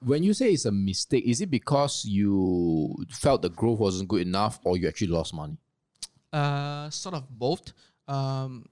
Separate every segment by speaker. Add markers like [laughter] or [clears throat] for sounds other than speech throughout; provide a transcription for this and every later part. Speaker 1: when you say it's a mistake, is it because you felt the growth wasn't good enough, or you actually lost money?
Speaker 2: uh, sort of both. Um,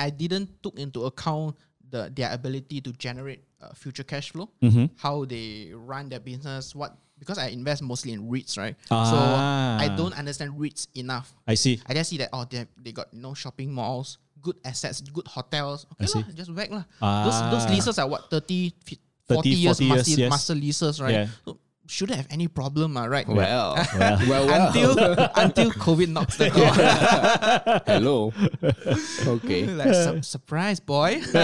Speaker 2: I didn't took into account the their ability to generate uh, future cash flow,
Speaker 3: Mm-hmm.
Speaker 2: how they run their business, what because I invest mostly in REITs, right? So I
Speaker 3: Ah.
Speaker 2: don't understand REITs enough.
Speaker 3: I see.
Speaker 2: I just see that oh they have, they got no shopping malls, good assets, good hotels. Okay
Speaker 3: see.
Speaker 2: lah, just whack lah. Those those
Speaker 3: Ah.
Speaker 2: leases are what 30, fi-
Speaker 3: 30,
Speaker 2: 40 years,
Speaker 3: 40
Speaker 2: master,
Speaker 3: years, yes.
Speaker 2: master leases, right?
Speaker 3: Yeah.
Speaker 2: So shouldn't have any problem, ah,
Speaker 1: [laughs]
Speaker 2: right?
Speaker 1: Well, well, well.
Speaker 2: Until until COVID knocks the
Speaker 3: [laughs]
Speaker 2: door.
Speaker 1: hello. [laughs] Okay.
Speaker 2: like "Sur- surprise boy [laughs] so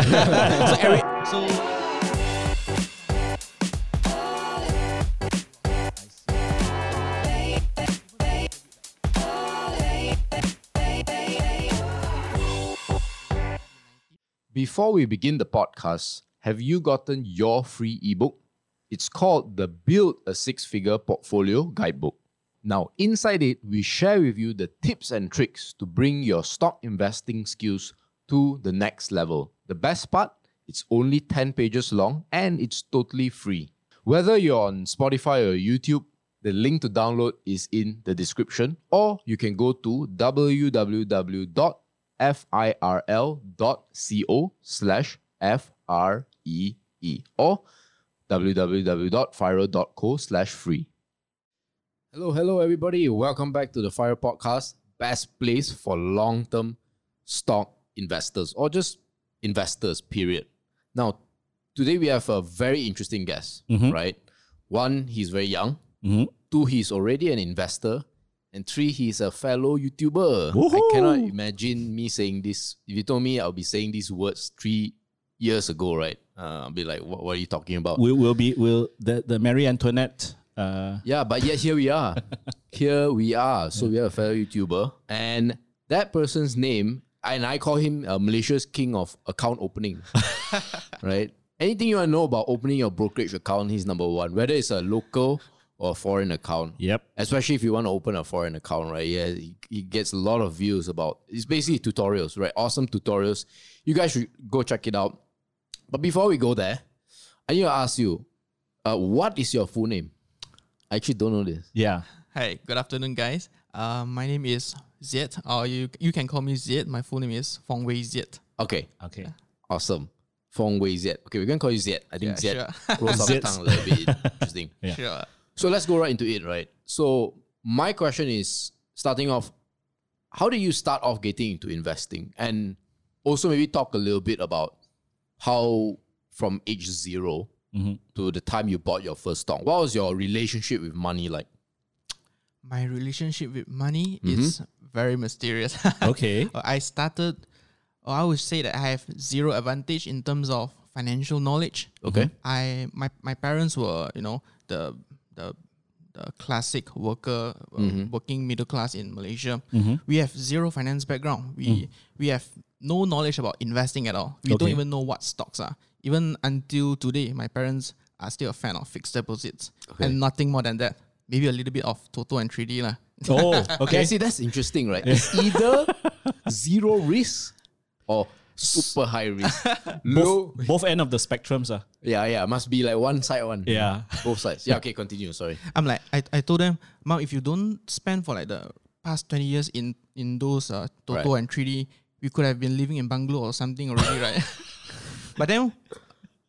Speaker 2: every so
Speaker 1: Before we begin the podcast, have you gotten your free ebook? It's called the Build a Six Figure Portfolio Guidebook. Now, inside it, we share with you the tips and tricks to bring your stock investing skills to the next level. The best part, it's only 10 pages long and it's totally free. Whether you're on Spotify or YouTube, the link to download is in the description, or you can go to www.firl.co slash F-R-E-E E or www.firl.co slash free. Hello, hello, everybody. Welcome back to the Fire Podcast, best place for long term stock investors or just investors, period. Now, today we have a very interesting guest, right? One, he's very young.
Speaker 2: Mm-hmm.
Speaker 1: Two, he's already an investor. And three, he's a fellow YouTuber. I
Speaker 3: Woohoo!
Speaker 1: cannot imagine me saying this. If you told me I'll be saying these words three years ago, right? Uh, I'll be like, what, what are you talking about?
Speaker 3: We will be will the the Marie Antoinette. Uh,
Speaker 1: Yeah, but yet here we are. here we are. So we have a fellow YouTuber, and that person's name, and I call him uh, Malaysia's king of account opening. right? Anything you want to know about opening your brokerage account, he's number one. Whether it's a local or foreign account.
Speaker 3: Yep.
Speaker 1: Especially if you want to open a foreign account, right? Yeah, he, he gets a lot of views about. It's basically tutorials, right? Awesome tutorials. You guys should go check it out. But before we go there, I need to ask you, uh, what is your full name? I actually don't know this.
Speaker 3: yeah.
Speaker 2: hey good afternoon guys uh, my name is Ziet or you you can call me Ziet my full name is Fong Wei Ziet
Speaker 1: Okay,
Speaker 3: Okay.
Speaker 1: awesome. Feng Wei Ziet. Okay, we're gonna call you Ziet. I think
Speaker 2: Yeah,
Speaker 1: Ziet
Speaker 2: sure.
Speaker 1: rolls
Speaker 2: [laughs]
Speaker 1: off the
Speaker 3: Ziet.
Speaker 1: tongue a little bit. Interesting.
Speaker 3: Yeah.
Speaker 2: sure
Speaker 1: So let's go right into it, right? So my question is, starting off, how did you start off getting into investing, and also maybe talk a little bit about how from age 0
Speaker 3: Mm-hmm.
Speaker 1: to the time you bought your first stock, what was your relationship with money like?
Speaker 2: my relationship with money is very mysterious [laughs]
Speaker 3: Okay.
Speaker 2: Uh, I started or I would say that I have zero advantage in terms of financial knowledge
Speaker 1: Okay.
Speaker 2: I my my parents were you know the the the classic worker uh, working middle class in Malaysia. We have zero finance background. We we have no knowledge about investing at all. We don't
Speaker 3: Okay.
Speaker 2: even know what stocks are. Even until today, my parents are still a fan of fixed deposits and nothing more than that. Maybe a little bit of Toto and 3D lah.
Speaker 3: [laughs] Oh.
Speaker 1: Yeah,
Speaker 3: Okay.
Speaker 1: see, that's interesting, right? It's either zero risk or super high risk. Low.
Speaker 3: [laughs] Both, both end of the spectrums. Uh.
Speaker 1: Yeah, yeah. Must be like one side, one.
Speaker 3: Yeah.
Speaker 1: Both sides. Yeah, okay, continue. Sorry.
Speaker 2: I'm like, I, I told them, Mom, if you don't spend for like the past 20 years in, in those uh, Toto
Speaker 1: Right.
Speaker 2: and 3D, we could have been living in bungalow or something already, right? but then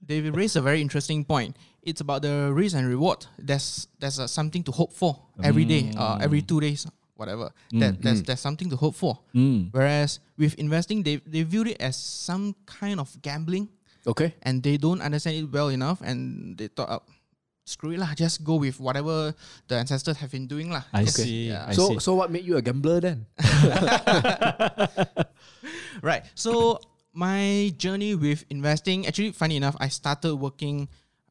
Speaker 2: they raised a very interesting point. It's about the risk and reward. There's there's uh, something to hope for every day, uh, every two days, whatever. That there's there's something to hope for. Whereas with investing, they they viewed it as some kind of gambling
Speaker 1: Okay.
Speaker 2: and they don't understand it well enough and they thought uh, screw it lah just go with whatever the ancestors have been doing lah
Speaker 3: I
Speaker 2: Just-
Speaker 3: see. I
Speaker 1: so,
Speaker 3: see.
Speaker 1: so what made you a gambler then?
Speaker 2: right so my journey with investing actually funny enough i started working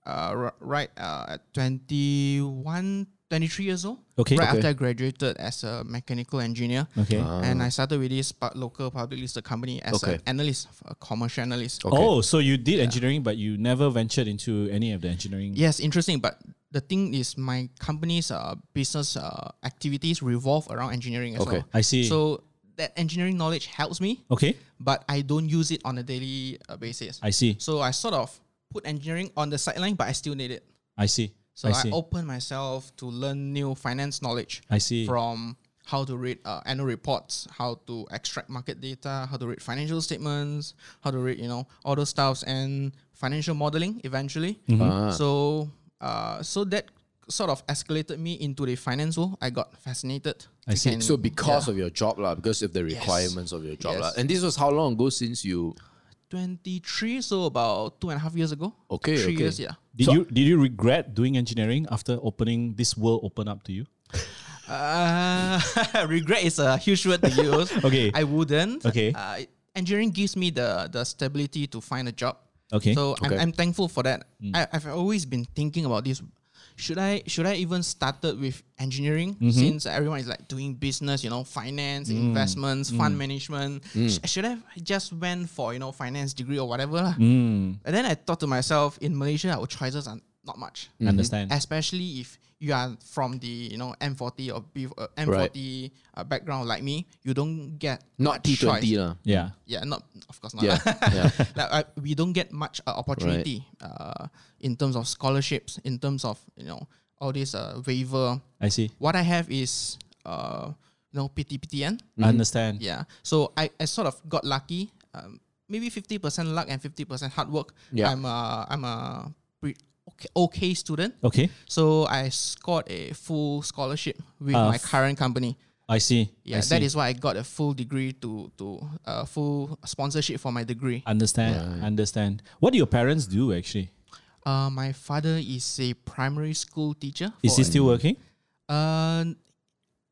Speaker 2: uh, r- right uh, at 21 23 years old
Speaker 3: Okay. Uh-huh.
Speaker 2: right
Speaker 1: Okay.
Speaker 2: after i graduated as a mechanical engineer
Speaker 3: Okay.
Speaker 2: and i started with this pu- local public listed company as
Speaker 1: Okay.
Speaker 2: an analyst a commercial analyst
Speaker 3: Oh, so you did engineering, but you never ventured into any of the engineering.
Speaker 2: Yes, interesting. But the thing is, my company's uh, business uh, activities revolve around engineering as
Speaker 1: Okay.
Speaker 2: well.
Speaker 3: I see.
Speaker 2: So that engineering knowledge helps me,
Speaker 3: Okay.
Speaker 2: but I don't use it on a daily uh, basis.
Speaker 3: I see.
Speaker 2: so I sort of put engineering on the sideline, but I still need it.
Speaker 3: I see.
Speaker 2: So
Speaker 3: I
Speaker 2: I,
Speaker 3: see.
Speaker 2: open myself to learn new finance knowledge
Speaker 3: I see.
Speaker 2: from how to read uh, annual reports, how to extract market data, how to read financial statements, how to read you know all those stuffs and financial modeling eventually.
Speaker 3: Mm-hmm.
Speaker 1: Ah.
Speaker 2: So uh, so that sort of escalated me into the finance world. I got fascinated.
Speaker 3: I see.
Speaker 1: So because of your job, lah, because of the requirements of your job. lah. And this was how long ago since you
Speaker 2: 23, so about two and a half years ago.
Speaker 1: Okay,
Speaker 2: Three
Speaker 1: okay.
Speaker 2: years, yeah.
Speaker 3: Did you did you regret doing engineering after opening this world open up to you?
Speaker 2: Uh, [laughs] regret is a huge word to use.
Speaker 3: [laughs] Okay.
Speaker 2: I wouldn't.
Speaker 3: Okay.
Speaker 2: Uh, engineering gives me the the stability to find a job.
Speaker 3: Okay. Mm.
Speaker 2: So
Speaker 1: Okay.
Speaker 2: I'm, I'm thankful for that. I, I've always been thinking about this. Should I should I even started with engineering
Speaker 3: Mm-hmm.
Speaker 2: since everyone is like doing business, you know, finance,
Speaker 3: Mm.
Speaker 2: investments, fund management? Sh- should I have just went for you know finance degree or whatever? lah?
Speaker 3: Mm.
Speaker 2: And then I thought to myself, in Malaysia, our choices are not much
Speaker 3: Understand.
Speaker 2: especially if you are from the you know M40 or B, uh, M40 uh, background like me, you don't get
Speaker 1: not T
Speaker 2: much
Speaker 1: twenty lah?
Speaker 2: choice.
Speaker 3: yeah.
Speaker 2: Yeah, not of course not. [laughs]
Speaker 1: Yeah, yeah.
Speaker 2: like, uh, we don't get much uh, opportunity uh, in terms of scholarships, in terms of you know all this uh, waiver.
Speaker 3: I see.
Speaker 2: What I have is uh, you know PTPTN.
Speaker 3: I understand.
Speaker 2: Mm-hmm. Yeah. So I, I sort of got lucky. Um, maybe fifty percent luck and fifty percent hard work.
Speaker 1: Yeah.
Speaker 2: I'm a I'm a pre- okay, okay student.
Speaker 3: Okay.
Speaker 2: So I scored a full scholarship with
Speaker 3: Uh,
Speaker 2: my
Speaker 3: f-
Speaker 2: current company.
Speaker 3: I see.
Speaker 2: Yeah,
Speaker 3: I
Speaker 2: that
Speaker 3: see.
Speaker 2: is why I got a full degree to to uh, full sponsorship for my degree.
Speaker 3: understand. Understand. What do your parents do actually?
Speaker 2: Uh, my father is a primary school teacher.
Speaker 3: Is
Speaker 2: for-
Speaker 3: he still working?
Speaker 2: Uh,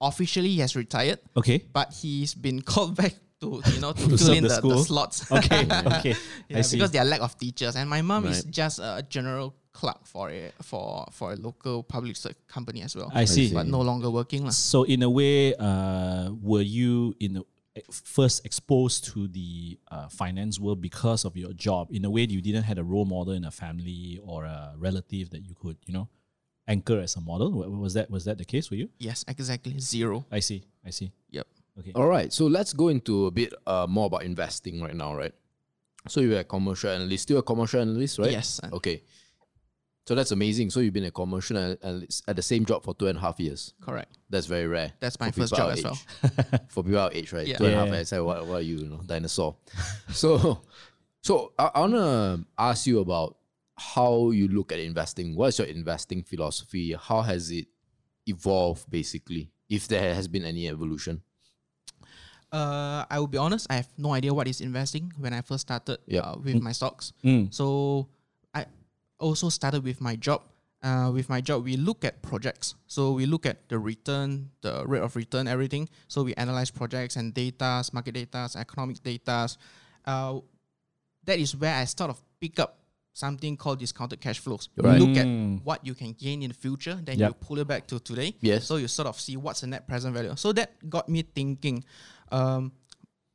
Speaker 2: officially, he has retired,
Speaker 3: Okay. [laughs]
Speaker 2: but he's been [laughs] called back to you know to,
Speaker 3: To
Speaker 2: fill
Speaker 3: serve
Speaker 2: in
Speaker 3: the
Speaker 2: the, the
Speaker 3: school?
Speaker 2: slots.
Speaker 3: [laughs] Okay. okay.
Speaker 2: [laughs] Yeah,
Speaker 3: I see.
Speaker 2: because there are lack of teachers, and my mom is
Speaker 1: Right.
Speaker 2: just a general clerk for a for for a local public se- company as well.
Speaker 3: I see.
Speaker 2: but no longer working lah.
Speaker 3: So in a way, uh, were you in the eh, first exposed to the uh, finance world because of your job? In a way, you didn't had a role model in a family or a relative that you could, you know, anchor as a model. Wa- Was that was that the case for you?
Speaker 2: Yes, exactly zero.
Speaker 3: I see. I see.
Speaker 2: Yep.
Speaker 1: All right, so let's go into a bit uh, more about investing right now, right? So you're a commercial analyst, still a commercial analyst, right?
Speaker 2: Yes.
Speaker 1: Okay. So that's amazing. So you've been a commercial ana- analyst at the same job for two and a half years.
Speaker 2: Correct.
Speaker 1: That's very rare.
Speaker 2: That's my
Speaker 1: for
Speaker 2: first
Speaker 1: people
Speaker 2: job
Speaker 1: our
Speaker 2: as well.
Speaker 1: age. [laughs] for people our age, right?
Speaker 2: Yeah.
Speaker 1: Two and a half
Speaker 3: Yeah.
Speaker 1: years. Like, what, what are you, you know,
Speaker 2: [laughs]
Speaker 1: dinosaur? so, so I, I wanna ask you about how you look at investing. What's your investing philosophy? How has it evolved, basically? If there has been any evolution.
Speaker 2: Uh, I will be honest. I have no idea what is investing when I first started
Speaker 1: Yeah.
Speaker 2: uh, with my stocks.
Speaker 1: Mm.
Speaker 3: Mm,
Speaker 2: So I also started with my job. Uh, with my job, we look at projects. So we look at the return, the rate of return, everything. So we analyze projects and data, market data, economic data. Uh, that is where I sort of pick up something called discounted cash flows.
Speaker 1: Right. Mm.
Speaker 2: You look at what you can gain in the future, then
Speaker 3: Yep.
Speaker 2: you pull it back to today.
Speaker 1: Yes.
Speaker 2: So you sort of see what's the net present value. So that got me thinking. Um,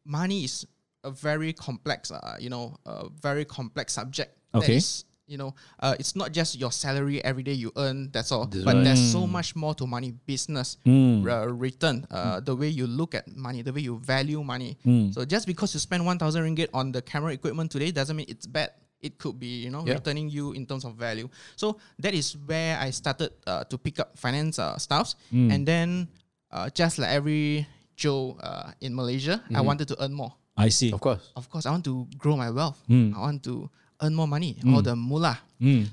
Speaker 2: money is a very complex, uh, you know, a very complex subject. that
Speaker 3: Okay.
Speaker 2: is, you know, uh, it's not just your salary every day you earn. That's all.
Speaker 1: That's
Speaker 2: but
Speaker 1: right.
Speaker 2: there's so much more to money, business,
Speaker 3: Mm.
Speaker 2: uh, return, uh, the way you look at money, the way you value money. So just because you spend one thousand ringgit on the camera equipment today doesn't mean it's bad. It could be, you know,
Speaker 1: Yeah.
Speaker 2: returning you in terms of value. So that is where I started uh, to pick up finance uh, stuffs, and then uh, just like every Joe uh, in Malaysia, I wanted to earn more
Speaker 3: I see.
Speaker 1: Of course.
Speaker 2: of course, I want to grow my wealth.
Speaker 3: Hmm.
Speaker 2: I want to earn more money or the mullah.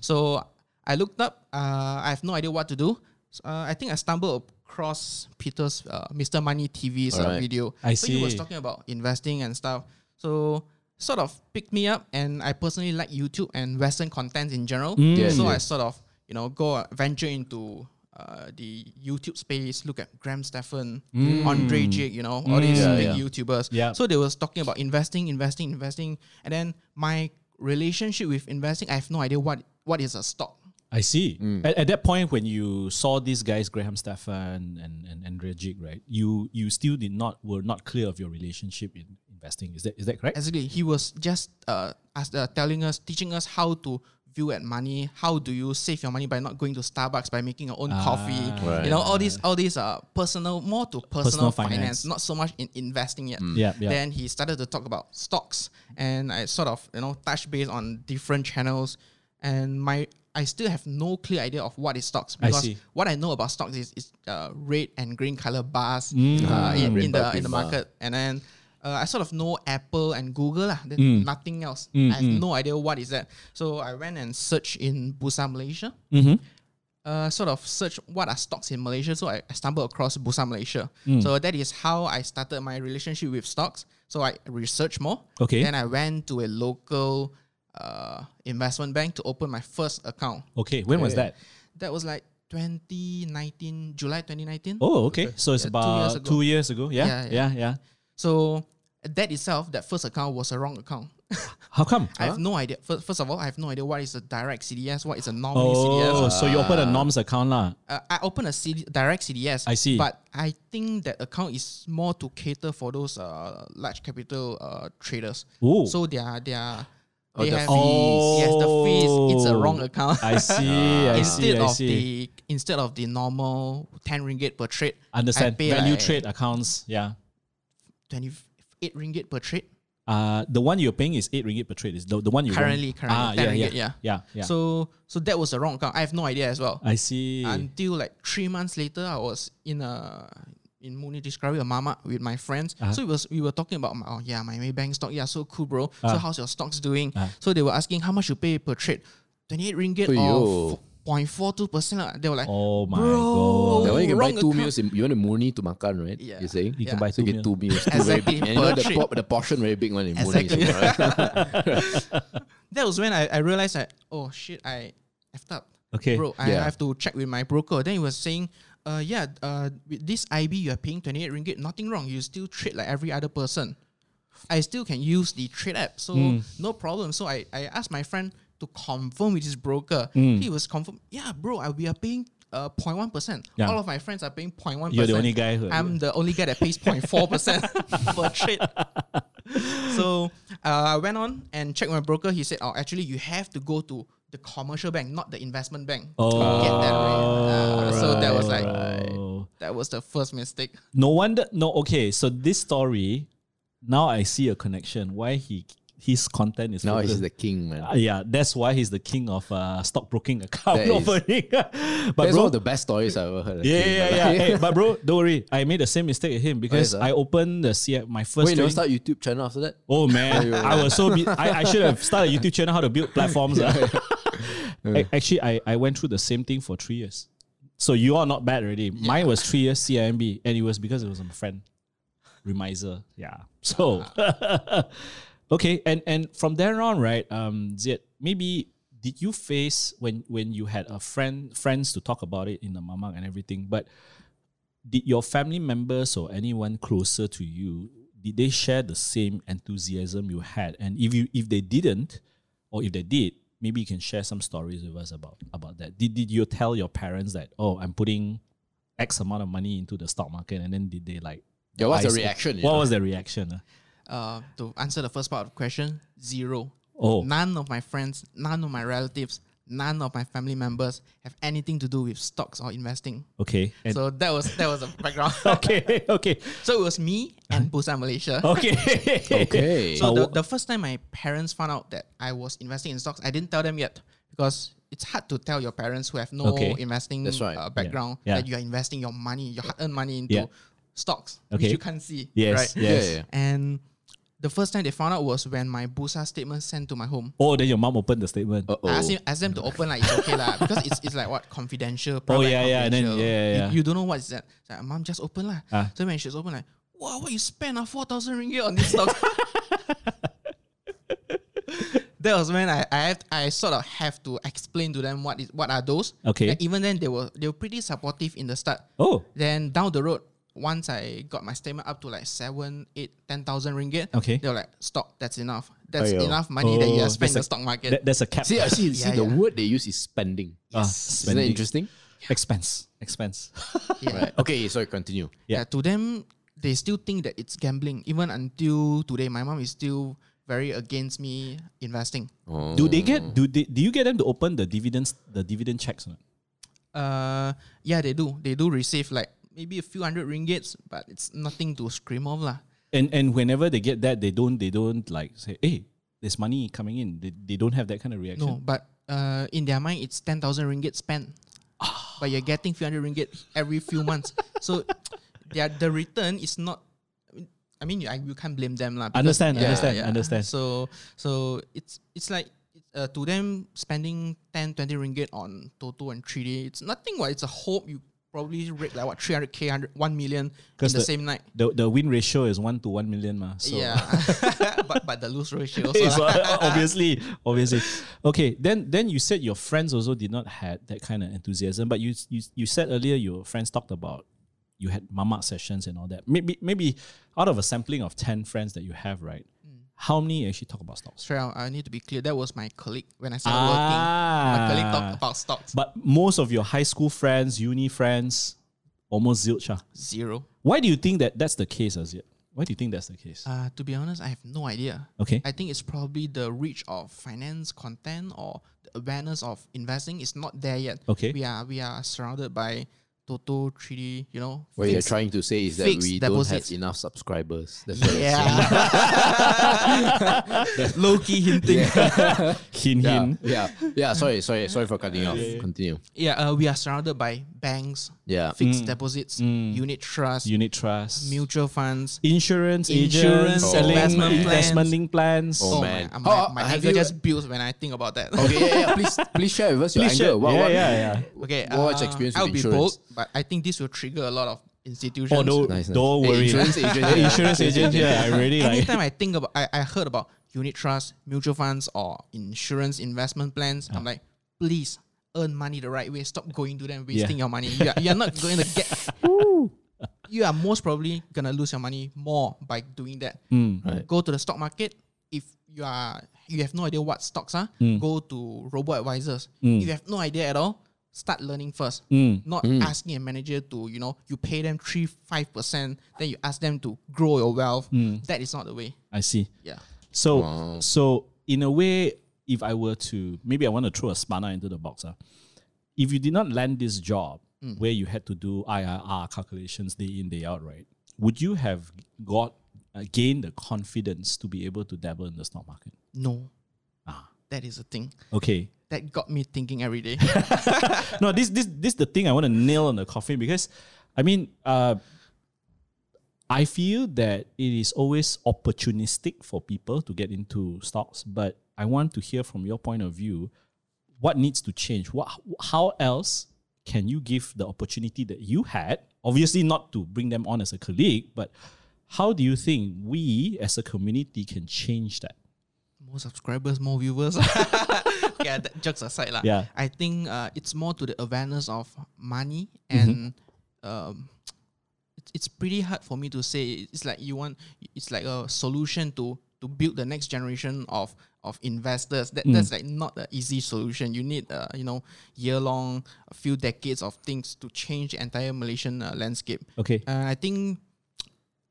Speaker 2: So I looked up. Uh, I have no idea what to do. So, uh, I think I stumbled across Peter's uh, Mr. Money TV's uh,
Speaker 1: Alright.
Speaker 2: video.
Speaker 3: I
Speaker 2: so he was
Speaker 3: see.
Speaker 2: talking about investing and stuff. So sort of picked me up, and I personally like YouTube and Western content in general.
Speaker 3: Hmm.
Speaker 1: Yes,
Speaker 2: so I
Speaker 1: yes.
Speaker 2: sort of you know go uh, venture into. Uh, the YouTube space, look at Graham Stephan,
Speaker 3: Hmm.
Speaker 2: Andre Jig, you know, all these
Speaker 1: Hmm. Yeah,
Speaker 2: big
Speaker 1: yeah.
Speaker 2: YouTubers.
Speaker 3: Yeah.
Speaker 2: So they was talking about investing, investing, investing, and then my relationship with investing, I have no idea what what is a stock.
Speaker 3: I see.
Speaker 2: Mm.
Speaker 3: At, at that point, when you saw these guys, Graham Stefan and, and Andrea Jig, right? You you still did not were not clear of your relationship in investing. Is that is that correct?
Speaker 2: Exactly, he was just uh, as uh, telling us, teaching us how to view at money. How do you save your money by not going to Starbucks by making your own
Speaker 3: Ah,
Speaker 2: coffee? You know, all these all these uh, personal, more to personal,
Speaker 3: Personal finance. Mm.
Speaker 2: finance, not so much in investing yet.
Speaker 3: Yeah, yeah.
Speaker 2: Then he started to talk about stocks, and I sort of you know touch base on different channels, and my I I still have no clear idea of what is stocks
Speaker 3: I
Speaker 2: because
Speaker 3: see.
Speaker 2: what I know about stocks is, is uh, red and green color bars
Speaker 1: Ah,
Speaker 3: Mm.
Speaker 2: uh, in,
Speaker 1: red
Speaker 2: in
Speaker 1: bar,
Speaker 2: the in
Speaker 1: green
Speaker 2: the
Speaker 1: bar.
Speaker 2: market, and then uh, I sort of know Apple and Google lah. Then Nothing else. I have no idea what is that. So I went and searched in Bursa Malaysia. Uh, sort of search what are stocks in Malaysia. So I, I stumbled across Bursa Malaysia. So that is how I started my relationship with stocks. So I researched more.
Speaker 3: Okay.
Speaker 2: Then I went to a local uh, investment bank to open my first account.
Speaker 3: Okay, when was
Speaker 1: Yeah.
Speaker 3: that?
Speaker 2: That was like 2019, July 2019.
Speaker 3: Oh, okay. So
Speaker 2: Yeah, two
Speaker 3: it's
Speaker 2: years
Speaker 3: about
Speaker 2: ago.
Speaker 3: two years ago. Yeah, yeah,
Speaker 2: Yeah,
Speaker 3: yeah.
Speaker 2: yeah. So that itself, that first account was a wrong account. [laughs]
Speaker 3: How come?
Speaker 2: I have no idea. First, first of all, I have no idea what is a direct CDS, what is a normal
Speaker 3: Oh,
Speaker 2: CDS.
Speaker 3: so you open a norms account lah.
Speaker 2: Uh, I opened a CD, direct CDS.
Speaker 3: I see.
Speaker 2: But I think that account is more to cater for those uh, large capital uh, traders.
Speaker 3: Oh.
Speaker 2: So they are, they are,
Speaker 1: Oh,
Speaker 2: they
Speaker 1: the
Speaker 2: have
Speaker 3: fees.
Speaker 2: Yes, the fees. It's a wrong
Speaker 3: Oh.
Speaker 2: account. [laughs]
Speaker 3: I see. I
Speaker 2: Ah. instead
Speaker 3: see. I
Speaker 2: of
Speaker 3: see.
Speaker 2: the instead of the normal ten ringgit per trade, I
Speaker 3: Understand.
Speaker 2: pay
Speaker 3: Value
Speaker 2: like
Speaker 3: trade accounts. Yeah.
Speaker 2: twenty eight ringgit per trade.
Speaker 3: Uh, the one you're paying is eight ringgit per trade. Is the, the one you want.
Speaker 2: Currently- currently,
Speaker 3: Ah,
Speaker 2: 10
Speaker 3: yeah,
Speaker 2: ringgit,
Speaker 3: yeah,
Speaker 2: yeah.
Speaker 3: yeah, yeah. So
Speaker 2: So so that was the wrong account. I have no idea as well.
Speaker 3: I see.
Speaker 2: Until like three months later, I was in a in Muni Discovery or Mama with my friends. So it was we were talking about oh yeah my Maybank stock yeah so cool bro. so how's your stocks doing? So they were asking how much you pay per trade, twenty eight ringgit
Speaker 1: Aiyo.
Speaker 2: or. 0.42 percent. They were like,
Speaker 3: oh my
Speaker 1: That
Speaker 2: Bro.
Speaker 3: god.
Speaker 1: one you can buy
Speaker 2: wrong
Speaker 1: two
Speaker 2: account.
Speaker 1: meals. In, you want to Mooney to makan, right?
Speaker 2: Yeah.
Speaker 1: You're saying?
Speaker 3: You can
Speaker 2: Yeah.
Speaker 3: buy
Speaker 1: So you
Speaker 3: two,
Speaker 1: get
Speaker 3: meal.
Speaker 1: two meals. Two very
Speaker 2: Exactly,
Speaker 1: big. And you know
Speaker 2: per
Speaker 1: the,
Speaker 2: trip.
Speaker 1: pop, the portion very big one in Mooney.
Speaker 2: Exactly.
Speaker 1: also, right?
Speaker 2: [laughs] that was when I, I realized that oh shit I effed up.
Speaker 3: Okay.
Speaker 2: bro, I
Speaker 1: Yeah.
Speaker 2: have to check with my broker. Then he was saying, uh, yeah, uh, with this IB you are paying twenty eight ringgit, nothing wrong. You still trade like every other person. I still can use the trade app, so
Speaker 3: Hmm.
Speaker 2: no problem. So I, I asked my friend to confirm with his broker.
Speaker 3: Hmm.
Speaker 2: He was confirmed. Yeah, bro, I, we are paying. Uh, 0.1 percent.
Speaker 3: Yeah.
Speaker 2: All of my friends are paying 0.1 percent.
Speaker 3: You're the only guy who-
Speaker 2: I'm the only guy that pays 0.4
Speaker 3: [laughs]
Speaker 2: percent [laughs] per trade. So uh, I went on and checked my broker. He said, "Oh, actually, you have to go to the commercial bank, not the investment bank,
Speaker 3: Oh.
Speaker 2: to get that rate." Uh, So that was like
Speaker 3: Alright.
Speaker 2: that was the first mistake.
Speaker 3: No wonder. No. Okay. So this story, now I see a connection. Why he his content
Speaker 1: [laughs]
Speaker 3: is
Speaker 1: now
Speaker 3: focused-
Speaker 1: he's the king, man.
Speaker 3: Uh, yeah, that's why he's the king of uh, stockbroking account
Speaker 1: That is-
Speaker 3: opening. [laughs] but
Speaker 1: That's
Speaker 3: bro,
Speaker 1: one of the best stories I've ever heard.
Speaker 3: yeah,
Speaker 1: actually.
Speaker 3: yeah,
Speaker 1: [laughs]
Speaker 3: yeah. Hey, but bro, don't worry. I made the same mistake as him because
Speaker 1: sir?
Speaker 3: I opened the CF, my first.
Speaker 1: Wait, you never
Speaker 3: trading-
Speaker 1: start YouTube channel after that?
Speaker 3: Oh man, I was so. Be- I, I should have started a YouTube channel how to build platforms. ah. Ac- Actually, I, I went through the same thing for three years. So you are not bad already. Mine was three years CIMB, and it was because it was my friend, Remiser. Yeah. So [laughs] okay, and and from there on, right? Um, Ziet, maybe did you face when when you had a friend friends to talk about it in the mamang and everything, but did your family members or anyone closer to you did they share the same enthusiasm you had and if you if they didn't or if they did maybe you can share some stories with us about about that did, did you tell your parents that oh i'm putting x amount of money into the stock market and then did they like
Speaker 1: Yeah, what's the
Speaker 3: eyes-
Speaker 1: reaction, you
Speaker 3: what
Speaker 1: know?
Speaker 3: was the reaction ah?
Speaker 2: Uh, to answer the first part of the question, zero.
Speaker 3: Oh.
Speaker 2: None of my friends, none of my relatives, none of my family members have anything to do with stocks or investing.
Speaker 3: okay and- [laughs]
Speaker 2: so that was that was the background.
Speaker 3: okay okay
Speaker 2: so it was me and Busan
Speaker 3: Oh.
Speaker 2: Malaysia.
Speaker 3: okay
Speaker 1: Okay. [laughs]
Speaker 2: So
Speaker 3: Uh,
Speaker 2: the,
Speaker 3: wha-
Speaker 2: the first time my parents found out that I was investing in stocks, I didn't tell them yet because it's hard to tell your parents who have no
Speaker 3: Okay.
Speaker 2: investing
Speaker 1: That's right.
Speaker 2: uh, background
Speaker 3: Yeah.
Speaker 2: that you are investing your money, your hard-earned money into
Speaker 3: Yeah.
Speaker 2: stocks,
Speaker 3: Okay.
Speaker 2: which you can't see.
Speaker 3: yes
Speaker 2: Right?
Speaker 3: yes
Speaker 1: Yeah, yeah.
Speaker 2: And the first time they found out was when my Busa statement sent to my home.
Speaker 3: oh then your mom opened the statement
Speaker 1: Uh-oh.
Speaker 2: I asked, him, asked them to open like it's okay
Speaker 3: [laughs]
Speaker 2: lah because it's, it's like what confidential. private
Speaker 3: Oh, yeah, yeah, and then-
Speaker 2: confidential.
Speaker 3: yeah, yeah,
Speaker 2: You-
Speaker 3: yeah.
Speaker 2: You, don't know what is that. It's like, mom just open lah.
Speaker 3: Ah.
Speaker 2: So when she's open like, wow, what you spend ah four thousand ringgit on this stock. [laughs] that was when I I, have, I sort of have to explain to them what is what are those.
Speaker 3: Okay.
Speaker 2: And even then they were they were pretty supportive in the start.
Speaker 3: oh
Speaker 2: Then down the road, once I got my statement up to like seven, eight, ten thousand ringgit,
Speaker 3: Okay.
Speaker 2: they were like, stop, that's enough. That's
Speaker 1: Aiyo.
Speaker 2: enough money that you
Speaker 3: Oh,
Speaker 2: have spent in the
Speaker 3: that's a-
Speaker 2: stock market.
Speaker 3: that, that's a cap
Speaker 1: See, I see, see
Speaker 2: Yeah,
Speaker 1: the
Speaker 2: yeah.
Speaker 1: word they use is spending.
Speaker 3: Ah,
Speaker 1: Isn't that
Speaker 3: spending.
Speaker 1: interesting?
Speaker 3: expense expense
Speaker 2: yeah.
Speaker 1: Right. Okay, sorry, continue.
Speaker 3: Yeah.
Speaker 2: yeah. to them they still think that it's gambling even until today my mom is still very against me investing
Speaker 3: Do they get do they, do you get them to open the dividends the dividend checks? Or not?
Speaker 2: uh yeah they do they do receive like maybe a few hundred ringgits but it's nothing to scream of lah
Speaker 3: And and whenever they get that, they don't they don't like say, hey, there's money coming in. They, they don't have that kind of reaction.
Speaker 2: no but uh, in their mind, it's 10,000 ringgit spent.
Speaker 3: Ah.
Speaker 2: but you're getting 300 ringgit every few months. so their, the return is not. I mean, you, I, you can't blame them. lah. because-
Speaker 3: Understand, understand, understand.
Speaker 2: So so it's it's like uh, to them spending 10, 20 ringgit on Toto and 3D, it's nothing. What It's a hope you probably rake like what 300k, 100, 1 million in the,
Speaker 3: Because the-
Speaker 2: same night.
Speaker 3: The the win ratio is one to one million, ma. So
Speaker 2: Yeah. [laughs] but, but the lose ratio also.
Speaker 3: [laughs] It's
Speaker 2: lah. [laughs]
Speaker 3: o- obviously, obviously. Okay, then then you said your friends also did not had that kind of enthusiasm, but you you, you said earlier your friends talked about you had mamak sessions and all that. Maybe maybe out of a sampling of ten friends that you have, right?
Speaker 2: Hmm.
Speaker 3: How many actually talk about stocks?
Speaker 2: Sorry, I I need to be clear. That was my colleague when I started working. My colleague
Speaker 3: Ah,
Speaker 2: talked about stocks.
Speaker 3: but most of your high school friends, uni friends, almost zilch. ah.
Speaker 2: Zero.
Speaker 3: Why do you think that that's the case, Azir? Why do you think that's the case?
Speaker 2: Uh, to be honest, I have no idea.
Speaker 3: okay.
Speaker 2: I think it's probably the reach of finance content or the awareness of investing is not there yet.
Speaker 3: Okay.
Speaker 2: We are we are surrounded by Toto 3D, you know.
Speaker 1: What you're
Speaker 2: fixed-
Speaker 1: trying to say is that
Speaker 2: fixed
Speaker 1: we don't
Speaker 2: deposits.
Speaker 1: have enough subscribers. That's what you're saying.
Speaker 2: yeah.
Speaker 3: [laughs]
Speaker 2: Low key hinting. Yeah,
Speaker 3: Hin
Speaker 1: Yeah,
Speaker 3: hin.
Speaker 1: yeah, yeah. Sorry, sorry, sorry for cutting you off. Continue.
Speaker 2: uh, we are surrounded by banks,
Speaker 1: Yeah.
Speaker 2: fixed deposits, unit trusts,
Speaker 3: Mm. Unit trust.
Speaker 2: mutual funds.
Speaker 3: insurance,
Speaker 2: Insurance,
Speaker 3: agents, selling
Speaker 2: investment plans.
Speaker 3: investment linked plans.
Speaker 1: Oh,
Speaker 2: Oh,
Speaker 1: man.
Speaker 2: my,
Speaker 1: How-
Speaker 2: my, my
Speaker 1: have
Speaker 2: anger
Speaker 1: you-
Speaker 2: just builds when I think about
Speaker 3: Oh,
Speaker 2: that.
Speaker 1: Okay, yeah, yeah. Please, please share with us your
Speaker 3: Please
Speaker 1: anger.
Speaker 3: share.
Speaker 1: What,
Speaker 3: yeah,
Speaker 1: what-
Speaker 3: yeah, yeah.
Speaker 2: Okay,
Speaker 1: What's
Speaker 2: uh,
Speaker 1: experience with
Speaker 2: I'll be
Speaker 1: insurance?
Speaker 2: bold, but I think this will trigger a lot of institutions.
Speaker 3: Oh, don't,
Speaker 1: Nice, nice.
Speaker 3: don't
Speaker 1: [laughs] Hey,
Speaker 3: worry.
Speaker 1: insurance agent, yeah.
Speaker 3: [laughs] Insurance agent, yeah, I really like.
Speaker 2: Anytime [laughs] I think about, I, I heard about unit trusts, mutual funds, or insurance investment plans, I'm like, please earn money the right way. Stop going to them, wasting your money. You are, you are not going to get. you are most probably gonna lose your money more by doing that.
Speaker 1: Right.
Speaker 2: Go to the stock market if you are you have no idea what stocks are. Go to robo advisors. If you have no idea at all, start learning first. Not asking a manager to you know you pay them three five percent, then you ask them to grow your wealth. That is not the way.
Speaker 3: I see.
Speaker 2: Yeah.
Speaker 3: So, so in a way, if I were to maybe I want to throw a spanner into the box, ah. if you did not land this job where you had to do IRR calculations day in day out, right? Would you have got uh, gained the confidence to be able to dabble in the stock market?
Speaker 2: No.
Speaker 3: Ah.
Speaker 2: That is the thing.
Speaker 3: Okay,
Speaker 2: That got me thinking every day.
Speaker 3: no, this this this the thing I want to nail on the coffin because, I mean, uh, I feel that it is always opportunistic for people to get into stocks, but I want to hear from your point of view, what needs to change? What how else can you give the opportunity that you had? Obviously, not to bring them on as a colleague, but how do you think we as a community can change that?
Speaker 2: more subscribers, more viewers. [laughs] yeah, that, jokes aside, lah.
Speaker 3: Yeah.
Speaker 2: I think uh, it's more to the awareness of money and um, it's, it's pretty hard for me to say. It's like you want, it's like a solution to to build the next generation of of investors. That that's like not an easy solution. You need uh, you know year long, a few decades of things to change the entire Malaysian uh, landscape.
Speaker 3: Okay,
Speaker 2: Uh, I think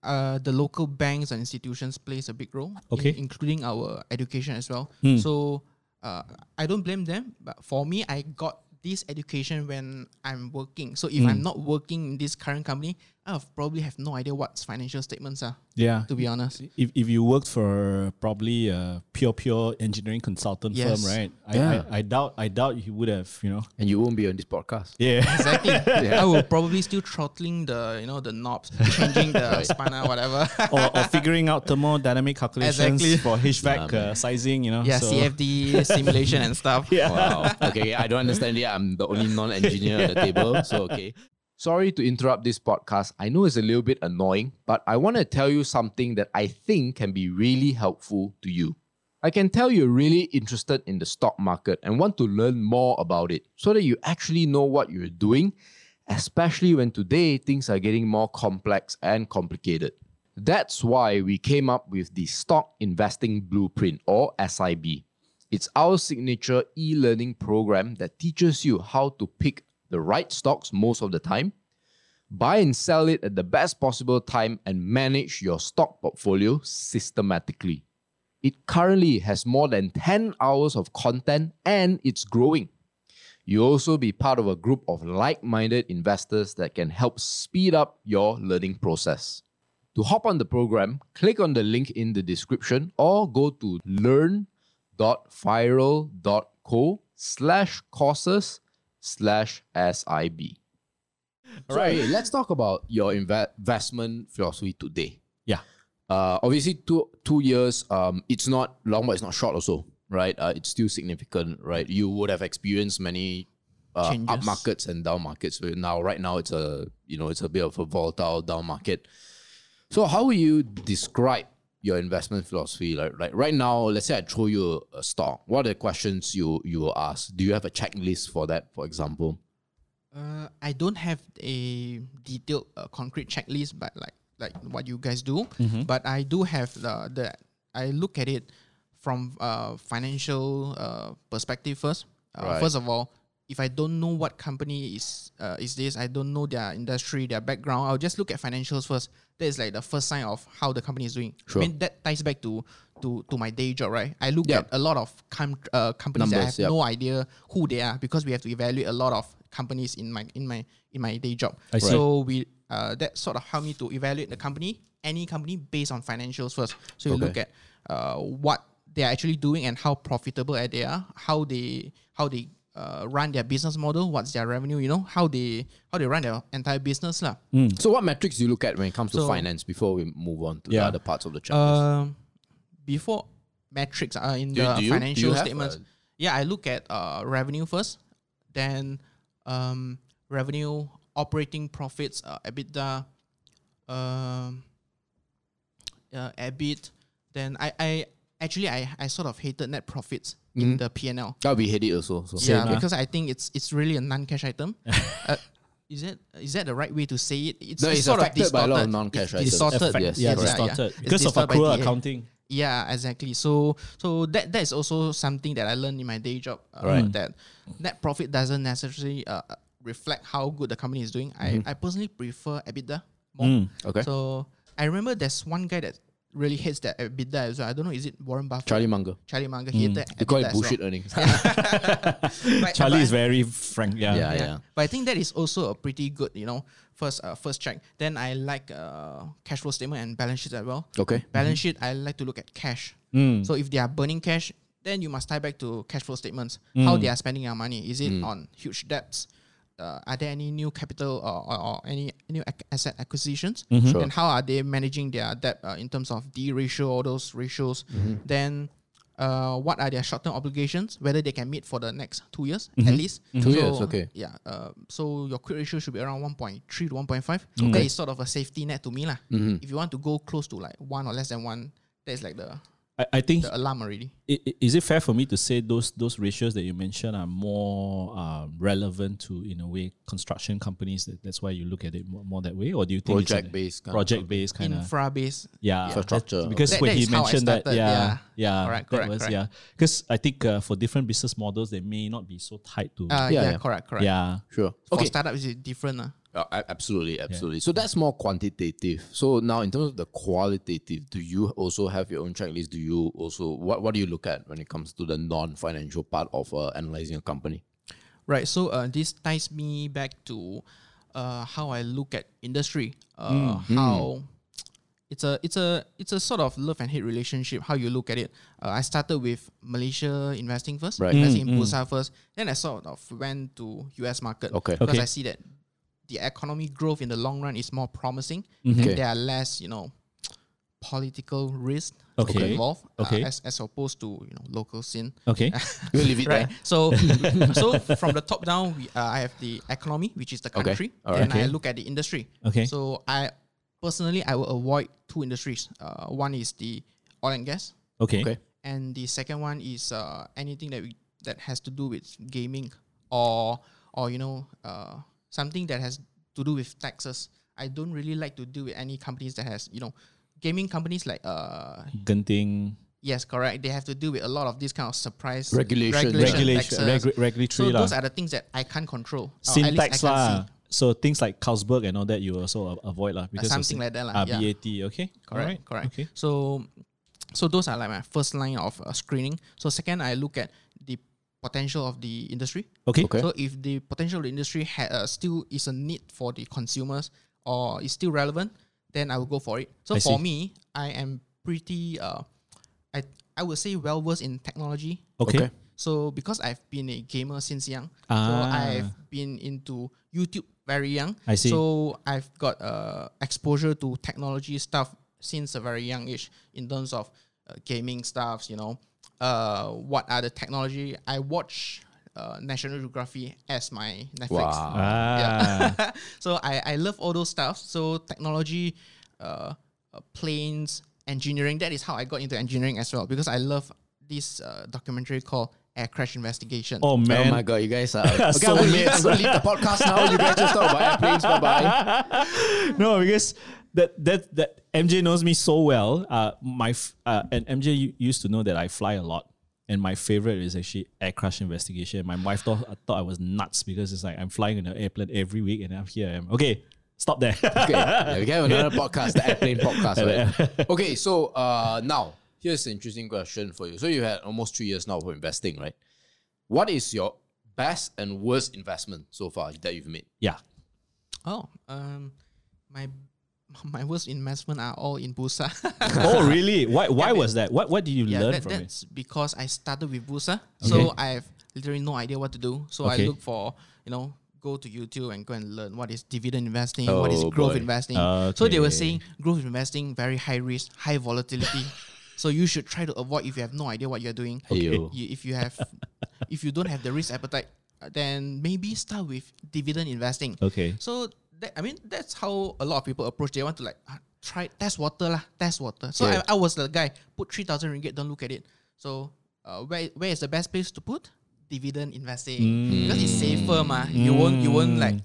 Speaker 2: uh, the local banks and institutions plays a big role, in-
Speaker 3: Okay.
Speaker 2: including our education as well. So uh, I don't blame them, but for me, I got this education when I'm working. So if I'm not working in this current company, I probably have no idea what financial statements are.
Speaker 3: yeah.
Speaker 2: To be honest, [laughs]
Speaker 3: if, if you worked for probably a pure pure engineering consultant
Speaker 2: Yes.
Speaker 3: firm, right? I,
Speaker 1: Yeah.
Speaker 3: I, I doubt I doubt you would have, you know.
Speaker 1: And you won't be on this podcast.
Speaker 3: Yeah.
Speaker 2: exactly. I will probably still throttling the you know the knobs, changing the
Speaker 3: [laughs]
Speaker 2: spanner, whatever.
Speaker 3: [laughs] or, or figuring out thermodynamic calculations
Speaker 2: Exactly.
Speaker 3: for HVAC uh, sizing, you know.
Speaker 2: yeah,
Speaker 3: so-
Speaker 2: CFD simulation and
Speaker 3: [laughs]
Speaker 2: stuff. Yeah.
Speaker 1: Wow. Okay, I don't understand it. I'm the only non-engineer at the table, so okay. Sorry to interrupt this podcast. I know it's a little bit annoying, but I want to tell you something that I think can be really helpful to you. I can tell you're really interested in the stock market and want to learn more about it so that you actually know what you're doing, especially when today things are getting more complex and complicated. That's why we came up with the Stock Investing Blueprint or SIB. It's our signature e learning program that teaches you how to pick the right stocks most of the time, buy and sell it at the best possible time, and manage your stock portfolio systematically. It currently has more than 10 hours of content and it's growing. You'll also be part of a group of like minded investors that can help speed up your learning process. To hop on the program, click on the link in the description or go to learn.viral.co slash courses slash SIB. All
Speaker 3: right.
Speaker 1: right, let's talk about your inve- investment philosophy today.
Speaker 3: Yeah.
Speaker 1: Uh, obviously, two two years. Um, it's not long, but it's not short also, right? Uh, it's still significant, right? You would have experienced many uh, up
Speaker 2: Changes.
Speaker 1: markets and down markets. But Now, right now, it's a you know it's a bit of a volatile down market. So, how will you describe your investment philosophy? Like, like right now, let's say I throw you a, a stock. What are the questions you you will ask? Do you have a checklist for that, for example?
Speaker 2: Uh, I don't have a detailed uh, concrete checklist, but like like what you guys do.
Speaker 1: Mm-hmm.
Speaker 2: But I do have the the I look at it from uh financial uh perspective first. Uh,
Speaker 1: Right.
Speaker 2: First of all, if I don't know what company is uh, is this, I don't know their industry, their background. I'll just look at financials first. That is like the first sign of how the company is doing.
Speaker 1: Sure.
Speaker 2: I mean that ties back to to to my day job, right? I look
Speaker 1: Yeah.
Speaker 2: at a lot of com- uh, companies that I
Speaker 1: Numbers,
Speaker 2: have
Speaker 1: yeah.
Speaker 2: no idea who they are because we have to evaluate a lot of companies in my in my in my day job.
Speaker 3: I see.
Speaker 2: So we uh, that sort of helped me to evaluate the company, any company based on financials first. So you look at uh, what they are actually doing and how profitable are they are, how they how they uh, run their business model, what's their revenue, you know, how they how they run their entire business lah.
Speaker 1: So, what metrics do you look at when it comes to
Speaker 2: Hmm. So-
Speaker 1: finance before we move on to
Speaker 3: Yeah.
Speaker 1: the other parts of the checklist?
Speaker 2: Um, before metrics are in
Speaker 1: Do- do
Speaker 2: the
Speaker 1: you- do you
Speaker 2: financial
Speaker 1: have
Speaker 2: statements.
Speaker 1: a-
Speaker 2: yeah, I look at uh, revenue first, then um, revenue, operating profits, uh, EBITDA, um, uh, EBIT. Then I, I actually I, I sort of hated net profits
Speaker 1: Mm-hmm.
Speaker 2: in the PNL.
Speaker 1: That'll be headed also. So.
Speaker 2: Yeah,
Speaker 3: yeah.
Speaker 2: because I think it's it's really a non-cash item.
Speaker 1: [laughs]
Speaker 2: uh, is that is that the right way to say it? It's,
Speaker 1: No, it's
Speaker 2: sort of
Speaker 1: affected by a lot of
Speaker 2: distorted.
Speaker 1: non-cash
Speaker 2: It's
Speaker 1: items.
Speaker 2: Distorted,
Speaker 1: Affect- yes,
Speaker 3: yeah,
Speaker 1: correct.
Speaker 3: distorted
Speaker 2: It's
Speaker 3: because of
Speaker 2: distorted by
Speaker 3: accrual
Speaker 2: DA.
Speaker 3: accounting.
Speaker 2: Yeah, exactly. So so that that is also something that I learned in my day job. Uh,
Speaker 1: Right.
Speaker 2: That net profit doesn't necessarily uh, reflect how good the company is doing. I, I personally prefer EBITDA more.
Speaker 1: Mm-hmm. Mm, Okay.
Speaker 2: So I remember there's one guy that really hates that EBITDA as well. I don't know, is it Warren Buffett?
Speaker 1: Charlie Munger.
Speaker 2: Charlie Munger hated
Speaker 1: They call
Speaker 2: EBITDA
Speaker 1: it
Speaker 2: as well.
Speaker 1: bullshit earnings.
Speaker 2: But-
Speaker 3: Charlie
Speaker 2: but
Speaker 3: is very frank.
Speaker 1: [laughs]
Speaker 3: Yeah.
Speaker 1: Yeah, yeah.
Speaker 2: But I think that is also a pretty good, you know, first uh, first check. Then I like uh, cash flow statement and balance sheet as well.
Speaker 1: Okay.
Speaker 2: Mm-hmm. Balance sheet, I like to look at cash. So if they are burning cash, then you must tie back to cash flow statements. How they are spending their money. Is it on huge debts? Uh, are there any new capital or, or, or any new ac- asset acquisitions?
Speaker 1: Sure.
Speaker 2: And how are they managing their debt uh, in terms of D ratio or those ratios? Then uh, what are their short-term obligations? Whether they can meet for the next two years at least.
Speaker 1: Two years, okay.
Speaker 2: Yeah. Uh, so your quick ratio should be around 1.3 to 1.5. That is sort of a safety net to me. lah.
Speaker 1: Mm-hmm.
Speaker 2: If you want to go close to like one or less than one, that is like the,
Speaker 3: I, I think
Speaker 2: the alarm already.
Speaker 3: i- i- is it fair for me to say those those ratios that you mentioned are more um, relevant to in a way construction companies that, that's why you look at it more, more that way or do you think it's
Speaker 1: Project
Speaker 3: a-
Speaker 1: based kind of
Speaker 3: project based kind of
Speaker 2: Infra based.
Speaker 3: yeah
Speaker 1: Infrastructure.
Speaker 3: that- because
Speaker 2: That-
Speaker 3: when
Speaker 2: that
Speaker 3: he
Speaker 2: is how I
Speaker 3: mentioned that
Speaker 2: started,
Speaker 3: yeah
Speaker 2: yeah.
Speaker 3: yeah
Speaker 2: Correct,
Speaker 3: that
Speaker 2: correct,
Speaker 3: was
Speaker 2: correct.
Speaker 3: yeah because I think uh, for different business models they may not be so tied to
Speaker 1: Yeah,
Speaker 2: Uh, yeah,
Speaker 1: yeah.
Speaker 2: correct, correct.
Speaker 3: yeah
Speaker 1: Sure.
Speaker 2: For
Speaker 1: Okay.
Speaker 2: startups, it's different. lah.
Speaker 1: Uh, a- absolutely, absolutely. So that's more quantitative. So now, in terms of the qualitative, do you also have your own checklist? Do you also what What do you look at when it comes to the non-financial part of uh, analyzing a company?
Speaker 2: Right. So uh, this ties me back to uh, how I look at industry. Uh, How it's a it's a it's a sort of love and hate relationship. How you look at it. Uh, I started with Malaysia investing first,
Speaker 1: Right.
Speaker 2: investing in Bursa first. Then I sort of went to U.S. market
Speaker 1: Okay.
Speaker 2: because
Speaker 3: Okay.
Speaker 2: I see that the economy growth in the long run is more promising.
Speaker 1: Okay.
Speaker 2: And there are less, you know, political risk
Speaker 3: Okay.
Speaker 2: involved uh,
Speaker 3: Okay.
Speaker 2: as as opposed to you know local scene [laughs]
Speaker 3: okay
Speaker 1: We'll leave it
Speaker 2: right?
Speaker 1: there.
Speaker 3: [laughs]
Speaker 2: So, so from the top down, we, uh, I have the economy, which is the
Speaker 1: Okay.
Speaker 2: country,
Speaker 1: Alright.
Speaker 2: and
Speaker 3: Okay.
Speaker 2: I look at the industry.
Speaker 3: Okay.
Speaker 2: So I personally, I will avoid two industries. Uh, one is the oil and gas,
Speaker 3: okay
Speaker 1: Okay.
Speaker 2: and the second one is uh, anything that we, that has to do with gaming or or you know uh, something that has to do with taxes. I don't really like to deal with any companies that has you know gaming companies like uh,
Speaker 3: Genting
Speaker 2: Yes, correct. They have to deal with a lot of these kind of surprise
Speaker 1: Regulation,
Speaker 3: regulation
Speaker 2: taxes.
Speaker 3: regu- regulatory
Speaker 2: so
Speaker 3: lah.
Speaker 2: those are the things that I can't control. or at least I
Speaker 3: syntax
Speaker 2: can't
Speaker 3: lah.
Speaker 2: see.
Speaker 3: So things like Carlsberg and all that you also a- avoid lah because of
Speaker 2: something
Speaker 3: syn-
Speaker 2: like that lah,
Speaker 3: Ah,
Speaker 2: yeah.
Speaker 3: BAT, okay,
Speaker 2: Correct,
Speaker 3: Alright,
Speaker 2: correct.
Speaker 3: Okay,
Speaker 2: So, so those are like my first line of uh, screening. So second, I look at the potential of the industry.
Speaker 3: okay,
Speaker 1: Okay.
Speaker 2: So if the potential of the industry ha- uh, still is a need for the consumers or is still relevant, then I will go for it. So
Speaker 3: I
Speaker 2: for
Speaker 3: see.
Speaker 2: me, I am pretty, uh, I I would say well versed in technology
Speaker 3: okay,
Speaker 1: Okay.
Speaker 2: So because I've been a gamer since young, so
Speaker 3: Ah.
Speaker 2: I've been into YouTube very young.
Speaker 3: I see.
Speaker 2: So I've got uh, exposure to technology stuff since a very young age in terms of uh, gaming stuffs. You know, uh, what are the technology? I watch uh, National Geography as my Netflix.
Speaker 1: Wow.
Speaker 3: Ah,
Speaker 2: so I, I love all those stuff. So technology, uh, uh, planes, engineering. That is how I got into engineering as well because I love this uh, documentary called Air Crash Investigation.
Speaker 3: oh man,
Speaker 1: Oh my god, you guys [laughs] are okay.
Speaker 3: So
Speaker 1: I'm, gonna
Speaker 3: weird.
Speaker 1: leave, I'm gonna leave the podcast now. You guys just talk about airplanes. Bye bye.
Speaker 3: no, because that that that MJ knows me so well. Uh, my f- uh, and MJ u- used to know that I fly a lot, and my favorite is actually air crash investigation. My wife thought uh, thought I was nuts because it's like I'm flying in an airplane every week, and I'm here. I am okay. Stop there. [laughs]
Speaker 1: Okay, yeah, we can have another podcast, the airplane podcast. [laughs] Right? Okay, so uh, now here's an interesting question for you. So you had almost three years now for investing, right? What is your best and worst investment so far that you've made?
Speaker 2: [laughs]
Speaker 3: yeah.
Speaker 2: Oh, um, my [laughs] my worst investment are all in Busa. [laughs]
Speaker 3: Oh really? Why why was that? What what did you
Speaker 2: yeah,
Speaker 3: learn
Speaker 2: that,
Speaker 3: from it?
Speaker 2: that's because I started with Busa,
Speaker 3: Okay.
Speaker 2: so I have literally no idea what to do. So I
Speaker 3: Okay.
Speaker 2: look for you know go to YouTube and go and learn what is dividend investing, what is
Speaker 1: Oh,
Speaker 2: growth
Speaker 1: boy.
Speaker 2: investing. So they were saying
Speaker 3: Okay.
Speaker 2: growth investing very high risk, high
Speaker 3: [laughs]
Speaker 2: volatility. so you should try to avoid if you have no idea what you're doing.
Speaker 1: Ayo.
Speaker 2: You- if you have, if you don't have the risk appetite, uh, then maybe start with dividend investing.
Speaker 3: Okay.
Speaker 2: So that, I mean, that's how a lot of people approach. They want to like ah, try test water lah, test water. So
Speaker 1: Yeah.
Speaker 2: I, I was the guy put three thousand ringgit. Don't look at it. So uh, where where is the best place to put dividend investing
Speaker 1: Mm.
Speaker 2: because it's safer, ma. You won't you won't like.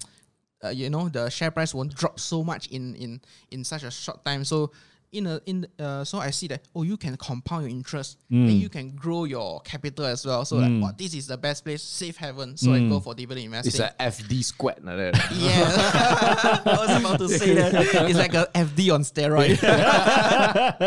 Speaker 2: Uh, you know the share price won't drop so much in in in such a short time. So in a in uh, so I see that oh you can compound your interest
Speaker 1: Mm.
Speaker 2: and you can grow your capital as well. So like oh, this is the best place, safe haven. So I go for dividend
Speaker 1: Mm.
Speaker 2: investing.
Speaker 1: It's a FD squat. Like that.
Speaker 2: Yeah, [laughs] I was about to say that. It's like a FD on steroid. [laughs]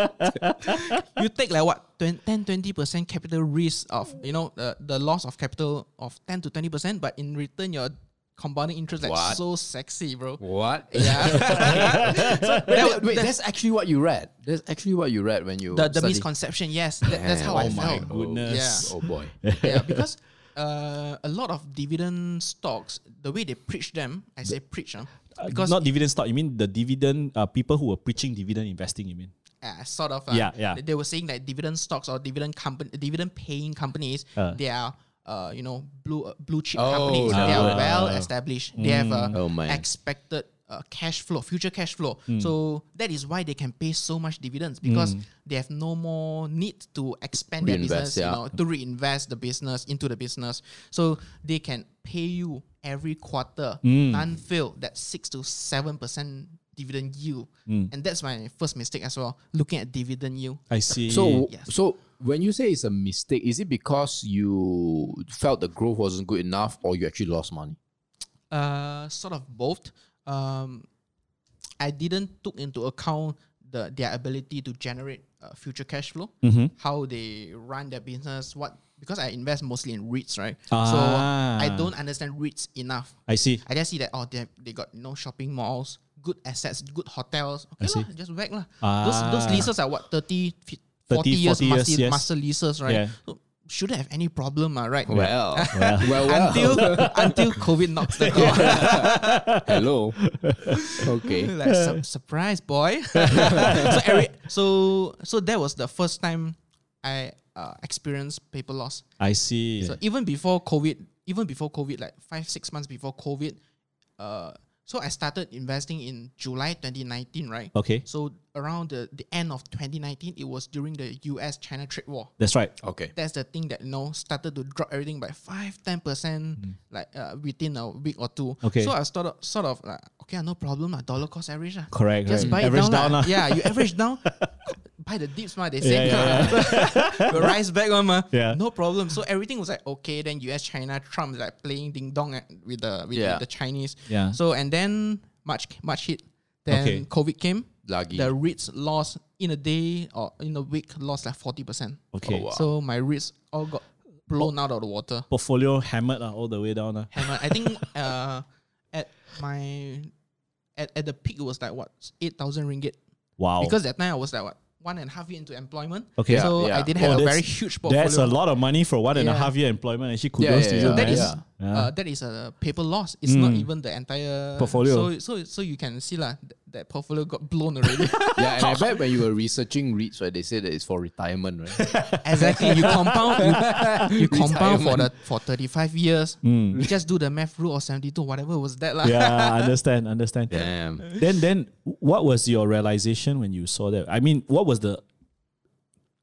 Speaker 2: you take like what 10 20% capital risk of you know the, the loss of capital of 10 to 20%, but in return your compounding interest like
Speaker 1: What?
Speaker 2: so sexy, bro.
Speaker 1: [laughs] What?
Speaker 2: Yeah. So
Speaker 1: Wait,
Speaker 2: that-
Speaker 1: wait, wait,
Speaker 2: that-
Speaker 1: that's actually what you read. That's actually what you read when you
Speaker 2: the, the
Speaker 1: study.
Speaker 2: misconception, yes, that- that's how I
Speaker 1: oh my
Speaker 2: felt.
Speaker 3: goodness.
Speaker 1: Oh [laughs] boy.
Speaker 2: yeah, because uh, a lot of dividend stocks, the way they preach them, I say preach, huh?
Speaker 3: Uh,
Speaker 2: because
Speaker 3: not dividend stock. You mean the dividend uh, people who were preaching dividend investing? You mean?
Speaker 2: uh, sort of uh,
Speaker 3: Yeah, yeah.
Speaker 2: They, they were saying that dividend stocks or dividend company, dividend paying companies,
Speaker 3: Uh.
Speaker 2: they are uh, you know blue uh, blue chip
Speaker 1: Oh,
Speaker 2: companies. They
Speaker 1: no.
Speaker 2: are well established. They have a
Speaker 1: Oh, man.
Speaker 2: expected uh, cash flow, future cash flow.
Speaker 3: Hmm.
Speaker 2: So that is why they can pay so much dividends because they have no more need to expand their
Speaker 1: Reinvest,
Speaker 2: business, you
Speaker 1: yeah.
Speaker 2: know, to reinvest the business into the business. So they can pay you every quarter,
Speaker 1: Mm.
Speaker 2: unfail that six to seven percent dividend yield.
Speaker 1: Mm.
Speaker 2: And that's my first mistake as well, looking at dividend yield.
Speaker 3: I see.
Speaker 1: So
Speaker 2: Yes.
Speaker 1: so when you say it's a mistake, is it because you felt the growth wasn't good enough or you actually lost money?
Speaker 2: uh, sort of both. Um, I didn't took into account the their ability to generate uh, future cash flow,
Speaker 1: Mm-hmm.
Speaker 2: how they run their business, what because I invest mostly in REITs, right? So I
Speaker 3: Ah.
Speaker 2: don't understand REITs enough.
Speaker 3: I see.
Speaker 2: I just see that oh they they got no shopping malls, good assets, good hotels. Okay
Speaker 3: see.
Speaker 2: lah, just whack lah.
Speaker 3: Ah.
Speaker 2: Those those leases are what 30, fi- 40,
Speaker 3: 30,
Speaker 2: years,
Speaker 3: 40 years,
Speaker 2: master,
Speaker 3: yes.
Speaker 2: master leases, right?
Speaker 3: Yeah.
Speaker 2: So shouldn't have any problem, uh, right?
Speaker 1: Well, [laughs] well, well.
Speaker 2: until
Speaker 3: [laughs]
Speaker 2: until COVID knocks the door. [laughs]
Speaker 1: hello. Okay.
Speaker 2: like "Sur- surprise boy [laughs] so every, so so that was the first time i uh, experienced paper loss
Speaker 3: I see.
Speaker 2: so even before covid even before covid like five six months before covid uh so i started investing in july 2019 right
Speaker 3: okay.
Speaker 2: so around the, the end of 2019 it was during the us china trade war
Speaker 3: That's right.
Speaker 2: [laughs]
Speaker 1: Okay.
Speaker 2: that's the thing that you know started to drop everything by five ten percent like uh, within a week or two.
Speaker 3: Mm. Okay.
Speaker 2: So I sort of sort of like okay, no problem. lah. dollar cost average. lah.
Speaker 3: Correct,
Speaker 2: Just
Speaker 3: correct.
Speaker 2: buy it
Speaker 3: Average down
Speaker 2: down. lah.
Speaker 3: lah.
Speaker 2: yeah,
Speaker 3: [laughs]
Speaker 2: you average down. buy the dips, ma. They say
Speaker 3: Yeah,
Speaker 2: [laughs] Will rise back on ma.
Speaker 3: Yeah.
Speaker 2: No problem. So everything was like okay. Then U.S. China Trump is like playing ding dong at- with the with
Speaker 1: Yeah.
Speaker 2: the Chinese.
Speaker 3: Yeah.
Speaker 2: So and then March March hit. Then
Speaker 3: Okay.
Speaker 2: COVID came.
Speaker 1: Lagi.
Speaker 2: The REITs lost in a day or in a week lost like forty percent.
Speaker 3: Okay.
Speaker 1: Oh, wow.
Speaker 2: So my wrists all got blown out of the water.
Speaker 3: Portfolio hammered uh, all the way down. Uh.
Speaker 2: Hammer. I think [laughs] uh, at my at, at the peak it was like what eight thousand ringgit
Speaker 3: Wow.
Speaker 2: because that time I was like what one and a half year into employment.
Speaker 3: Okay.
Speaker 2: So
Speaker 1: Yeah,
Speaker 2: I did
Speaker 1: yeah.
Speaker 2: have a
Speaker 3: Oh, that's-
Speaker 2: very huge portfolio.
Speaker 3: That's a lot of money for one and a half
Speaker 2: Yeah.
Speaker 3: year employment. Actually,
Speaker 1: Yeah,
Speaker 3: kudos
Speaker 1: yeah,
Speaker 3: to
Speaker 1: yeah.
Speaker 3: you,
Speaker 2: That
Speaker 3: man.
Speaker 2: is-
Speaker 3: Yeah. Yeah.
Speaker 2: Uh, that is a paper loss. It's not even the entire
Speaker 3: Portfolio.
Speaker 2: So, so, so you can see lah, th- that portfolio got blown
Speaker 3: [laughs]
Speaker 2: already.
Speaker 1: Yeah, and I bet when you were researching REITs, right, they said that it's for retirement,
Speaker 2: [laughs]
Speaker 1: right?
Speaker 2: exactly. You compound, you, you compound for the
Speaker 1: Retirement.
Speaker 2: for thirty five years. You just do the math rule of seventy two, whatever was that lah.
Speaker 3: Hmm. yeah, understand, understand.
Speaker 1: Damn.
Speaker 3: Then, then, what was your realization when you saw that? I mean, what was the,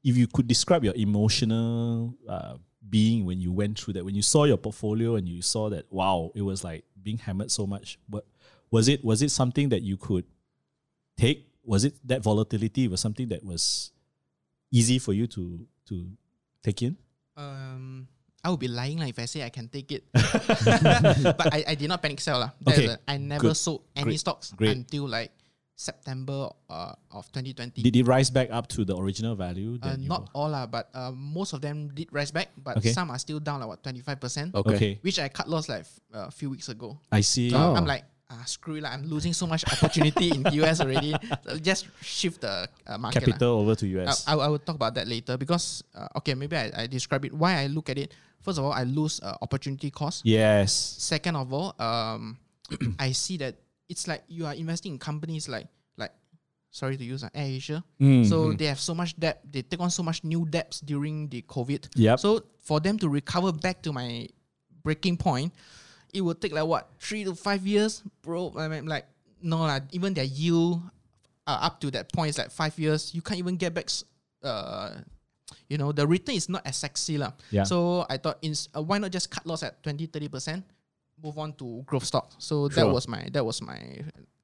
Speaker 3: if you could describe your emotional uh, being when you went through that, when you saw your portfolio and you saw that, wow, it was like being hammered so much. But was it was it something that you could take? Was it that volatility was something that was easy for you to to take in?
Speaker 2: Um, I would be lying lah if I say I can take
Speaker 3: [laughs]
Speaker 2: it. [laughs] but I, I did not panic sell lah. That's
Speaker 3: Okay,
Speaker 2: the- I never
Speaker 3: good,
Speaker 2: sold any
Speaker 3: great,
Speaker 2: stocks
Speaker 3: great.
Speaker 2: until like September uh, of twenty twenty.
Speaker 3: Did it rise back up to the original value?
Speaker 2: Uh,
Speaker 3: that you
Speaker 2: not all lah, but uh, most of them did rise back, but
Speaker 3: Okay.
Speaker 2: some are still down like what twenty five percent,
Speaker 1: Okay.
Speaker 3: were- okay.
Speaker 2: which I cut loss like a few weeks ago.
Speaker 3: I see.
Speaker 2: So
Speaker 1: Oh.
Speaker 2: I'm like, ah, screw it, lah, I'm losing so much opportunity in [laughs] US already. So just shift the uh, market. lah.
Speaker 3: Capital over to
Speaker 2: I,
Speaker 3: US.
Speaker 2: I, I will talk about that later because uh, okay, maybe I, I describe it. Why I look at it. First of all, I lose uh, opportunity cost.
Speaker 3: yes.
Speaker 2: Second of all, um, [clears throat] I see that it's like you are investing in companies like like sorry to use uh, Air Asia. So they have so much debt. They take on so much new debts during the COVID.
Speaker 3: Yep.
Speaker 2: So for them to recover back to my breaking point, it will take like what three to five years, bro. I mean, like no lah. Even their yield uh, up to that point is like five years. You can't even get back. s- Uh, you know the return is not as sexy lah.
Speaker 3: Yeah.
Speaker 2: So I thought, ins- uh, why not just cut loss at 20 30 percent, move on to growth stocks. So that
Speaker 3: Sure.
Speaker 2: was my that was my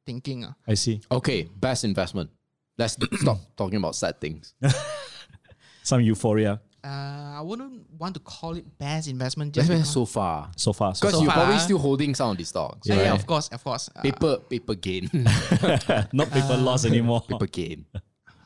Speaker 2: thinking. ah.
Speaker 3: I see.
Speaker 1: Okay, best investment. Let's [clears throat] stop talking about sad
Speaker 2: [laughs]
Speaker 1: things.
Speaker 3: Some euphoria
Speaker 2: Uh, I wouldn't want to call it best investment
Speaker 1: That's
Speaker 2: just
Speaker 1: where
Speaker 2: because-
Speaker 1: so far.
Speaker 3: so far. So
Speaker 1: Because
Speaker 2: So
Speaker 3: far.
Speaker 1: you're probably
Speaker 2: far.
Speaker 1: still holding some of these stocks.
Speaker 2: Ah, yeah,
Speaker 1: right?
Speaker 2: of course, of course. Uh,
Speaker 1: Paper paper
Speaker 2: [laughs]
Speaker 1: gain. [laughs]
Speaker 3: [laughs] not paper loss anymore.
Speaker 1: Ah. paper gain.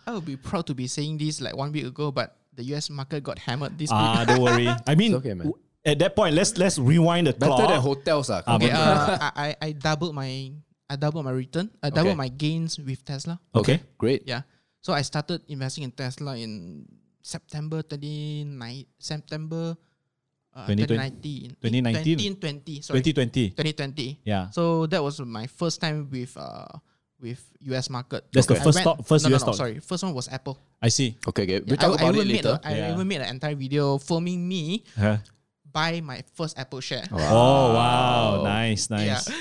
Speaker 2: I would be proud to be saying this like one week ago, but the US market got hammered this week.
Speaker 3: Ah, don't worry. I mean,
Speaker 1: okay, man.
Speaker 3: w- at that point, let's let's rewind the
Speaker 1: Better
Speaker 3: clock.
Speaker 1: than hotels. ah. come
Speaker 2: Okay,
Speaker 1: on.
Speaker 2: uh, I, I I doubled my I doubled my return. I doubled
Speaker 1: Okay.
Speaker 2: my gains with Tesla.
Speaker 3: okay.
Speaker 1: Great.
Speaker 2: Yeah. So I started investing in Tesla in September 29 September uh,
Speaker 3: 2020.
Speaker 2: 2019. 2020,
Speaker 3: 2019.
Speaker 2: sorry.
Speaker 3: 2020.
Speaker 2: 2020.
Speaker 3: Yeah.
Speaker 2: So that was my first time with uh with US market.
Speaker 3: That's
Speaker 2: I
Speaker 3: the first
Speaker 2: went-
Speaker 3: stock- first
Speaker 2: no, no,
Speaker 3: US
Speaker 2: no,
Speaker 3: stock.
Speaker 2: sorry. First one was Apple.
Speaker 3: I see.
Speaker 1: Okay, okay.
Speaker 2: Yeah,
Speaker 1: We'll talk
Speaker 2: I, I
Speaker 1: about it
Speaker 2: even made
Speaker 1: later.
Speaker 2: A, I
Speaker 3: Yeah.
Speaker 2: even made an entire video filming me
Speaker 3: Huh?
Speaker 2: buy my first Apple share.
Speaker 3: Oh wow! Nice,
Speaker 2: [laughs] Yeah.
Speaker 3: nice.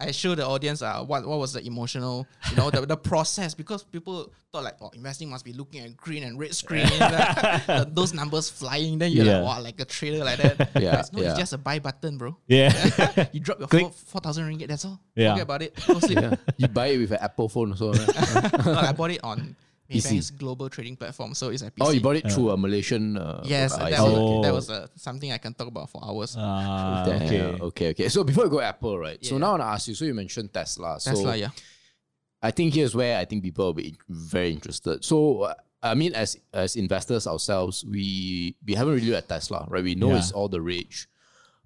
Speaker 2: I show the audience uh, what what was the emotional, you know, the, the process because people thought like, oh, investing must be looking at green and red screen, the- those numbers flying. Then you're like,
Speaker 3: Yeah.
Speaker 2: wow, like a trader like that.
Speaker 1: Yeah,
Speaker 2: it's, no,
Speaker 1: yeah.
Speaker 2: it's just a buy button, bro.
Speaker 1: [laughs]
Speaker 3: Yeah.
Speaker 2: You drop your four
Speaker 3: Click.
Speaker 2: four thousand ringgit. That's all.
Speaker 3: Yeah.
Speaker 2: Forget about it. Go sleep.
Speaker 1: You buy it with an Apple phone also. right?
Speaker 2: [laughs] No, I bought it on
Speaker 1: PC.
Speaker 2: Maybank's global trading platform, so it's a PC.
Speaker 1: oh, you bought it through a Malaysian. Uh,
Speaker 2: Yes,
Speaker 1: I
Speaker 2: that
Speaker 1: see.
Speaker 2: was,
Speaker 3: Oh.
Speaker 2: that was uh, something I can talk about for hours.
Speaker 3: Ah,
Speaker 1: Oh, Damn,
Speaker 3: okay.
Speaker 1: okay. okay, So before you go Apple, right? So
Speaker 2: Yeah.
Speaker 1: now I want to ask you. So you mentioned Tesla. So
Speaker 2: Tesla, yeah.
Speaker 1: I think here's where I think people will be very interested. So uh, I mean, as as investors ourselves, we we haven't really looked at Tesla, right? We know
Speaker 3: Yeah.
Speaker 1: it's all the rage.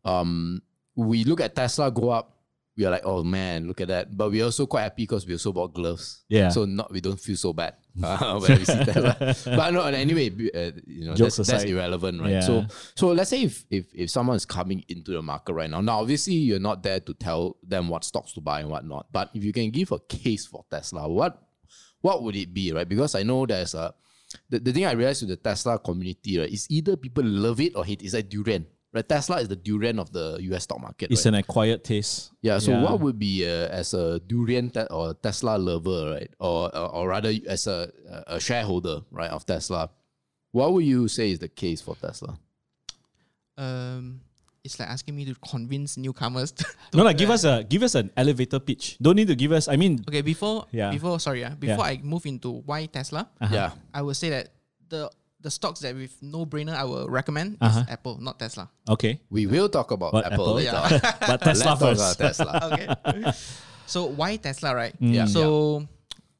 Speaker 1: Um, we look at Tesla go up. We are like, oh man, look at that. But we're also quite happy because we also bought gloves.
Speaker 3: Yeah.
Speaker 1: So not we don't feel so bad [laughs] uh, when we see
Speaker 3: [laughs]
Speaker 1: Tesla. But no, and anyway, b- uh, you know,
Speaker 3: Jokes
Speaker 1: that's, that's
Speaker 3: aside.
Speaker 1: irrelevant, right?
Speaker 3: Yeah.
Speaker 1: So so let's say if if if someone is coming into the market right now, now obviously you're not there to tell them what stocks to buy and whatnot. But if you can give a case for Tesla, what what would it be, right? Because I know there's a the, the thing I realized with the Tesla community, right, is either people love it or hate it. It's like durian. Right? Tesla is the durian of the US stock market.
Speaker 3: It's
Speaker 1: right?
Speaker 3: an acquired taste.
Speaker 1: yeah. So
Speaker 3: yeah.
Speaker 1: what would be uh, as a durian te- or Tesla lover, right? Or or, or rather as a, a shareholder, right, of Tesla, what would you say is the case for Tesla?
Speaker 2: Um, it's like asking me to convince newcomers. [laughs] To
Speaker 3: No, no. Give us a give us an elevator pitch. Don't need to give us. I mean,
Speaker 2: Okay, before
Speaker 3: Yeah. Uh-huh.
Speaker 2: before sorry, yeah, before I move into why Tesla,
Speaker 1: Yeah.
Speaker 2: I will say that the the stocks that with no brainer I will recommend is
Speaker 3: Uh-huh.
Speaker 2: Apple, not Tesla.
Speaker 3: okay.
Speaker 1: We will talk about
Speaker 3: But
Speaker 1: Apple,
Speaker 3: Apple,
Speaker 1: later.
Speaker 2: yeah.
Speaker 3: [laughs] But
Speaker 1: Let's
Speaker 3: Tesla
Speaker 1: talk about
Speaker 3: first.
Speaker 1: Tesla.
Speaker 2: Okay. [laughs] so why Tesla,
Speaker 3: Mm.
Speaker 2: right?
Speaker 1: Yeah.
Speaker 2: So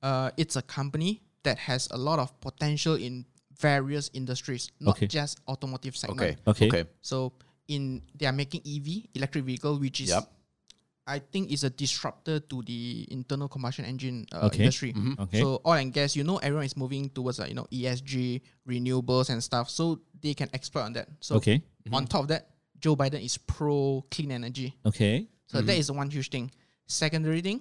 Speaker 2: uh, it's a company that has a lot of potential in various industries, not
Speaker 3: Okay.
Speaker 2: just automotive segment.
Speaker 1: Okay.
Speaker 3: [laughs] Okay.
Speaker 1: Okay.
Speaker 2: So in they are making EV electric E vehicle, which is
Speaker 1: Yep.
Speaker 2: I think it's a disruptor to the internal combustion engine uh,
Speaker 3: Okay. Mm-hmm.
Speaker 2: industry.
Speaker 3: Okay.
Speaker 2: So oil and gas, you know, everyone is moving towards uh, you know ESG, renewables and stuff. So they can exploit on that. So
Speaker 3: Okay. Mm-hmm.
Speaker 2: on top of that, Joe Biden is pro clean energy.
Speaker 3: Okay.
Speaker 2: So that is the one huge thing. Secondary thing,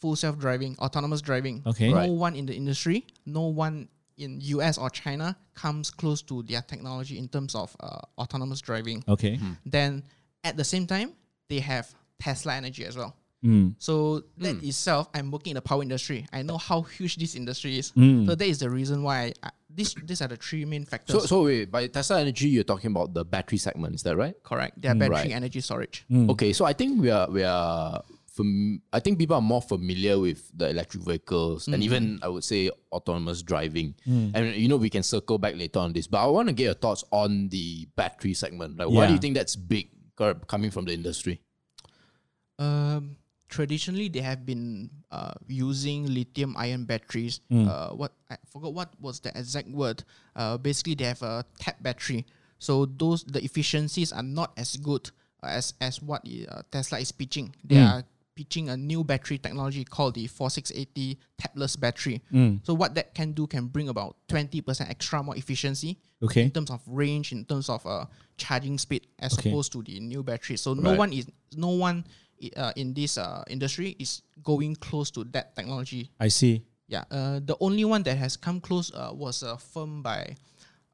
Speaker 2: full self driving, autonomous driving.
Speaker 3: Okay.
Speaker 2: No
Speaker 1: Right.
Speaker 2: one in the industry, no one in US or China comes close to their technology in terms of uh, autonomous driving.
Speaker 3: Okay.
Speaker 1: Hmm.
Speaker 2: Then at the same time, they have Tesla energy as well.
Speaker 3: Mm.
Speaker 2: So that
Speaker 1: Hmm.
Speaker 2: itself, I'm working in the power industry. I know how huge this industry is. So that is the reason why I, this, these are the three main factors.
Speaker 1: So, so wait, by Tesla Energy, you're talking about the battery segment, is that right?
Speaker 2: Correct. They are battery
Speaker 1: Right.
Speaker 2: energy storage.
Speaker 3: Hmm.
Speaker 1: Okay, so I think we are we are. Fam- I think people are more familiar with the electric vehicles
Speaker 3: Hmm.
Speaker 1: and even I would say autonomous driving. And you know we can circle back later on this, but I want to get your thoughts on the battery segment. Like, why do you
Speaker 3: Yeah.
Speaker 1: think that's big cor- coming from the industry?
Speaker 2: Um, traditionally, they have been uh, using lithium ion batteries. Uh, what I forgot what was the exact word. Uh, basically, they have a tap battery. So those the efficiencies are not as good as as what uh, Tesla is pitching. They are pitching a new battery technology called the 4680 tapless battery. So what that can do can bring about 20% extra more efficiency
Speaker 3: Okay.
Speaker 2: in terms of range, in terms of uh, charging speed, as
Speaker 3: Okay.
Speaker 2: opposed to the new battery. So no
Speaker 1: Right.
Speaker 2: one is no one i- uh, in this uh, industry is going close to that technology.
Speaker 3: I see.
Speaker 2: Yeah, uh, the only one that has come close uh, was a firm by,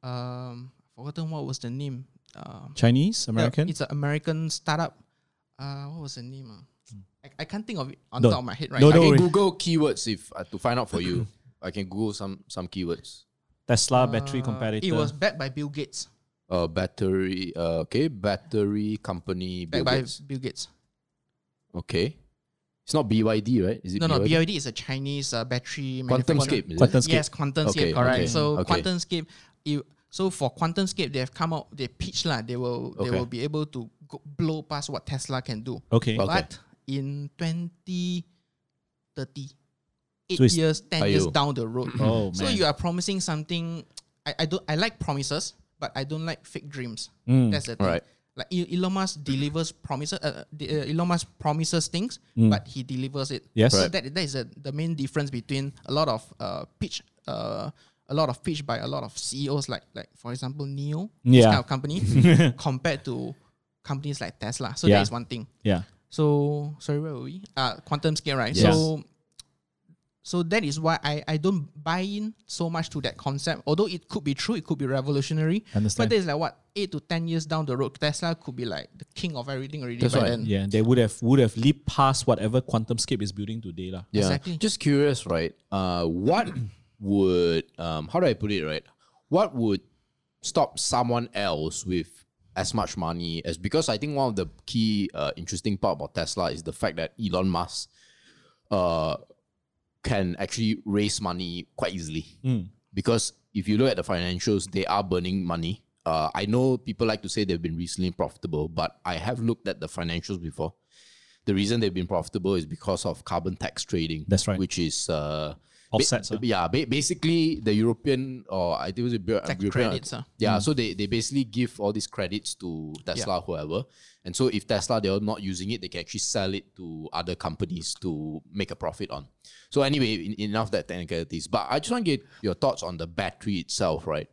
Speaker 2: um, I forgotten what was the name. Um,
Speaker 3: Chinese, American.
Speaker 2: It's an American startup. Uh, what was the name? Uh? I, I can't think of it on
Speaker 3: Don't-
Speaker 2: top of my head right
Speaker 3: no,
Speaker 2: now.
Speaker 3: don't
Speaker 1: I
Speaker 3: worry.
Speaker 1: can Google keywords if uh, to find out for
Speaker 3: [clears throat]
Speaker 1: you. I can Google some some keywords.
Speaker 3: Tesla battery comparator.
Speaker 2: Uh, It was backed by Bill Gates.
Speaker 1: Uh, battery. Uh, okay, battery company. Bill
Speaker 2: Backed by
Speaker 1: Gates.
Speaker 2: Bill Gates.
Speaker 1: Okay, it's not BYD, right? Is it
Speaker 2: No, no,
Speaker 1: BYD?
Speaker 2: BYD is a Chinese uh, battery
Speaker 1: Quantum
Speaker 2: manufacturer.
Speaker 1: Scape. Is it?
Speaker 3: [laughs] Quantum Scape.
Speaker 2: Yes, QuantumScape,
Speaker 1: Okay,
Speaker 2: correct.
Speaker 1: okay,
Speaker 2: So
Speaker 1: okay.
Speaker 2: QuantumScape, you, so for QuantumScape, they have come out, they pitch lah. They will, they
Speaker 1: Okay.
Speaker 2: will be able to go, blow past what Tesla can do.
Speaker 3: okay.
Speaker 1: Well,
Speaker 2: But in 2030, eight
Speaker 3: So it's-
Speaker 2: years, ten years
Speaker 1: Aiyo.
Speaker 2: down the road.
Speaker 3: [clears throat] Oh,
Speaker 2: so
Speaker 3: man.
Speaker 2: you are promising something. I, I don't. I like promises, but I don't like fake dreams.
Speaker 3: Mm.
Speaker 2: That's the thing.
Speaker 1: Right.
Speaker 2: Like E- Elon Musk delivers promises. Uh, the- uh, Elon Musk promises things, but he delivers it.
Speaker 3: Hmm. Yes.
Speaker 2: So
Speaker 3: Right.
Speaker 2: that that is the the main difference between a lot of uh pitch uh. A lot of pitch by a lot of CEOs, like like for example Neo, this
Speaker 3: Yeah.
Speaker 2: kind of
Speaker 3: [laughs]
Speaker 2: company, compared to companies like Tesla. So
Speaker 3: Yeah.
Speaker 2: that is one thing.
Speaker 3: yeah.
Speaker 2: So sorry, where were we? Uh, quantum scale, right?
Speaker 3: Yes.
Speaker 2: So so that is why I, I don't buy in so much to that concept. Although it could be true, it could be revolutionary. But
Speaker 3: Understand.
Speaker 2: there's like what eight to ten years down the road, Tesla could be like the king of everything already
Speaker 1: That's
Speaker 2: by
Speaker 1: right,
Speaker 2: then.
Speaker 3: Yeah. They would have would have leaped past whatever QuantumScape is building today, lah.
Speaker 1: Yeah.
Speaker 2: Exactly.
Speaker 1: Just curious, right? Uh, what would um, how do I put it, right? What would stop someone else with as much money as because I think one of the key uh, interesting part about Tesla is the fact that Elon Musk uh, can actually raise money quite easily
Speaker 3: Hmm.
Speaker 1: because if you look at the financials, they are burning money. Uh, I know people like to say they've been recently profitable, but I have looked at the financials before the reason they've been profitable is because of carbon tax trading.
Speaker 3: That's right.
Speaker 1: Which is uh, ba-
Speaker 3: Offsets, huh?
Speaker 1: yeah, ba- basically the European or I think it was a Bu-
Speaker 2: Tax
Speaker 1: European,
Speaker 2: credits, huh? Hmm.
Speaker 1: Yeah, so they, they basically give all these credits to Tesla, whoever, and so if Tesla they're not using it, they can actually sell it to other companies to make a profit on. So anyway, en- enough that technicalities. But I just want to get your thoughts on the battery itself, right?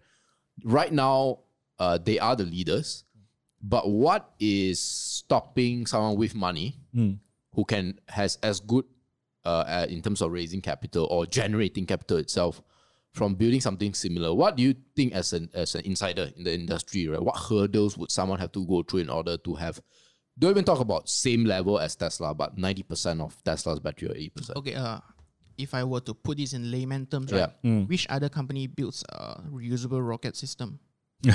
Speaker 1: Right now, uh, they are the leaders. But what is stopping someone with money who can has as good uh, uh, in terms of raising capital or generating capital itself from building something similar? What do you think as an as an insider in the industry, right? What hurdles would someone have to go through in order to have don't even talk about same level as Tesla, but 90% of Tesla's battery or 80%.
Speaker 2: Okay, uh if I were to put this in layman terms,
Speaker 1: Yeah.
Speaker 2: right? Which other company builds a reusable rocket system?
Speaker 3: [laughs]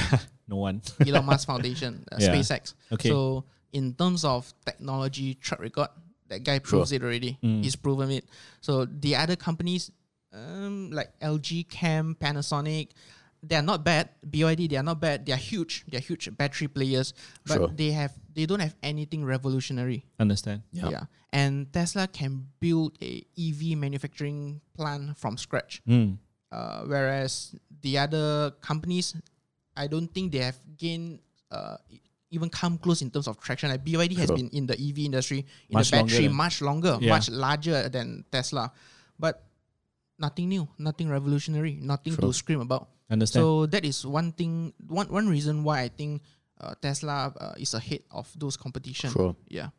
Speaker 3: No one.
Speaker 2: Elon Musk Foundation, uh,
Speaker 3: Yeah.
Speaker 2: SpaceX.
Speaker 3: Okay.
Speaker 2: So in terms of technology track record, that guy proves it already.
Speaker 3: Mm.
Speaker 2: He's proven it. So the other companies, um, like LG Chem, Panasonic, they are not bad. BYD, they are not bad. They are huge. They are huge battery players, but
Speaker 1: Sure.
Speaker 2: they have they don't have anything revolutionary.
Speaker 3: Understand.
Speaker 1: Yeah.
Speaker 2: Yeah. And Tesla can build a EV manufacturing plant from scratch.
Speaker 3: Mm,
Speaker 2: Uh, whereas the other companies, I don't think they have gained uh, even come close in terms of traction. Like BYD has
Speaker 1: Sure.
Speaker 2: been in the EV industry, in
Speaker 3: Much
Speaker 2: the
Speaker 3: longer
Speaker 2: battery,
Speaker 3: than-
Speaker 2: much longer,
Speaker 3: Yeah.
Speaker 2: much larger than Tesla, but nothing new, nothing revolutionary, nothing to scream about.
Speaker 3: Understand?
Speaker 2: So that is one thing, one one reason why I think uh, Tesla uh, is ahead of those competition.
Speaker 1: Sure.
Speaker 2: Yeah.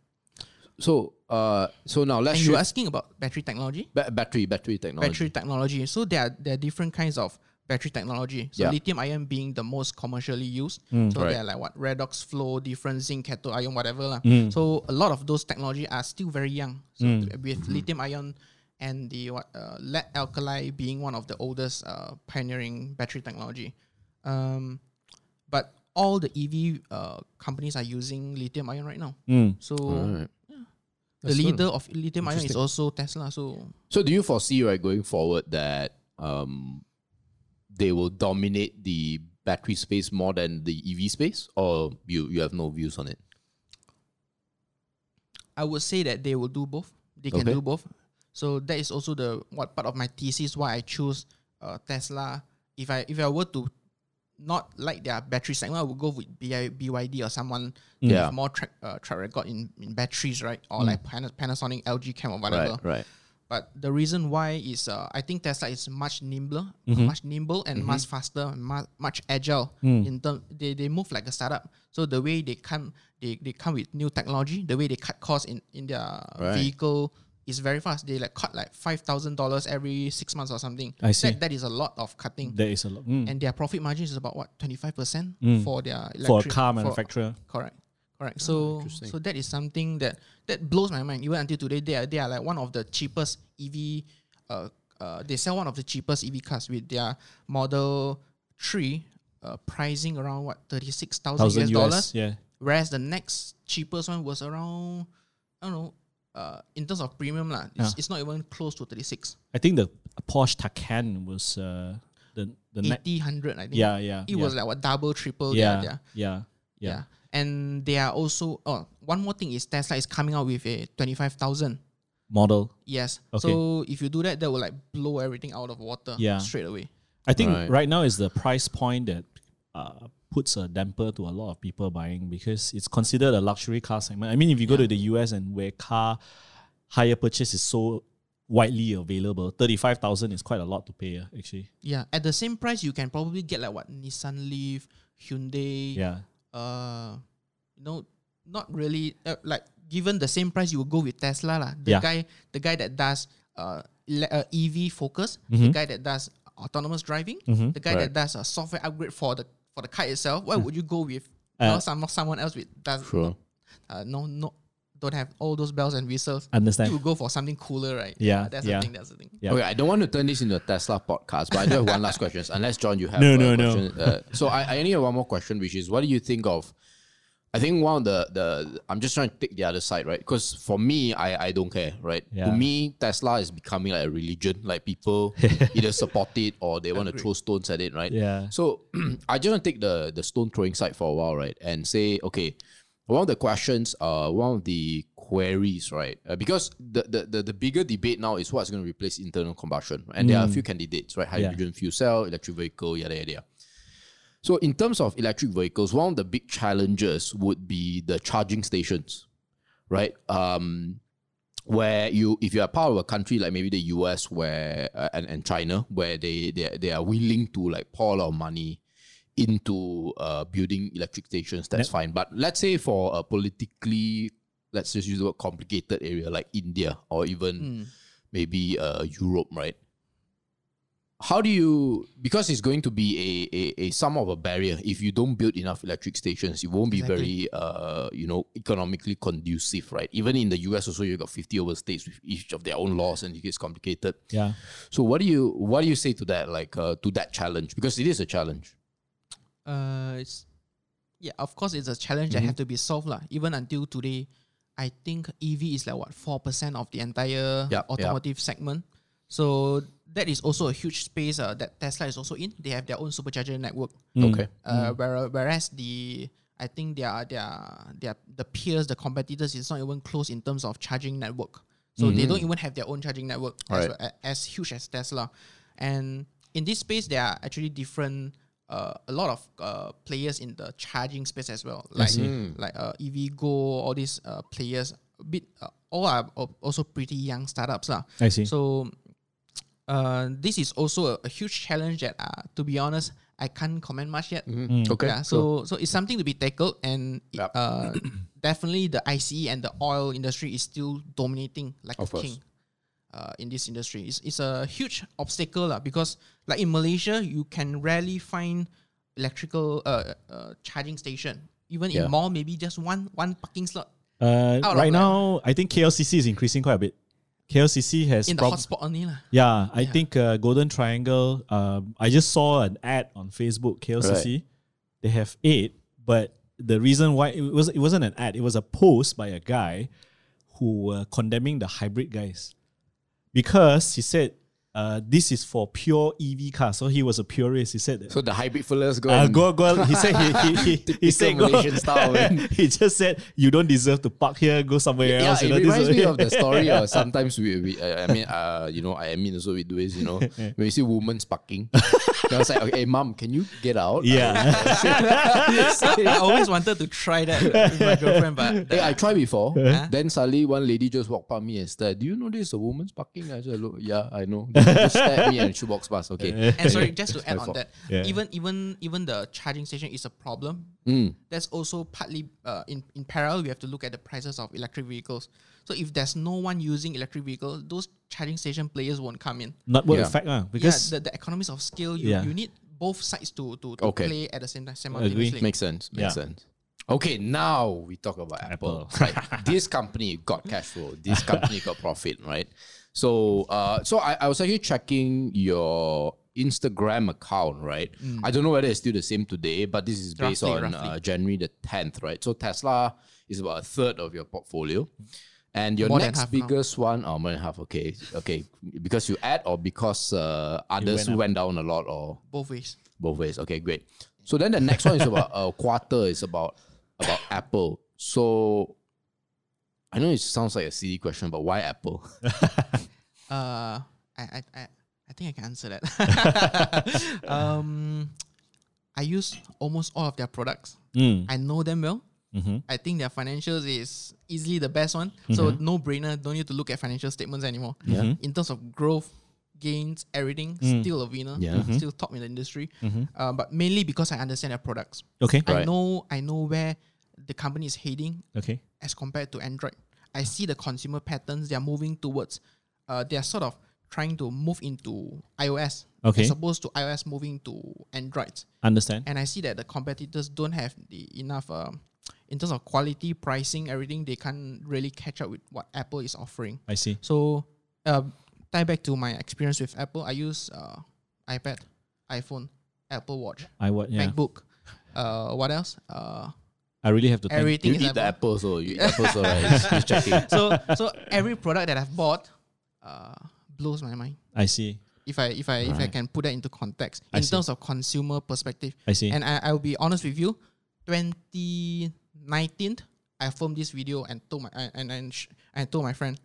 Speaker 1: So, uh, so now let's
Speaker 2: And you're
Speaker 1: shift-
Speaker 2: asking about battery technology.
Speaker 1: ba- battery, battery technology.
Speaker 2: battery technology. So there are there are different kinds of battery technology. So
Speaker 1: Yeah. Mm,
Speaker 2: lithium ion being the most commercially used. so
Speaker 1: Right.
Speaker 2: there are like what redox flow, different zinc cathode ion, whatever lah.
Speaker 1: Mm.
Speaker 2: So a lot of those technology are still very young. So th- with
Speaker 1: Mm-hmm.
Speaker 2: lithium ion and the what uh, lead alkali being one of the oldest uh, pioneering battery technology. Um, but all the EV uh, companies are using lithium ion right now. So
Speaker 1: Mm. Alright.
Speaker 2: the leader of lithium ion is
Speaker 3: Interesting.
Speaker 2: also Tesla. So
Speaker 1: So, do you foresee right going forward that um, they will dominate the battery space more than the EV space, or you you have no views on it?
Speaker 2: I would say that they will do both. They can
Speaker 1: Okay.
Speaker 2: do both. So that is also the what part of my thesis why I choose uh, Tesla. If I if I were to not like their battery segment, I would go with BI, BYD or someone
Speaker 1: Yeah. Mm.
Speaker 2: with more track uh, track record in, in batteries, right? Or like Pana- Panasonic, LG Chem or whatever.
Speaker 1: Right, right.
Speaker 2: But the reason why is uh, I think Tesla is much nimbler,
Speaker 3: Mm-hmm.
Speaker 2: much nimble, and much faster, much, much agile.
Speaker 3: Mm.
Speaker 2: In term, they, they move like a startup. So the way they come, they, they come with new technology. The way they cut costs in in their
Speaker 1: Right.
Speaker 2: vehicle is very fast. They like cut like five thousand dollars every six months or something.
Speaker 3: I see.
Speaker 2: That, that is a lot of cutting.
Speaker 3: there is a lot. Mm.
Speaker 2: and their profit margin is about what twenty five percent for their electric,
Speaker 3: for a car manufacturer.
Speaker 2: Correct.
Speaker 3: Oh,
Speaker 2: Correct. So so that is something that that blows my mind. Even until today, they are they are like one of the cheapest EV. Uh, uh, they sell one of the cheapest EV cars with their Model Three, uh, pricing around what thirty six thousand
Speaker 3: Thousand
Speaker 2: US
Speaker 3: US.
Speaker 2: dollars.
Speaker 3: Yeah.
Speaker 2: Whereas the next cheapest one was around, I don't know. Uh, in terms of premium, lah, it's, it's not even close to 36.
Speaker 3: I think the Porsche Taycan was uh, the the next.
Speaker 2: 80, 100, I think.
Speaker 3: Yeah, yeah.
Speaker 2: It
Speaker 3: yeah.
Speaker 2: was like what double, triple.
Speaker 3: yeah,
Speaker 2: their- their-
Speaker 3: yeah, yeah,
Speaker 2: Yeah. And they are also oh one more thing is Tesla is coming out with a twenty five thousand.
Speaker 3: Model.
Speaker 2: Yes.
Speaker 3: Okay.
Speaker 2: So if you do that, that will like blow everything out of water
Speaker 3: Yeah.
Speaker 2: straight away.
Speaker 3: I think
Speaker 1: Right.
Speaker 3: right, now is the price point that uh, puts a damper to a lot of people buying because it's considered a luxury car segment. I mean, if you go to the US and where car hire purchase is so widely available, thirty five thousand is quite a lot to pay. uh, Actually,
Speaker 2: Yeah. At the same price, you can probably get like what Nissan Leaf, Hyundai.
Speaker 3: yeah,
Speaker 2: Uh, no, not really. Uh, like given the same price, you will go with Tesla lah. The
Speaker 3: Yeah.
Speaker 2: guy, the guy that does uh, ele- uh EV focus, the
Speaker 3: Mm-hmm.
Speaker 2: guy that does autonomous driving, the guy that does a software upgrade for the for the car itself. Why would you go with uh,
Speaker 3: Uh,
Speaker 2: some someone else with does
Speaker 1: Sure.
Speaker 2: uh, no no don't have all those bells and whistles. You
Speaker 3: understand.
Speaker 2: would go for something cooler, right?
Speaker 3: Yeah,
Speaker 2: that's
Speaker 3: yeah.
Speaker 2: the thing. That's the thing.
Speaker 3: Yeah.
Speaker 1: Okay, I don't want to turn this into a Tesla podcast, but I do have one last question. Unless John, you have a
Speaker 3: No, no, no.
Speaker 1: question. no. Uh, so I, I only have one more question, which is, what do you think of? I think one of the the I'm just trying to take the other side, right? Because for me, I I don't care, right? To
Speaker 3: Yeah.
Speaker 1: me, Tesla is becoming like a religion. Like people either support it or they want to throw stones at it, right?
Speaker 3: Yeah.
Speaker 1: So [clears throat] I just want to take the the stone throwing side for a while, right? And say, okay, one of the questions, uh, one of the queries, right? Uh, because the, the the the bigger debate now is what's going to replace internal combustion, and there are a few candidates, right? Hydrogen fuel cell, electric vehicle, yada yada. yada. So in terms of electric vehicles, one of the big challenges would be the charging stations, right? Um, where you if you are part of a country like maybe the US where uh, and, and China where they, they they are willing to like pour a lot of money into uh, building electric stations that's fine but let's say for a politically let's just use the word complicated area like India or even
Speaker 3: Mm.
Speaker 2: Mm.
Speaker 1: maybe uh, Europe right how do you because it's going to be a, a, a sum of a barrier if you don't build enough electric stations it won't be
Speaker 2: Exactly.
Speaker 1: very uh you know economically conducive right even in the us also you got 50 over states with each of their own laws and it gets complicated
Speaker 3: yeah.
Speaker 1: so what do you what do you say to that like uh, to that challenge because it is a challenge
Speaker 2: Uh, it's yeah. Of course, it's a challenge that have to be solved, lah. Even until today, I think EV is like what four percent of the
Speaker 1: Yup,
Speaker 2: entire
Speaker 1: yup.
Speaker 2: automotive segment. So that is also a huge space uh, that Tesla is also in. They have their own supercharger network.
Speaker 1: okay
Speaker 2: Uh, where, whereas the I think their their their the peers, the competitors, is not even close in terms of charging network. So they don't even have their own charging network as,
Speaker 1: Alright.
Speaker 2: well- as huge as Tesla. And in this space, there are actually different uh, a lot of uh, players in the charging space as well, like like uh, EVgo, all these uh, players. A bit uh, all are al- also pretty young startups lah.
Speaker 3: I see.
Speaker 2: So uh, this is also a, a huge challenge that, uh, to be honest, I can't comment much yet.
Speaker 1: Mm. Okay.
Speaker 2: Yeah, so so it's something to be tackled, and it,
Speaker 1: Mm-hmm. Yup.
Speaker 2: uh, [clears throat] definitely the ICE and the oil industry is still dominating like
Speaker 1: Of
Speaker 2: a
Speaker 1: course.
Speaker 2: king. Uh, in this industry, it's, it's a huge obstacle lah, because like in Malaysia, you can rarely find electrical uh, uh, charging station. Even
Speaker 1: Yeah.
Speaker 2: in mall, maybe just one one parking slot
Speaker 3: Uh,
Speaker 2: out of
Speaker 3: right
Speaker 2: land.
Speaker 3: now, I think KLCC is increasing quite a bit. KLCC has
Speaker 2: in the
Speaker 3: prob-
Speaker 2: hotspot only lah. [laughs]
Speaker 3: yeah, I think uh, Golden Triangle. Um, I just saw an ad on Facebook. KLCC, they have eight, but the reason why it was it wasn't an ad. It was a post by a guy who were condemning the hybrid guys because he said uh, this is for pure EV cars. So he was a purist. He said that
Speaker 1: So the hybrid fellas go.
Speaker 3: uh,
Speaker 1: and-
Speaker 3: go, go. He said he he he,
Speaker 1: [laughs]
Speaker 3: he said go.
Speaker 1: Malaysian style, man.
Speaker 3: [laughs] he just said you don't deserve to park here. Go somewhere
Speaker 1: Yeah,
Speaker 3: else. you
Speaker 1: it
Speaker 3: know, this
Speaker 1: reminds
Speaker 3: is-
Speaker 1: me of the story. Uh, sometimes we, we uh, I mean, uh, you know, I admit also we do is, you know, when you see women's parking, then I was like, okay, hey, mom, can you get out?
Speaker 3: [laughs] yeah.
Speaker 2: I always wanted to try that with my girlfriend, but
Speaker 1: Hey, I tried before. Then suddenly one lady just walked past me and stared. Do you know this is a woman's parking? I just look, yeah, I know. Then she just stared at me and she walks past. Okay. [laughs]
Speaker 2: and sorry, just to add
Speaker 1: my
Speaker 2: on
Speaker 1: fault.
Speaker 2: that,
Speaker 3: Yeah.
Speaker 2: even even even the charging station is a problem. That's also partly uh, in in parallel. We have to look at the prices of electric vehicles. So if there's no one using electric vehicle, those charging station players won't come in.
Speaker 3: Network
Speaker 1: Yeah.
Speaker 3: effect, lah,
Speaker 2: Yeah,
Speaker 3: ah, because
Speaker 2: the, the economies of scale. You,
Speaker 3: Yeah.
Speaker 2: you need both sides to to, to
Speaker 1: Okay.
Speaker 2: play at the same time simultaneously.
Speaker 1: Makes sense. Makes
Speaker 3: Yeah.
Speaker 1: sense. Okay, now we talk about Apple.
Speaker 2: [laughs]
Speaker 1: Right. this company got cash flow. This company got profit, right? So uh so I, I was actually checking your Instagram account, right? I don't know whether it's still the same today, but this is based
Speaker 2: Mm. Roughly,
Speaker 1: on
Speaker 2: roughly.
Speaker 1: Uh, January the 10th, right? So Tesla is about a third of your portfolio. And your
Speaker 2: More than
Speaker 1: next
Speaker 2: half now.
Speaker 1: biggest one, oh, more than half, okay. Okay. Because you add or because uh, others
Speaker 3: went up.
Speaker 1: went down a lot or
Speaker 2: Both ways.
Speaker 1: both ways. Okay, great. So then the next one is about a quarter is about about Apple. So I know it sounds like a silly question, but why Apple?
Speaker 2: Uh, I, I, I, I think I can answer that. [laughs] um, I use almost all of their products.
Speaker 3: Mm.
Speaker 2: I know them well.
Speaker 3: Mhm.
Speaker 2: I think their financials is easily the best one. So no brainer. Don't need to look at financial statements anymore. In terms of growth, gains, everything, still a winner.
Speaker 1: Yeah. Mhm.
Speaker 2: Still top in the industry. Uh, but mainly because I understand their products.
Speaker 3: okay,
Speaker 1: Right.
Speaker 2: I know I know where the company is heading
Speaker 3: okay,
Speaker 2: as compared to Android. I see the consumer patterns they are moving towards. Uh, they are sort of trying to move into iOS
Speaker 3: Okay.
Speaker 2: as opposed to iOS moving to Android.
Speaker 3: understand.
Speaker 2: And I see that the competitors don't have the enough um, in terms of quality, pricing, everything. They can't really catch up with what Apple is offering.
Speaker 3: I see.
Speaker 2: So, uh, tie back to my experience with Apple, I use uh, iPad, iPhone, Apple Watch,
Speaker 3: I what? Yeah,
Speaker 2: MacBook. Uh, what else? Uh,
Speaker 3: I really have to think.
Speaker 2: everything
Speaker 1: you
Speaker 2: is
Speaker 1: eat the
Speaker 2: Apple.
Speaker 1: Apple, so you eat Apple, so right? Just- just [laughs] checking.
Speaker 2: so so every product that I've bought uh, blows my mind.
Speaker 3: I see.
Speaker 2: If I if I if I can put that into context
Speaker 3: I
Speaker 2: in
Speaker 3: see.
Speaker 2: terms of consumer perspective,
Speaker 3: I see.
Speaker 2: and I, I'll be honest with you, 2019 I filmed this video and told my and and and, sh- and told my friend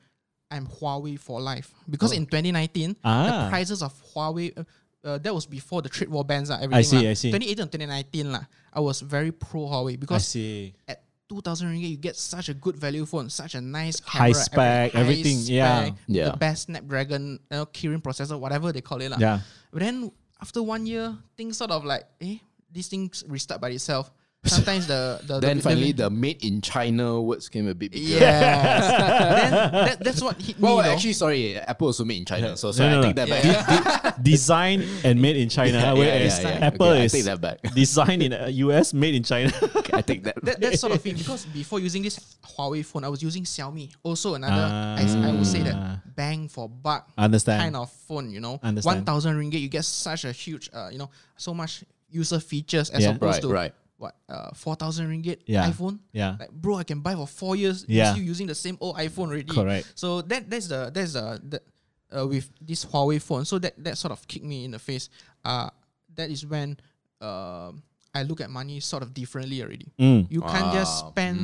Speaker 2: I'm Huawei for life because in 2019
Speaker 3: Oh. Ah.
Speaker 2: the prices of Huawei. Uh, uh, that was before the trade war bans lah.
Speaker 3: I
Speaker 2: everything
Speaker 3: see,
Speaker 2: lah.
Speaker 3: I see.
Speaker 2: 2018 and 2019 lah. I was very pro Huawei
Speaker 3: I
Speaker 2: because
Speaker 3: see.
Speaker 2: at 2000 ringgit you get such a good value phone such a nice
Speaker 3: High
Speaker 2: camera,
Speaker 3: spec, everything, yeah.
Speaker 1: Yeah.
Speaker 2: the best snapdragon you know, kirin processor whatever they call it lah.
Speaker 3: Yeah.
Speaker 2: but then after one year things sort of like eh these things restart by
Speaker 1: [laughs]
Speaker 2: itself sometimes the, the
Speaker 1: Then
Speaker 2: the,
Speaker 1: finally, the made in China words came a bit bigger. [laughs]
Speaker 2: yes then that, that's what hit
Speaker 1: Well,
Speaker 2: me though.
Speaker 1: actually, sorry, Apple also made in China, so sorry,
Speaker 3: No,
Speaker 1: I
Speaker 3: no, no.
Speaker 1: take that back.
Speaker 3: Design and made in China,
Speaker 1: yeah,
Speaker 3: whereas
Speaker 1: yeah, yeah.
Speaker 3: Apple
Speaker 1: Okay, I
Speaker 3: is
Speaker 1: take [laughs] that back.
Speaker 3: designed in uh, US, made in
Speaker 1: [laughs]
Speaker 3: China.
Speaker 1: I take that.
Speaker 2: that, that sort of
Speaker 3: [laughs]
Speaker 2: thing because before using this Huawei phone, I was using Xiaomi. Also another, I, s- I would say
Speaker 3: Ah.
Speaker 2: that bang for buck
Speaker 3: Understand.
Speaker 2: kind of phone. You know,
Speaker 3: Understand.
Speaker 2: one thousand ringgit, you get such a huge, uh, you know, so much user features as
Speaker 3: Yeah.
Speaker 2: opposed
Speaker 1: Right, right.
Speaker 2: to what uh, four thousand ringgit
Speaker 3: Yeah.
Speaker 2: iPhone.
Speaker 3: Yeah.
Speaker 2: like bro, I can buy for four years.
Speaker 3: Yeah.
Speaker 2: Yeah, still using the same old iPhone already.
Speaker 3: Correct.
Speaker 2: So that that's the that's the, the uh, with this Huawei phone. So that that sort of kicked me in the face. Uh that is when um I look at money sort of differently already.
Speaker 3: Mm.
Speaker 2: You can't just spend.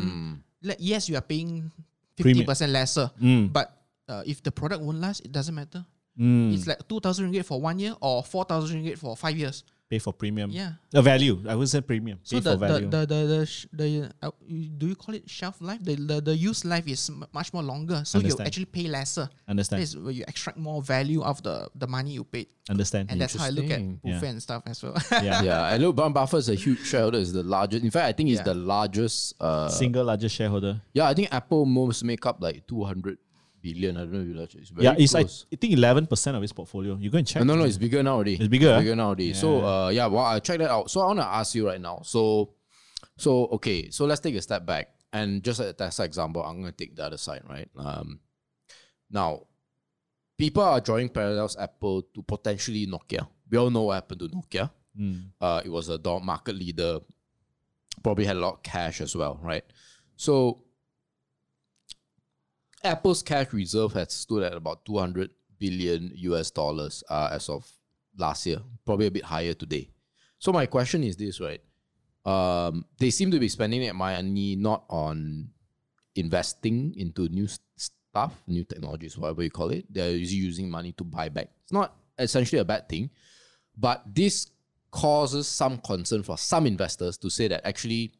Speaker 2: Like, yes, you are paying fifty
Speaker 3: Premium. Mm.
Speaker 2: percent lesser, but uh, if the
Speaker 3: Mm.
Speaker 2: product won't last, it doesn't matter. It's like two thousand ringgit for one year or four thousand ringgit for five years.
Speaker 3: Pay for premium.
Speaker 2: Yeah.
Speaker 3: The value. I would say premium.
Speaker 2: So
Speaker 3: pay
Speaker 2: the,
Speaker 3: for value.
Speaker 2: the the the the, sh- the uh, you- do you call it shelf life? The the, the use life is m- much more longer, so you
Speaker 3: Understand.
Speaker 2: actually pay lesser.
Speaker 3: understand.
Speaker 2: That is where you extract more value of the, the money you paid,
Speaker 3: understand.
Speaker 2: and that's how I look at
Speaker 1: Interesting.
Speaker 2: buffet
Speaker 3: Yeah.
Speaker 2: and stuff as well.
Speaker 3: [laughs] yeah.
Speaker 1: yeah, and look, Warren Buffett is a huge shareholder. Is the largest. In fact, I think it's
Speaker 2: Yeah.
Speaker 1: the largest. Uh,
Speaker 3: Single largest shareholder.
Speaker 1: yeah, I think Apple most make up like two hundred billion. I don't know if you know. It's very
Speaker 3: yeah, it's I,
Speaker 1: close.
Speaker 3: I think eleven percent of his portfolio. You go and check.
Speaker 1: no, no, it's bigger now already.
Speaker 3: It's bigger, eh?
Speaker 1: bigger now already. So, uh, yeah, well, I check that out. So I want to ask you right now. So, so okay, so let's take a step back and just a Tesla example. I'm going to take the other side, right? Um, now, people are drawing parallels Apple to potentially Nokia. We all know what happened to Nokia.
Speaker 3: Hmm.
Speaker 1: Uh, it was a dom- market leader, probably had a lot of cash as well, right? So Apple's cash reserve has stood at about 200 billion US dollars uh, as of last year, probably a bit higher today. So my question is this, right? Um, they seem to be spending their money not on investing into new s- stuff, new technologies, whatever you call it. They're usually using money to buy back. It's not essentially a bad thing, but this causes some concern for some investors to say that actually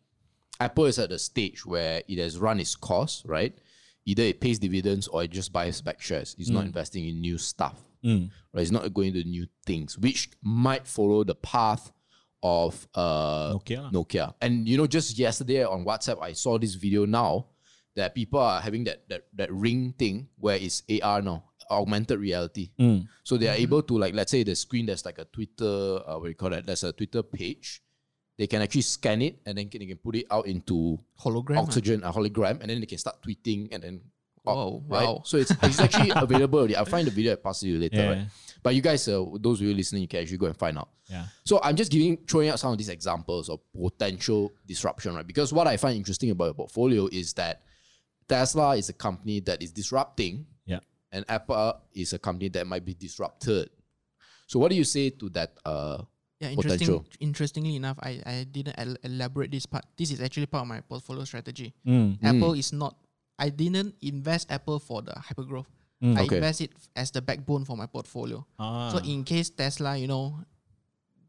Speaker 1: Apple is at a stage where it has run its course, right? Either it pays dividends or it just buys back shares. It's not investing in new stuff, right? It's not going to new things, which might follow the path of uh,
Speaker 3: Nokia. lah.
Speaker 1: Nokia. And you know, just yesterday on WhatsApp, I saw this video now that people are having that that, that ring thing where it's AR now, augmented reality.
Speaker 3: Mm.
Speaker 1: So they are able to like, let's say the screen there's like a Twitter, uh, what do you call that? There's a Twitter page. They can actually scan it and then can, they can put it out into
Speaker 2: Hologram. ah.
Speaker 1: oxygen, a hologram, and then they can start tweeting and then.
Speaker 2: Wow,
Speaker 1: right?
Speaker 2: wow.
Speaker 1: So it's, it's actually available already. I'll find the video, I pass it to you later.
Speaker 3: Yeah.
Speaker 1: Right? But you guys, uh, those of you listening, you can actually go and find out.
Speaker 3: Yeah.
Speaker 1: So I'm just giving throwing out some of these examples of potential disruption, right? Because what I find interesting about your portfolio is that Tesla is a company that is disrupting,
Speaker 3: Yeah.
Speaker 1: and Apple is a company that might be disrupted. So what do you say to that? Uh,
Speaker 2: Yeah, interesting,
Speaker 1: potential.
Speaker 2: interestingly enough, I, I didn't el- elaborate this part. This is actually part of my portfolio strategy.
Speaker 3: Mm.
Speaker 2: Apple is not. I didn't invest Apple for the hypergrowth. I
Speaker 1: Mm, Okay.
Speaker 2: invest it as the backbone for my portfolio.
Speaker 3: Ah.
Speaker 2: So in case Tesla, you know,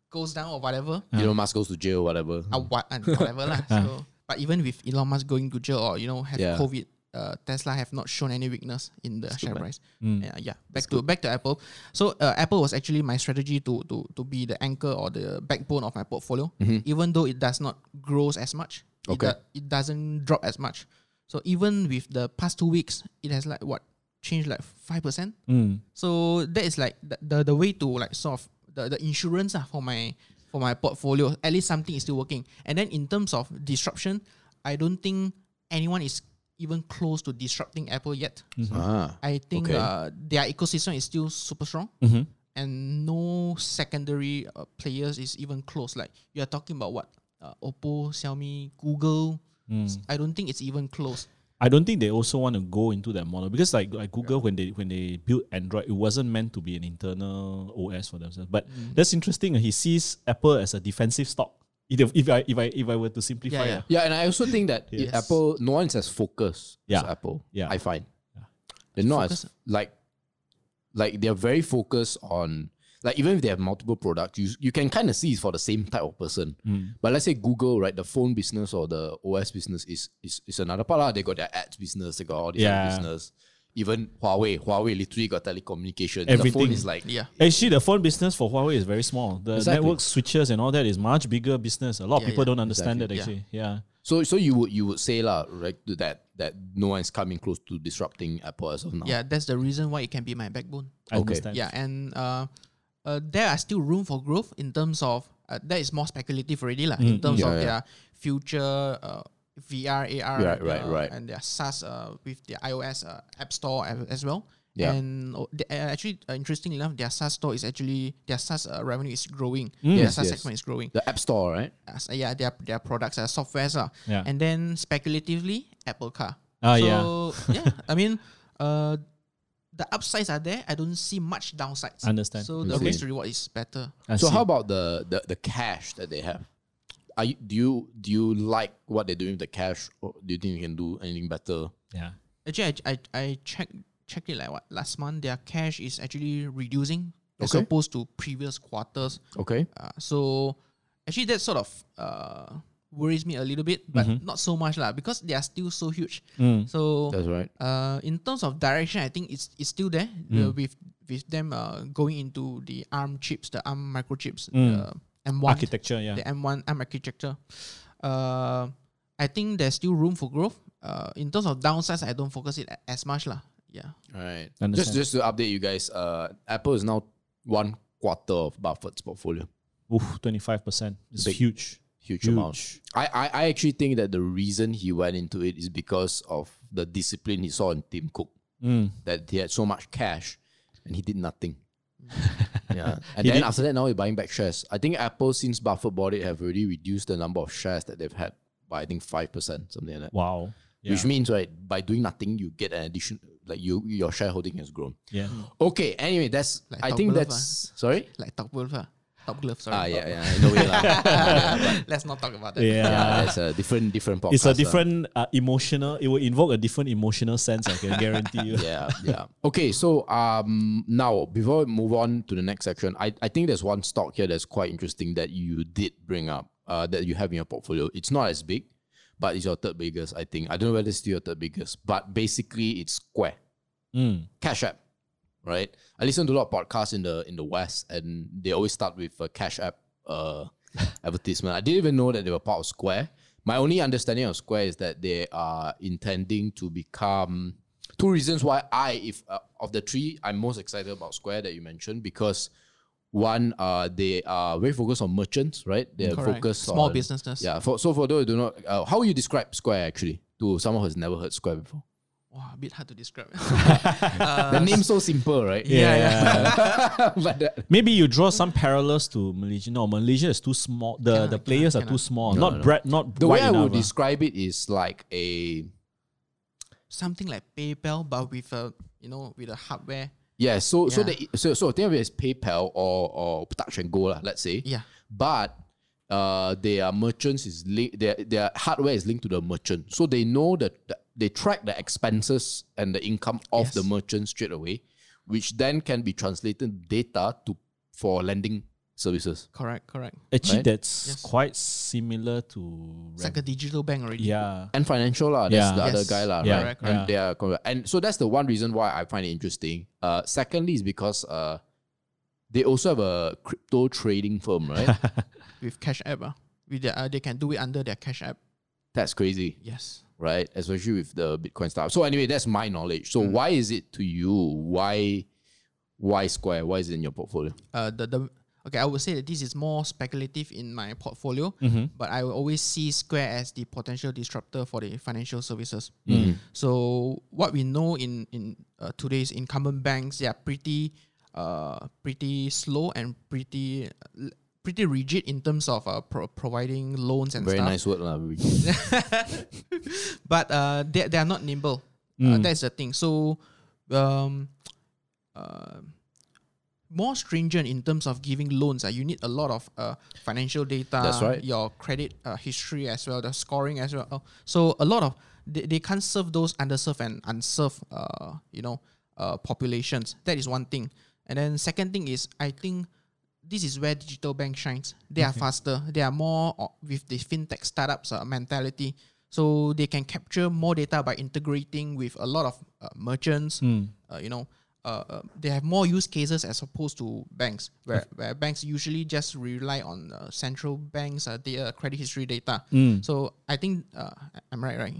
Speaker 2: goes down or whatever,
Speaker 1: Elon Musk goes to jail, or whatever.
Speaker 2: uh, what and whatever
Speaker 1: [laughs]
Speaker 2: lah. So, but even with Elon Musk going to jail or you know have
Speaker 1: Ah. Yeah.
Speaker 2: COVID, uh, Tesla have not shown any weakness in the share price.
Speaker 1: Hmm.
Speaker 2: Yeah, yeah. Back to back to Apple. So uh, Apple was actually my strategy to to to be the anchor or the backbone of my portfolio, even though it does not grows as much. It,
Speaker 1: Mm-hmm. Okay.
Speaker 2: do- it doesn't drop as much. So even with the past two weeks, it has like what changed like five percent. So that is like the, the, the way to like sort of the, the insurance ah for my for my portfolio. At least something is still working. And then in terms of disruption, I don't think anyone is even close to disrupting Apple yet.
Speaker 1: Ah,
Speaker 2: I think
Speaker 1: Okay.
Speaker 2: uh, their ecosystem is still super strong. And no secondary uh, players is even close. Like you are talking about what uh, Oppo, Xiaomi, Google. S- I don't think it's even close.
Speaker 3: I don't think they also want to go into that model because like, like Google when they when they built Android, it wasn't meant to be an internal OS for themselves. But
Speaker 1: Mm.
Speaker 3: that's interesting. uh, He sees Apple as a defensive stock. If, if I if I if I were to simplify,
Speaker 2: Yeah,
Speaker 3: yeah,
Speaker 1: yeah, and I also think that it-
Speaker 2: Yes.
Speaker 1: Apple, no one's as focused as
Speaker 3: Yeah.
Speaker 1: Apple.
Speaker 3: Yeah.
Speaker 1: I find they're not as like like they're very focused on like even if they have multiple products, you you can kind of see it's for the same type of person.
Speaker 3: Hmm.
Speaker 1: But let's say Google, right, the phone business or the OS business is is, is another part. lah. They got their ads business, they got all this other
Speaker 3: Yeah.
Speaker 1: business. Even Huawei, Huawei literally got telecommunications. The phone
Speaker 3: Everything.
Speaker 1: is like
Speaker 2: Yeah.
Speaker 3: Actually, the phone business for Huawei is very small. The
Speaker 1: Exactly.
Speaker 3: network switches and all that is much bigger business. A lot of
Speaker 2: Yeah,
Speaker 3: people
Speaker 2: yeah.
Speaker 3: don't understand
Speaker 1: Exactly.
Speaker 3: that actually. Yeah.
Speaker 1: so so you would you would say lah, right, to that that no one's coming close to disrupting Apple as of now.
Speaker 2: Yeah, that's the reason why it can be my backbone.
Speaker 3: I
Speaker 1: Okay.
Speaker 3: understand.
Speaker 2: Yeah, and uh, uh, there are still room for growth in terms of uh, that is more speculative already lah. in terms
Speaker 1: Mm-hmm. Yeah,
Speaker 2: of
Speaker 1: yeah.
Speaker 2: their future uh, VR, AR,
Speaker 1: Right, right,
Speaker 2: uh,
Speaker 1: right.
Speaker 2: and their SaaS uh, with their iOS uh, app store a- as well.
Speaker 1: Yeah.
Speaker 2: And oh, the- uh, actually, uh, interestingly enough, their SaaS store is actually their SaaS uh, revenue is growing.
Speaker 1: Mm.
Speaker 2: their
Speaker 1: Yes,
Speaker 2: SaaS
Speaker 1: yes.
Speaker 2: segment is growing.
Speaker 1: The App Store, right?
Speaker 2: Uh, so yeah, their their products are softwares lah.
Speaker 3: Yeah.
Speaker 2: And then speculatively, Apple Car.
Speaker 3: Ah,
Speaker 2: so, [laughs]
Speaker 3: yeah.
Speaker 2: yeah, I mean, uh, the upsides are there. I don't see much downsides.
Speaker 3: Understand.
Speaker 2: So the
Speaker 1: Okay.
Speaker 2: risk reward is better.
Speaker 3: I
Speaker 1: so
Speaker 3: see.
Speaker 1: how about the, the the cash that they have? Are you, do you do you like what they're doing with the cash? Or do you think you can do anything better?
Speaker 3: yeah.
Speaker 1: Mm.
Speaker 2: Actually, I I, I checked checked it like what last month. Their cash is actually reducing as
Speaker 1: Okay.
Speaker 2: opposed to previous quarters.
Speaker 1: Okay.
Speaker 2: Uh, so actually, that sort of uh, worries me a little bit, but
Speaker 3: Mm-hmm.
Speaker 2: not so much lah because they are still so huge.
Speaker 3: Mm.
Speaker 2: So
Speaker 1: That's right.
Speaker 2: uh, in terms of direction, I think it's it's still there uh,
Speaker 3: Mm.
Speaker 2: with with them uh, going into the ARM chips, the ARM microchips, the M1
Speaker 3: Mm. Architecture, yeah.
Speaker 2: the M1 ARM architecture. Uh, I think there's still room for growth. Uh, in terms of downsides, I don't focus it a- as much lah. Yeah.
Speaker 1: Right. Just
Speaker 3: Understand.
Speaker 1: just to update you guys, uh, Apple is now one quarter of Buffett's portfolio.
Speaker 3: Oof, 25%. It's
Speaker 1: Big.
Speaker 3: huge.
Speaker 1: Huge, amount. I, I I actually think that the reason he went into it is because of the discipline he saw in Tim Cook.
Speaker 3: Hmm.
Speaker 1: That he had so much cash and he did
Speaker 3: [laughs]
Speaker 1: nothing. yeah. And
Speaker 3: He
Speaker 1: then
Speaker 3: did-
Speaker 1: after that now he's buying back shares. I think Apple since Buffett bought it have already reduced the number of shares that they've had by I think five percent, something like that.
Speaker 3: Wow. Yeah.
Speaker 1: Which means right, by doing nothing you get an addition like you your shareholding has grown.
Speaker 3: yeah.
Speaker 1: Okay, anyway, that's
Speaker 2: Like
Speaker 1: I
Speaker 2: Top
Speaker 1: think
Speaker 2: Glove,
Speaker 1: that's sorry?
Speaker 2: Like top glove, lah. top glove. Sorry.
Speaker 1: Ah yeah, yeah, in a
Speaker 3: [laughs]
Speaker 1: way. lah.
Speaker 2: [laughs] Let's not talk about that.
Speaker 1: [laughs]
Speaker 3: Yeah.
Speaker 1: yeah, that's a different different podcast.
Speaker 3: It's a
Speaker 1: lah.
Speaker 3: different uh, emotional, it will invoke a different emotional sense, I can guarantee
Speaker 1: [laughs]
Speaker 3: you.
Speaker 1: yeah, yeah. Okay, so um, now before we move on to the next section, I, I think there's one stock here that's quite interesting that you did bring up uh, that you have in your portfolio. It's not as big, but it's your third biggest, I think. I don't know whether it's still your third biggest, but basically it's Square,
Speaker 3: Mm.
Speaker 1: Cash App, right? I listen to a lot of podcasts in the in the West, and they always start with a Cash App uh, advertisement. I didn't even know that they were part of Square. My only understanding of Square is that they are intending to become two reasons why I, if uh, of the three, I'm most excited about Square that you mentioned because one, uh, they are very focused on merchants, right? They're
Speaker 2: Correct.
Speaker 1: focused
Speaker 2: Small
Speaker 1: on
Speaker 2: businesses.
Speaker 1: Yeah. For, so for those who do not, uh, how would you describe Square actually to someone who's never heard Square before?
Speaker 2: Wow, a bit hard to
Speaker 3: [laughs]
Speaker 2: describe.
Speaker 1: the
Speaker 2: [laughs]
Speaker 1: name's so simple, right?
Speaker 2: Uh, yeah,
Speaker 1: [laughs]
Speaker 2: yeah.
Speaker 1: but uh,
Speaker 3: Maybe you draw some parallels to Malaysia. No, Malaysia is too small. The the players are too small. not bread, not
Speaker 1: the way I
Speaker 3: wide enough.
Speaker 1: would
Speaker 3: ah.
Speaker 1: describe it is like a
Speaker 2: Something like PayPal, but with a you know with a hardware.
Speaker 1: yeah. So so
Speaker 2: Yeah.
Speaker 1: the so so think of it as PayPal or or Touch and Go lah. Let's say
Speaker 2: Yeah.
Speaker 1: but uh, their merchants is linked. Their their hardware is linked to the merchant, so they know that that- they track the expenses and the income of the merchant straight away, which then can be translated data to for lending services.
Speaker 2: Correct. Correct.
Speaker 3: ah. Actually,
Speaker 1: right?
Speaker 3: that's
Speaker 2: Yes.
Speaker 3: quite similar to
Speaker 2: It's like a digital bank already.
Speaker 3: yeah.
Speaker 1: and financial lah. That's
Speaker 3: Yeah.
Speaker 1: the other
Speaker 2: Yes.
Speaker 1: guy lah,
Speaker 3: Yeah.
Speaker 1: right?
Speaker 2: Correct,
Speaker 1: And
Speaker 3: correct.
Speaker 1: they are correct. And so that's the one reason why I find it interesting. Uh, secondly is because uh, they also have a crypto trading firm, right?
Speaker 2: With Cash App, ah, with their, uh, they can do it under their Cash App.
Speaker 1: that's crazy,
Speaker 2: Yes.
Speaker 1: right? Especially with the Bitcoin stuff. So anyway, that's my knowledge. So why is it to you? Why, why Square? Why is it in your portfolio?
Speaker 2: uh, the, the okay, I would say that this is more speculative in my portfolio,
Speaker 1: Mm-hmm.
Speaker 2: but I will always see Square as the potential disruptor for the financial services.
Speaker 1: Mm-hmm.
Speaker 2: So what we know in in uh, today's incumbent banks, they are pretty uh, pretty slow and pretty uh, pretty rigid in terms of uh, pro- providing loans and
Speaker 1: Very
Speaker 2: stuff
Speaker 1: nice word lah. Very-
Speaker 2: but uh, they, they are not nimble.
Speaker 1: Mm.
Speaker 2: Uh, that's the thing. So, um, uh, more stringent in terms of giving loans. Uh, you need a lot of uh, financial data.
Speaker 1: That's right.
Speaker 2: Your credit uh, history as well, the scoring as well. Oh, so a lot of they, they can't serve those underserved and unserved, uh, you know, uh, populations. That is one thing. And then second thing is, I think this is where digital bank shines. They are faster. They are more o- with the fintech startups uh, mentality. So they can capture more data by integrating with a lot of uh, merchants.
Speaker 1: Hmm.
Speaker 2: Uh, you know, uh, uh, they have more use cases as opposed to banks, where, where banks usually just rely on uh, central banks' uh, data, credit history data. So I think uh, I- I'm right, right?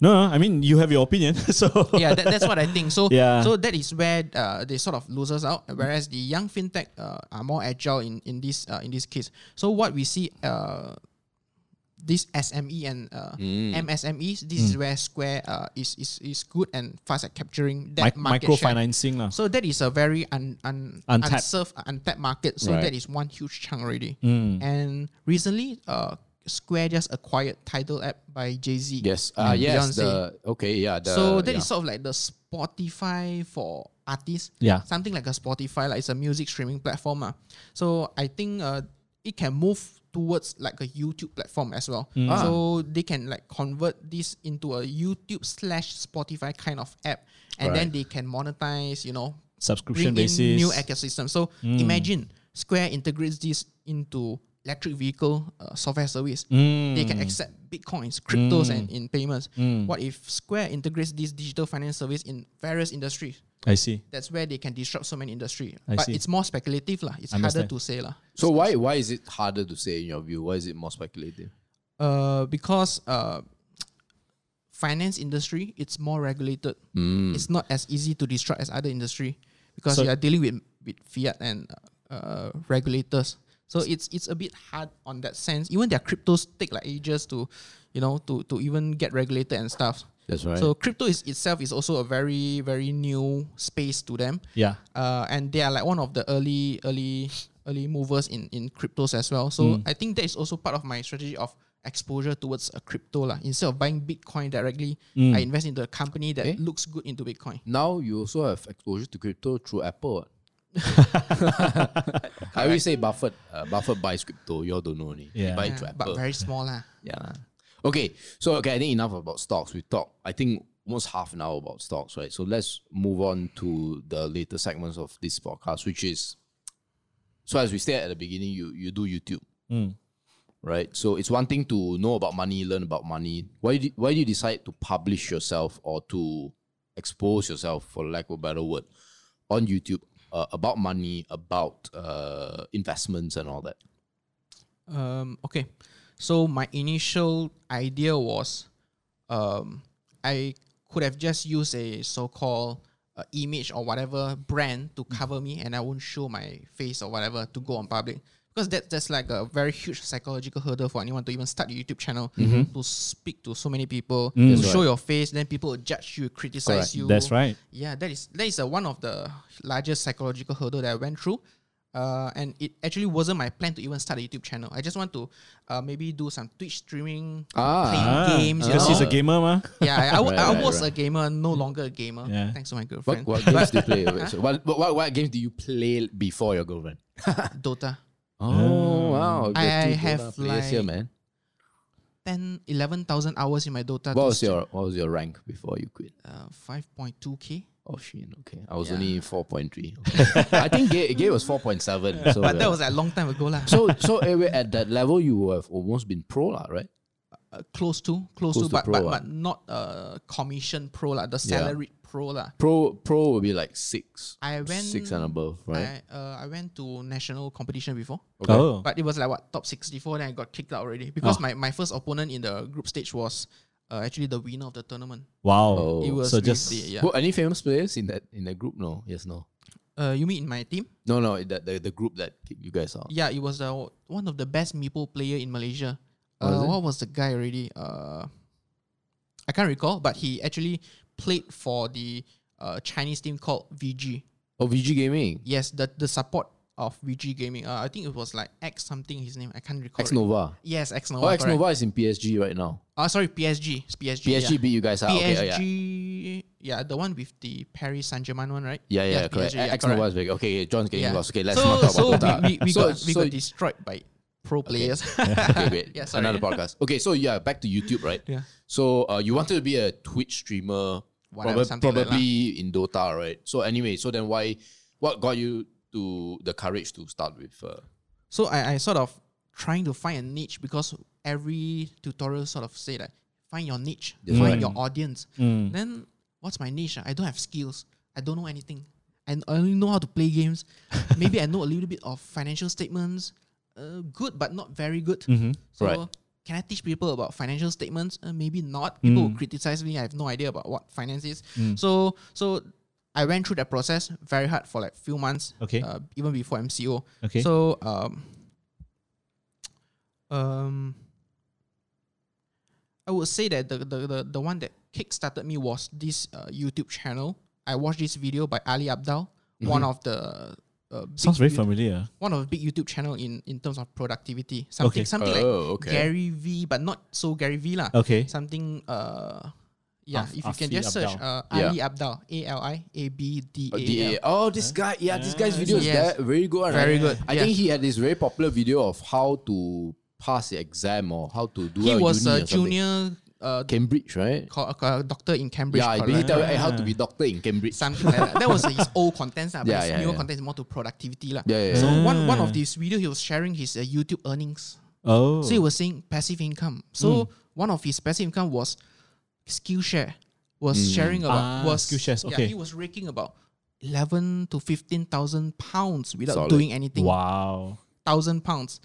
Speaker 3: No, no, I mean you have your opinion. [laughs] So
Speaker 2: yeah, that, that's what I think. So
Speaker 3: Yeah.
Speaker 2: so that is where uh, they sort of loses out. Whereas the young fintech uh, are more agile in in this uh, in this case. So what we see uh, this SME and uh, MSMEs, this is where Square uh, is is is good and fast at capturing
Speaker 3: mi-
Speaker 2: that market share.
Speaker 3: microfinancing lah.
Speaker 2: So that is a very un, un,
Speaker 3: Untapped.
Speaker 2: unserved, untapped market. So
Speaker 1: Right. Mm.
Speaker 2: that is one huge chunk already. And recently, uh, Square just acquired Tidal app by Jay Z.
Speaker 1: yes. Uh, yes. The, okay. Yeah. The,
Speaker 2: Mm. So that is
Speaker 1: yeah.
Speaker 2: sort of like the Spotify for artists.
Speaker 3: Yeah.
Speaker 2: Something like a Spotify, like it's a music streaming platform. ah. So I think uh, it can move towards like a YouTube platform as well.
Speaker 1: Mm. Ah.
Speaker 2: So they can like convert this into a YouTube slash Spotify kind of app. And then they can monetize, you know,
Speaker 3: subscription
Speaker 2: bring in
Speaker 3: basis. Hmm.
Speaker 2: new ecosystem. So imagine Square integrates this into electric vehicle uh, software service.
Speaker 3: Hmm.
Speaker 2: They can accept bitcoins, cryptos, and in payments. What if Square integrates this digital finance service in various industries?
Speaker 3: I see.
Speaker 2: That's where they can disrupt so many industry.
Speaker 3: I
Speaker 2: but
Speaker 3: see.
Speaker 2: it's more speculative, lah. It's
Speaker 3: Understand.
Speaker 2: harder to say, lah.
Speaker 1: So why why is it harder to say in your view? Why is it more speculative?
Speaker 2: Uh, because uh, finance industry it's more regulated. It's not as easy to disrupt as other industry because
Speaker 3: So-
Speaker 2: you are dealing with with fiat and uh, regulators. So it's it's a bit hard on that sense. Even their cryptos take like ages to, you know, to to even get regulated and stuff.
Speaker 1: That's right.
Speaker 2: So crypto is itself is also a very very new space to them.
Speaker 3: Yeah.
Speaker 2: uh, and they are like one of the early early early movers in in cryptos as well. So
Speaker 1: Hmm.
Speaker 2: I think that is also part of my strategy of exposure towards a crypto lah. Instead of buying Bitcoin directly, I invest into a company that
Speaker 1: Hmm. Eh?
Speaker 2: looks good into
Speaker 1: [laughs]
Speaker 2: Bitcoin.
Speaker 1: now you also have exposure to crypto through Apple. what? [laughs] I always say Buffett. Uh, Buffett buys crypto. You all don't know only. He
Speaker 3: Yeah.
Speaker 1: buy
Speaker 2: Yeah,
Speaker 1: through
Speaker 2: but
Speaker 1: Apple.
Speaker 2: very small lah.
Speaker 1: yeah. Okay. So okay, I think enough about stocks. We talked. I think almost half an hour about stocks, right? So let's move on to the later segments of this podcast, which is. So as we said at the beginning, you you do YouTube. Right, so it's one thing to know about money, learn about money. Why do, why do you decide to publish yourself or to expose yourself, for lack of a better word, on YouTube uh, about money, about uh, investments, and all that?
Speaker 2: Um, okay, so my initial idea was, um, I could have just used a so-called uh, image or whatever brand to cover me, and I won't show my face or whatever to go on public because that that's like a very huge psychological hurdle for anyone to even start a YouTube channel to speak to so many people, to
Speaker 1: That's
Speaker 2: show your face, then people will judge you, criticize you.
Speaker 3: That's right.
Speaker 2: Yeah, that is that is uh, one of the largest psychological hurdle that I went through. Uh, and it actually wasn't my plan to even start a YouTube channel. I just want to uh, maybe do some Twitch streaming,
Speaker 1: Ah.
Speaker 2: playing games. you
Speaker 3: Because
Speaker 2: know?
Speaker 3: he's a gamer, ma.
Speaker 2: yeah, I, I, w-
Speaker 1: Right,
Speaker 2: I
Speaker 1: right,
Speaker 2: was
Speaker 1: right.
Speaker 2: a gamer, no longer a gamer.
Speaker 3: Yeah.
Speaker 2: Thanks to my
Speaker 1: What,
Speaker 2: girlfriend.
Speaker 1: what games do you play? Wait, so what, what, what, what games do you play before your girlfriend?
Speaker 2: Dota.
Speaker 1: Oh, wow. you two
Speaker 2: I
Speaker 1: Dota
Speaker 2: have
Speaker 1: players here,
Speaker 2: like-
Speaker 1: man.
Speaker 2: 10, 11,000 hours in my
Speaker 1: What
Speaker 2: Dota. to
Speaker 1: was
Speaker 2: st-
Speaker 1: your what was your rank before you quit?
Speaker 2: Uh, 5.2k.
Speaker 1: Oh shit, okay. I was
Speaker 2: Yeah.
Speaker 1: only four point three. [laughs] I think Gay, Gay was four point seven. So
Speaker 2: But
Speaker 1: uh,
Speaker 2: that was a long time ago. lah.
Speaker 1: so so anyway, at that level you have almost been pro lah, right?
Speaker 2: Uh, close to, close,
Speaker 1: Close
Speaker 2: to,
Speaker 1: to
Speaker 2: but,
Speaker 1: pro,
Speaker 2: but,
Speaker 1: ah.
Speaker 2: but not uh, commission pro, lah, the
Speaker 1: Yeah.
Speaker 2: salaried pro. lah.
Speaker 1: Pro pro would be like six.
Speaker 2: I went-
Speaker 1: six and above, right?
Speaker 2: I, uh, I went to national competition before.
Speaker 1: Okay.
Speaker 3: Oh.
Speaker 2: But it was like what top 64, then I got kicked out already because
Speaker 1: Oh.
Speaker 2: my, my first opponent in the group stage was uh, actually the winner of the tournament.
Speaker 3: Wow.
Speaker 1: Oh.
Speaker 2: It was
Speaker 3: so
Speaker 2: with
Speaker 3: just-
Speaker 2: the, yeah.
Speaker 1: Who- any famous players in that in that group? No. Yes, no.
Speaker 2: Uh, you mean in my team?
Speaker 1: No, no, the, the, the group that kicked you guys out.
Speaker 2: Yeah, it was the one of the best Meeple player in Malaysia.
Speaker 1: Was
Speaker 2: Uh,
Speaker 1: it?
Speaker 2: what was the guy already? Uh, I can't recall, but he actually played for the uh, Chinese team called VG.
Speaker 1: Oh, VG Gaming.
Speaker 2: Yes, the the support of VG Gaming. Uh, I think it was like X something his name. I can't recall.
Speaker 1: Ex
Speaker 2: it.
Speaker 1: Nova.
Speaker 2: Yes, X Nova.
Speaker 1: Oh, Ex Nova is in PSG right now.
Speaker 2: Oh, sorry, PSG. It's PSG. yeah.
Speaker 1: PSG beat you guys out. Okay, oh, yeah.
Speaker 2: PSG, yeah, the one with the Paris Saint Germain one, right?
Speaker 1: Yeah, yeah, correct.
Speaker 2: PSG, yeah,
Speaker 1: Ex
Speaker 2: correct.
Speaker 1: Nova is big. Okay, yeah, John's getting
Speaker 2: Yeah.
Speaker 1: lost. Okay, let's
Speaker 2: so,
Speaker 1: not talk
Speaker 2: so
Speaker 1: about that.
Speaker 2: we, we, we
Speaker 1: so,
Speaker 2: got we
Speaker 1: so-
Speaker 2: got destroyed by pro players.
Speaker 1: [laughs] okay, wait,
Speaker 2: yeah, sorry.
Speaker 1: another podcast. Okay, so yeah, back to YouTube, right?
Speaker 2: Yeah.
Speaker 1: So uh, you wanted to be a Twitch streamer,
Speaker 2: Whatever,
Speaker 1: probab-
Speaker 2: something like
Speaker 1: probably in Dota, right? So anyway, so then why, what got you to the courage to start with? Uh,
Speaker 2: so I, I sort of trying to find a niche because every tutorial sort of say that find your niche,
Speaker 1: That's right.
Speaker 2: find
Speaker 1: Mm.
Speaker 2: your audience. Then what's my niche? ah? I don't have skills. I don't know anything. I n- I only know how to play
Speaker 1: [laughs]
Speaker 2: games. Maybe I know a little bit of financial statements. Uh, good, but not very good. So
Speaker 1: Mm-hmm. Right.
Speaker 2: can I teach people about financial statements? Uh, maybe not.
Speaker 1: Mm.
Speaker 2: People will criticize me. I have no idea about what finance is. So so I went through that process very hard for like few months.
Speaker 3: Okay.
Speaker 2: Uh, even before MCO.
Speaker 3: Okay.
Speaker 2: So um, um, I would say that the the the, the one that kickstarted me was this uh, YouTube channel. I watched this video by Ali Abdal, one of the uh, big
Speaker 3: Mm-hmm. Sounds very
Speaker 2: YouTube-
Speaker 3: familiar.
Speaker 2: One of the big YouTube channel in in terms of productivity. Something
Speaker 3: Okay.
Speaker 2: something
Speaker 1: Oh,
Speaker 2: like
Speaker 1: okay.
Speaker 2: Gary V, but not so Gary V lah.
Speaker 3: Okay.
Speaker 2: Something uh. Yeah,
Speaker 3: Af-
Speaker 2: if you can
Speaker 3: Afi
Speaker 2: just search
Speaker 3: Abdal.
Speaker 2: uh,
Speaker 1: Yeah.
Speaker 2: Ali Abdal, A L I A B D
Speaker 1: uh,
Speaker 2: A
Speaker 1: the-
Speaker 2: L.
Speaker 1: oh, this guy, yeah, this guy's video is
Speaker 2: Uh, Yes.
Speaker 1: there, very good. one,
Speaker 2: Very
Speaker 1: right?
Speaker 2: good,
Speaker 1: I
Speaker 2: yeah.
Speaker 1: think he had this very popular video of how to pass the exam or how to do
Speaker 2: He
Speaker 1: a uni or
Speaker 2: was a
Speaker 1: something.
Speaker 2: junior uh,
Speaker 1: Cambridge, right?
Speaker 2: co- a uh, doctor in Cambridge.
Speaker 1: yeah, I
Speaker 2: correct?
Speaker 1: basically tell you eh, how to be doctor in Cambridge.
Speaker 2: [laughs] something like that. That was his old contents, lah, but
Speaker 1: Yeah,
Speaker 2: his
Speaker 1: yeah, yeah.
Speaker 2: newer contents is more to productivity. lah.
Speaker 1: Yeah, yeah, yeah.
Speaker 2: So one, one of these video he was sharing his uh, YouTube earnings.
Speaker 3: Oh.
Speaker 2: So he was saying passive income. So
Speaker 1: Hmm.
Speaker 2: one of his passive income was Skillshare. Was
Speaker 1: Hmm.
Speaker 2: sharing about
Speaker 3: Ah,
Speaker 2: was
Speaker 3: Skillshares,
Speaker 2: yeah,
Speaker 3: okay.
Speaker 2: he was raking about eleven to fifteen thousand pounds without
Speaker 1: Solid.
Speaker 2: doing anything.
Speaker 3: wow.
Speaker 2: Thousand pounds.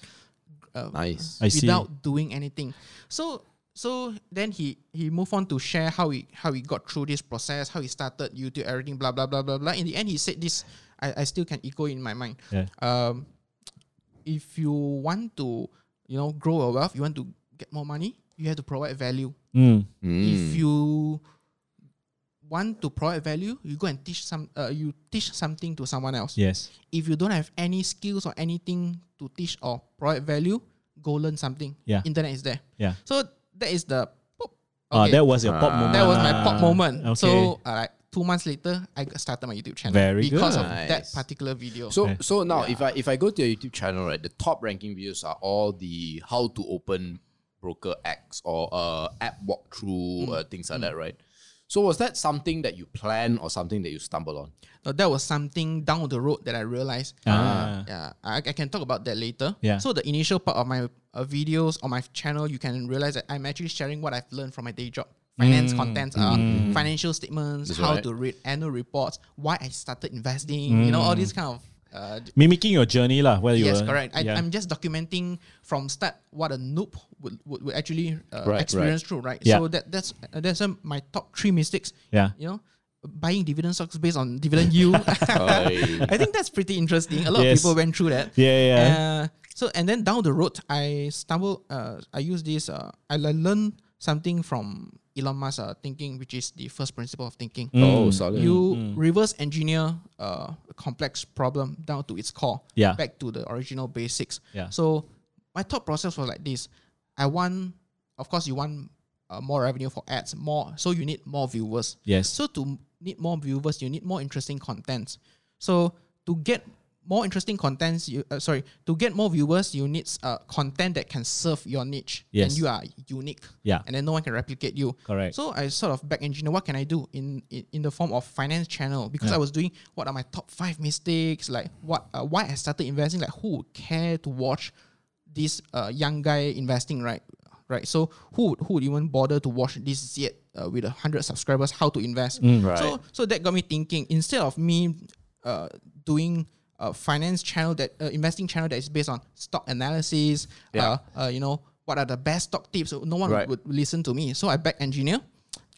Speaker 2: Uh,
Speaker 1: Nice.
Speaker 3: I see.
Speaker 2: without doing anything. So so then he he moved on to share how he how he got through this process, how he started YouTube, everything, blah blah blah blah blah. In the end, he said this. I, I still can echo in my mind.
Speaker 3: Yeah.
Speaker 2: Um, if you want to you know grow your wealth, you want to get more money, you have to provide value.
Speaker 3: Mm.
Speaker 2: If you want to provide value, you go and teach some. Uh, you teach something to someone else
Speaker 3: Yes.
Speaker 2: if you don't have any skills or anything to teach or provide value, go learn something.
Speaker 3: Yeah.
Speaker 2: Internet is there.
Speaker 3: Yeah.
Speaker 2: So that is the pop.
Speaker 3: Ah,
Speaker 2: Okay.
Speaker 3: that was your pop
Speaker 1: Ah.
Speaker 3: moment.
Speaker 2: That was my pop moment.
Speaker 3: Okay.
Speaker 2: So uh, like two months later, I got- started my YouTube channel
Speaker 3: Very
Speaker 2: because of
Speaker 1: good.
Speaker 2: that
Speaker 1: Nice.
Speaker 2: particular video.
Speaker 1: So
Speaker 3: Okay.
Speaker 1: so now if I if I go to your YouTube channel, right, the top ranking videos are all the how to open broker X or uh app
Speaker 2: Mm.
Speaker 1: walkthrough uh, things like that, right? So was that something that you plan or something that you stumbled
Speaker 2: [laughs]
Speaker 1: on?
Speaker 2: Uh, that was something down the road that I realized.
Speaker 3: Ah.
Speaker 2: Yeah, I, I can talk about that later.
Speaker 3: Yeah.
Speaker 2: So the initial part of my uh, videos on my channel, you can realize that I'm actually sharing what I've learned from my day job. Finance
Speaker 3: Mm.
Speaker 2: contents are financial statements,
Speaker 1: That's
Speaker 2: how
Speaker 1: right.
Speaker 2: to read annual reports, why I started investing, you know, all
Speaker 3: Mm.
Speaker 2: these kind of. Uh, d-
Speaker 3: Mimicking your journey, lah. Where you
Speaker 2: yes,
Speaker 3: were.
Speaker 2: correct. I,
Speaker 3: yeah.
Speaker 2: I'm just documenting from start what a noob would, would, would actually uh,
Speaker 1: Right,
Speaker 2: experience through, right?
Speaker 3: Yeah.
Speaker 2: So that that's uh, that's uh, my top three mistakes.
Speaker 3: Yeah.
Speaker 2: You know, buying dividend stocks based on
Speaker 1: [laughs]
Speaker 2: dividend yield.
Speaker 1: Oh. I-
Speaker 2: I think that's pretty interesting. A lot
Speaker 3: Yes.
Speaker 2: of people went through that.
Speaker 3: Yeah, yeah, yeah.
Speaker 2: Uh, so and then down the road, I stumbled. Uh, I used this. Uh, I le- learned something from Elon Musk uh, thinking, which is the first principle of thinking.
Speaker 3: Mm.
Speaker 1: oh, solid.
Speaker 2: You reverse engineer uh, a complex problem down to its core.
Speaker 3: Yeah.
Speaker 2: Back to the original basics.
Speaker 3: Yeah.
Speaker 2: So my thought process was like this: I want, of course, you want uh, more revenue for ads, more. So you need more viewers.
Speaker 3: Yes.
Speaker 2: So to m- need more viewers, you need more interesting contents. So to get more interesting contents, you uh, sorry, to get more viewers, you need uh, content that can serve your niche.
Speaker 3: Yes.
Speaker 2: And you are unique.
Speaker 3: Yeah.
Speaker 2: And then no one can replicate you.
Speaker 3: Correct.
Speaker 2: So I sort of back engineer. What can I do in in, in the form of finance channel? Because I was doing what are my top five mistakes? Like what uh, why I started investing? Like who would care to watch this uh, young guy investing? Right. Right, so who would, who would even bother to watch this yet uh, with a hundred subscribers? How to invest?
Speaker 1: right.
Speaker 2: So so that got me thinking. Instead of me uh, doing a finance channel that uh, investing channel that is based on stock analysis,
Speaker 1: Yeah.
Speaker 2: uh, uh, you know what are the best stock tips? No one
Speaker 1: Right.
Speaker 2: would listen to me. So I back engineer,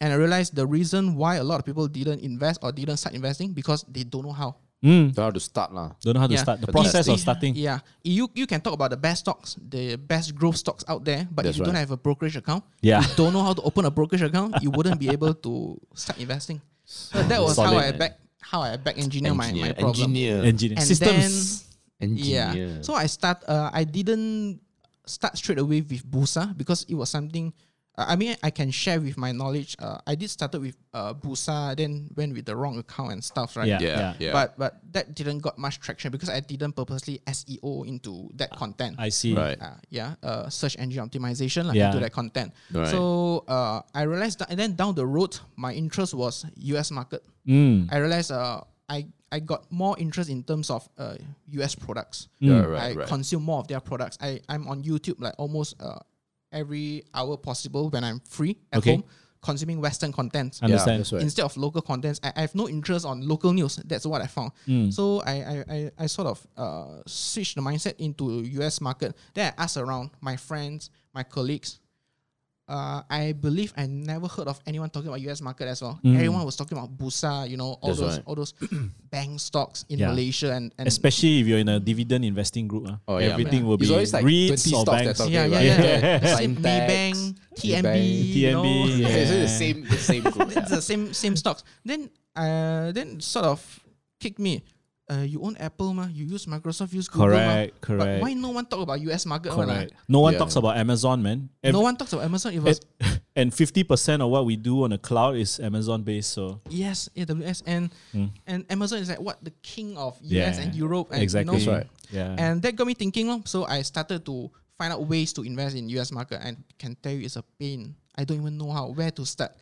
Speaker 2: and I realized the reason why a lot of people didn't invest or didn't start investing because they don't know how.
Speaker 3: Hmm.
Speaker 1: Don't know how to start lah.
Speaker 3: Don't know how to
Speaker 2: Yeah.
Speaker 3: start. The
Speaker 2: But
Speaker 3: process
Speaker 2: yeah,
Speaker 3: of starting.
Speaker 2: Yeah, you you can talk about the best stocks, the best growth stocks out there, but
Speaker 1: That's
Speaker 2: if you don't
Speaker 1: right.
Speaker 2: have a brokerage account,
Speaker 3: Yeah.
Speaker 2: you don't know how to open a brokerage account, you wouldn't be able to start investing. So that was how
Speaker 1: Solid,
Speaker 2: I
Speaker 1: man.
Speaker 2: back how I back engineer, my, my
Speaker 1: Engineer,
Speaker 2: problem.
Speaker 1: engineer,
Speaker 3: Engineer.
Speaker 2: And
Speaker 3: Systems.
Speaker 2: Yeah.
Speaker 1: engineer.
Speaker 2: So I start. Uh, I didn't start straight away with Busa because it was something. Uh, I mean, I can share with my knowledge. Uh, I did started with uh, Busa, then went with the wrong account and stuff, right?
Speaker 3: yeah.
Speaker 1: yeah, yeah,
Speaker 3: Yeah.
Speaker 2: But but that didn't got much traction because I didn't purposely SEO into
Speaker 1: Ah,
Speaker 2: that content.
Speaker 3: I see.
Speaker 1: right.
Speaker 2: Uh, yeah, uh, search engine optimization like
Speaker 3: Yeah.
Speaker 2: into that content.
Speaker 1: Right.
Speaker 2: So uh, I realized that, and then down the road, my interest was U.S. market.
Speaker 1: Mm.
Speaker 2: I realized uh, I I got more interest in terms of uh, U.S. products. Mm.
Speaker 1: Yeah, right,
Speaker 2: I
Speaker 1: right.
Speaker 2: consume more of their products. I I'm on YouTube like almost uh, every hour possible when I'm free at
Speaker 3: Okay.
Speaker 2: home, consuming Western content
Speaker 1: Yeah,
Speaker 3: Understand.
Speaker 1: that's right.
Speaker 2: instead of local contents. I, I have no interest on local news. That's what I found.
Speaker 3: Hmm.
Speaker 2: So I, I, I, I sort of uh, switched the mindset into US market. Then I asked around my friends, my colleagues. Uh, I believe I never heard of anyone talking about US market as well.
Speaker 3: Hmm.
Speaker 2: Everyone was talking about Busa, you know, all
Speaker 1: That's
Speaker 2: those
Speaker 1: right.
Speaker 2: all
Speaker 3: [clears throat]
Speaker 2: those bank stocks in
Speaker 3: Yeah.
Speaker 2: Malaysia and, and
Speaker 3: Especially if you're in a dividend investing group. ah,
Speaker 1: Oh, yeah,
Speaker 3: Everything
Speaker 2: man.
Speaker 3: will be
Speaker 1: It's always like 20
Speaker 3: REITs or
Speaker 1: stocks that
Speaker 3: banks.
Speaker 1: talk-
Speaker 2: yeah, yeah,
Speaker 1: Okay,
Speaker 2: yeah,
Speaker 1: right.
Speaker 2: yeah.
Speaker 1: [laughs] Yeah.
Speaker 2: Same
Speaker 1: Syntax,
Speaker 2: Maybank, TMB, you know.
Speaker 3: TNB, yeah.
Speaker 1: Okay, so it's the same, the [laughs] same group.
Speaker 2: it's the same same stocks. Then uh then sort of kicked me. Uh, you own Apple, ma? You use Microsoft, use Google, mah.
Speaker 3: Correct,
Speaker 2: But
Speaker 3: correct.
Speaker 2: why no one talk about US market? one, ah?
Speaker 3: Correct. No one
Speaker 1: Yeah.
Speaker 3: talks about Amazon, man. Ev-
Speaker 2: no one talks about Amazon. It was
Speaker 3: [laughs] and fifty percent of what we do on the cloud is Amazon based. So
Speaker 2: yes, AWS, and and Amazon is like what the king of US and
Speaker 3: Mm. Yeah,
Speaker 2: Europe and you know,
Speaker 3: exactly. That's right. Yeah.
Speaker 2: And that got me thinking. lor. So I started to find out ways to invest in US market and can tell you it's a pain. I don't even know how where to start.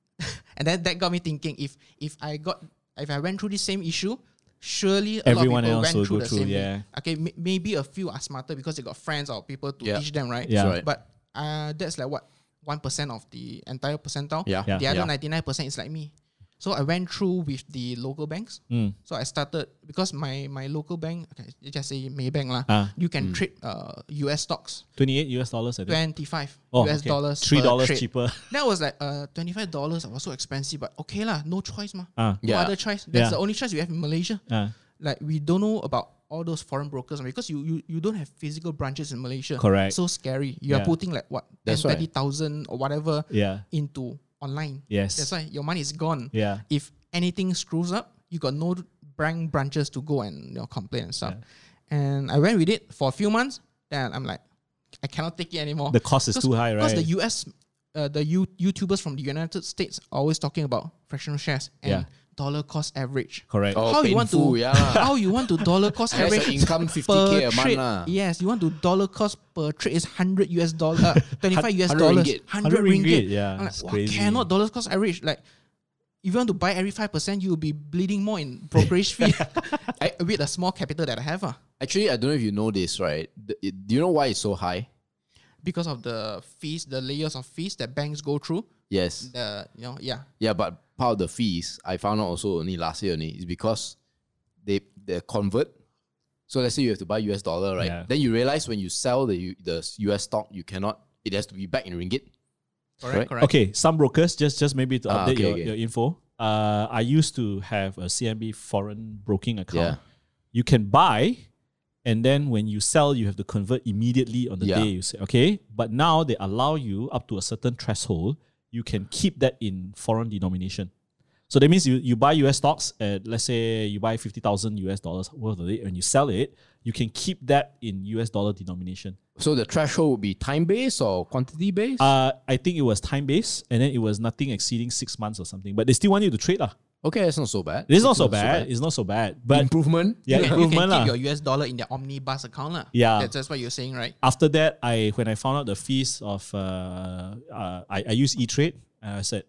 Speaker 2: [laughs] and then that got me thinking if if I got if I went through the same issue, surely a
Speaker 3: Everyone
Speaker 2: lot of people
Speaker 3: else
Speaker 2: went
Speaker 3: will
Speaker 2: through
Speaker 3: go
Speaker 2: the
Speaker 3: through,
Speaker 2: same
Speaker 3: yeah.
Speaker 2: thing. Okay, may- maybe a few are smarter because they got friends or people to
Speaker 1: Yeah.
Speaker 2: teach them, right?
Speaker 3: Yeah.
Speaker 1: That's right.
Speaker 2: But uh, that's like what one percent of the entire percentile.
Speaker 1: Yeah.
Speaker 3: Yeah.
Speaker 2: The other
Speaker 1: Yeah.
Speaker 2: ninety nine percent is like me. So I went through with the local banks.
Speaker 3: Mm.
Speaker 2: So I started because my my local bank, okay, let's just say Maybank lah.
Speaker 3: Ah.
Speaker 2: You can
Speaker 1: Mm.
Speaker 2: trade uh US stocks,
Speaker 3: 28 US dollars, I think.
Speaker 2: twenty five
Speaker 3: Oh,
Speaker 2: US
Speaker 3: okay.
Speaker 2: dollars,
Speaker 3: Three
Speaker 2: per
Speaker 3: dollars
Speaker 2: trade.
Speaker 3: cheaper. [laughs]
Speaker 2: That was like uh twenty five dollars. was so expensive, but okay lah, no choice mah. No
Speaker 3: Ah.
Speaker 1: Yeah.
Speaker 2: other choice. That's
Speaker 3: Yeah.
Speaker 2: the only choice we have in Malaysia.
Speaker 3: Ah,
Speaker 2: Like we don't know about all those foreign brokers ah, because you you, you don't have physical branches in Malaysia.
Speaker 3: Correct.
Speaker 2: So scary. You are
Speaker 3: Yeah.
Speaker 2: putting like what
Speaker 1: That's right.
Speaker 2: thirty thousand or whatever
Speaker 3: yeah.
Speaker 2: into online.
Speaker 3: Yes.
Speaker 2: That's why your money is gone.
Speaker 3: Yeah.
Speaker 2: If anything screws up, you got no bank branches to go and you know, complain and stuff. And I went with it for a few months. Then I'm like, I cannot take it anymore.
Speaker 3: The cost is
Speaker 2: Because-
Speaker 3: too high,
Speaker 2: Because
Speaker 3: right?
Speaker 2: Oh, the US, uh, the U- YouTubers from the United States are always talking about fractional shares and
Speaker 3: Yeah.
Speaker 2: dollar cost average.
Speaker 3: Correct.
Speaker 1: Oh,
Speaker 2: how you want
Speaker 1: painful,
Speaker 2: to?
Speaker 1: yeah.
Speaker 2: [laughs] How you want to dollar
Speaker 1: [laughs]
Speaker 2: cost
Speaker 1: That's
Speaker 2: average?
Speaker 1: your income
Speaker 2: per
Speaker 1: 50k a month
Speaker 2: trade.
Speaker 1: lah.
Speaker 2: Yes, you want to dollar cost per trade is hundred US dollar,
Speaker 1: [laughs]
Speaker 2: uh, twenty five US
Speaker 1: 100
Speaker 2: dollars,
Speaker 1: ringgit.
Speaker 2: hundred
Speaker 3: 100
Speaker 2: ringgit.
Speaker 3: ringgit, yeah,
Speaker 2: I'm like,
Speaker 3: it's
Speaker 2: wow,
Speaker 3: crazy.
Speaker 2: cannot dollar cost average. Like, if you want to buy every five percent, you will be bleeding more in brokerage
Speaker 1: [laughs]
Speaker 2: fee [laughs] I, with a small capital that I have, uh,
Speaker 1: Actually, I don't know if you know this, right? The- it- do you know why it's so high?
Speaker 2: because of the fees, the layers of fees that banks go through.
Speaker 1: Yes.
Speaker 2: The you know, yeah,
Speaker 1: Yeah, but part of the fees I found out also only last year only is because they they convert. So let's say you have to buy US dollar, right?
Speaker 3: Yeah.
Speaker 1: Then you realize when you sell the U- the US stock, you cannot. It has to be back in ringgit. Correct.
Speaker 2: correct, correct.
Speaker 3: Okay, some brokers just just maybe to
Speaker 1: Ah,
Speaker 3: update
Speaker 1: okay,
Speaker 3: your,
Speaker 1: okay.
Speaker 3: your info. Uh, I used to have a CMB foreign broking account.
Speaker 1: Yeah.
Speaker 3: You can buy, and then when you sell, you have to convert immediately on the
Speaker 1: Yeah.
Speaker 3: day you say okay. But now they allow you up to a certain threshold. You can keep that in foreign denomination. So that means you, you buy US stocks at let's say you buy fifty thousand US dollars worth of it, and you sell it, you can keep that in US dollar denomination.
Speaker 1: So the threshold would be time based or quantity based.
Speaker 3: Uh, I think it was time based, and then it was nothing exceeding six months or something. But they still want you to trade lah.
Speaker 1: okay, that's not so bad.
Speaker 3: It's not so bad. It's not so bad. But
Speaker 1: Improvement.
Speaker 3: yeah,
Speaker 2: you can, you
Speaker 3: improvement
Speaker 2: can keep
Speaker 3: lah.
Speaker 2: your US dollar in the omnibus account, lah.
Speaker 3: Yeah.
Speaker 2: That's, that's what you're saying, right?
Speaker 3: After that, I when I found out the fees of uh, uh I, I use E Trade, I said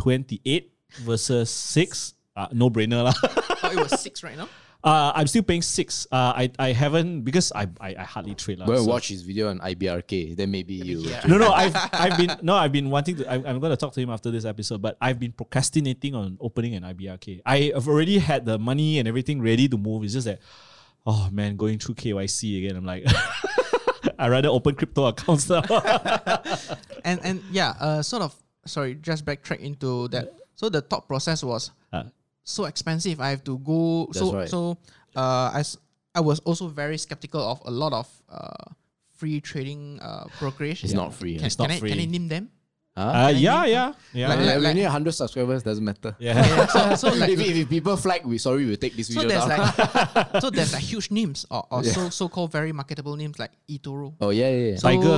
Speaker 3: twenty eight versus six, uh, no brainer lah. [laughs]
Speaker 2: oh, it was six
Speaker 1: [laughs]
Speaker 2: right now.
Speaker 3: uh, I'm still paying six. Uh, I I haven't because I I, I hardly trade lah.
Speaker 1: Go and
Speaker 3: so-
Speaker 1: watch his video on IBRK. Then maybe you.
Speaker 2: yeah.
Speaker 3: No, no, I've I've been no, I've been wanting to. I'm, I'm going to talk to him after this episode, but I've been procrastinating on opening an IBRK. I have already had the money and everything ready to move. It's just that, oh man, going through KYC again. I'm like, [laughs] I rather open crypto accounts now.
Speaker 2: and and yeah, uh, sort of. Sorry, just backtrack into that. So the thought process was
Speaker 3: Ah.
Speaker 2: so expensive. I have to go.
Speaker 1: Uh. That's
Speaker 2: so
Speaker 1: right.
Speaker 2: so, uh, I s- I was also very skeptical of a lot of uh free trading uh brokerage.
Speaker 1: It's not free.
Speaker 2: Can,
Speaker 1: It's
Speaker 2: can I
Speaker 3: not
Speaker 2: can I
Speaker 1: [laughs]
Speaker 3: free.
Speaker 2: name them?
Speaker 3: uh, yeah, yeah, yeah,
Speaker 1: Like,
Speaker 2: Like-
Speaker 1: like, we
Speaker 2: like-
Speaker 1: need 100 subscribers, doesn't matter.
Speaker 3: yeah.
Speaker 2: Yeah, so, so like
Speaker 1: [laughs] if, if, if people flag, we sorry, we'll take this
Speaker 2: so
Speaker 1: video
Speaker 2: there's
Speaker 1: down. [laughs]
Speaker 2: like so there's like huge names or, or
Speaker 1: Yeah.
Speaker 2: so so called very marketable names like eToro.
Speaker 1: oh, yeah, yeah, yeah.
Speaker 2: So,
Speaker 3: Tiger.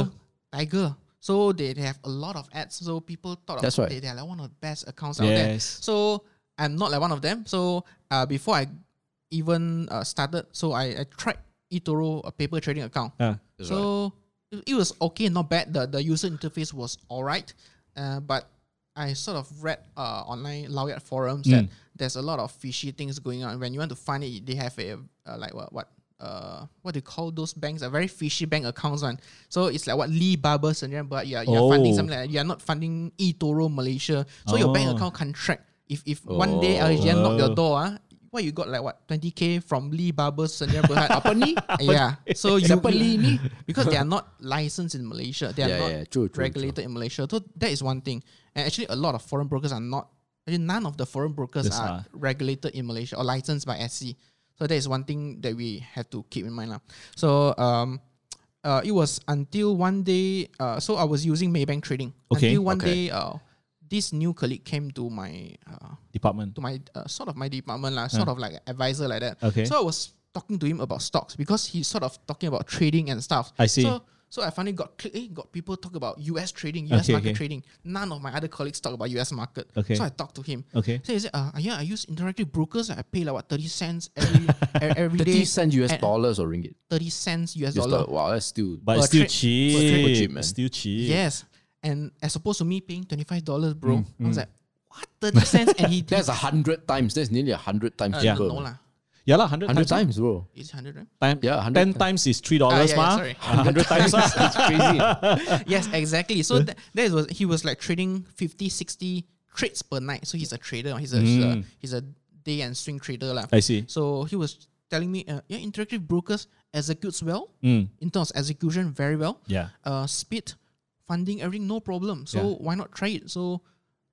Speaker 2: Tiger. So they, they have a lot of ads. So people thought
Speaker 1: That's
Speaker 2: of,
Speaker 1: right.
Speaker 2: they, they're like one of the best accounts out there.
Speaker 3: Yes.
Speaker 2: So I'm not like one of them. So uh, before I even uh, started, so I, I tried eToro, a paper trading account.
Speaker 3: [laughs] Uh,
Speaker 1: That's right.
Speaker 2: so it- it was okay, not bad. The, the user interface was all right. Uh, but I sort of read uh, online Laoyat forums that there's a lot of fishy things going on. When you want to find it, they have a uh, like what what uh what do you call those banks? A very fishy bank accounts one. So it's like what Lee Barber syndrome, but you're, you're funding
Speaker 3: Oh.
Speaker 2: something like that. You're not funding eToro Malaysia. So your bank
Speaker 3: Oh.
Speaker 2: account contract. If if one day Algerian knock your door, ah, what you got like what 20k from Lee Barber Sendirian Berhad apa ni? Yeah. So you
Speaker 1: Siapa Lee ni? [laughs]
Speaker 2: because they are not licensed in Malaysia. They are
Speaker 1: Yeah,
Speaker 2: not
Speaker 1: yeah, true, true, true.
Speaker 2: regulated in Malaysia. So that is one thing. And actually a lot of foreign brokers are not actually none of the foreign brokers
Speaker 3: Yes,
Speaker 1: uh.
Speaker 2: are
Speaker 3: ah.
Speaker 2: regulated in Malaysia or licensed by SC. So that is one thing that we have to keep in mind. lah. So um uh, it was until one day uh, so I was using Maybank trading.
Speaker 3: Okay,
Speaker 2: until one
Speaker 1: okay.
Speaker 2: day uh, this new colleague came to my uh,
Speaker 3: Department.
Speaker 2: to my uh, sort of my department lah, sort of like an advisor like that.
Speaker 3: Okay.
Speaker 2: So I was talking to him about stocks because he's sort of talking about trading and stuff.
Speaker 3: I see.
Speaker 2: So So I finally got cl- eh, got people talk about US trading, US
Speaker 3: Okay,
Speaker 2: market
Speaker 3: okay.
Speaker 2: trading. None of my other colleagues talk about US market.
Speaker 3: Okay.
Speaker 2: So I talked to him.
Speaker 3: Okay.
Speaker 2: So he said, uh, yeah, I use interactive brokers. I pay like what thirty cents every
Speaker 3: [laughs]
Speaker 2: e- every
Speaker 1: 30
Speaker 2: day.
Speaker 1: cents US
Speaker 2: and-
Speaker 1: dollars or ringgit.
Speaker 2: Thirty cents US
Speaker 1: Just
Speaker 2: dollar.
Speaker 1: thought, wow, that's still.
Speaker 3: But
Speaker 2: Per
Speaker 3: it's still
Speaker 2: trip- per trip.
Speaker 3: cheap.
Speaker 1: Cheap, man.
Speaker 3: It's still cheap.
Speaker 2: Yes. And as opposed to me paying twenty five dollars,
Speaker 3: Mm,
Speaker 2: bro, I was like, what thirty cents? And
Speaker 1: [laughs]
Speaker 2: he
Speaker 1: that's a hundred times. That's nearly a hundred times
Speaker 2: uh,
Speaker 1: cheaper.
Speaker 2: no, no lah,
Speaker 3: Yeah, lah, 100,
Speaker 1: Hundred
Speaker 3: times.
Speaker 1: times, bro.
Speaker 2: it's hundred right?
Speaker 3: Time,
Speaker 1: Yeah, 100
Speaker 3: 10 times is $3,
Speaker 2: Ah, yeah, yeah,
Speaker 3: mah.
Speaker 2: sorry.
Speaker 3: 100 times. ah. [laughs]
Speaker 1: That's crazy.
Speaker 2: yes, exactly. So that, that was he was like trading 50, 60 trades per night. So he's a trader. He's a he's, a, he's a day and swing trader lah.
Speaker 3: Mm. I see.
Speaker 2: So he was telling me, uh, yeah, interactive brokers executes well in terms of execution very well.
Speaker 3: Mm. Yeah.
Speaker 2: Uh, speed, funding, everything, no problem. So why not try it? So,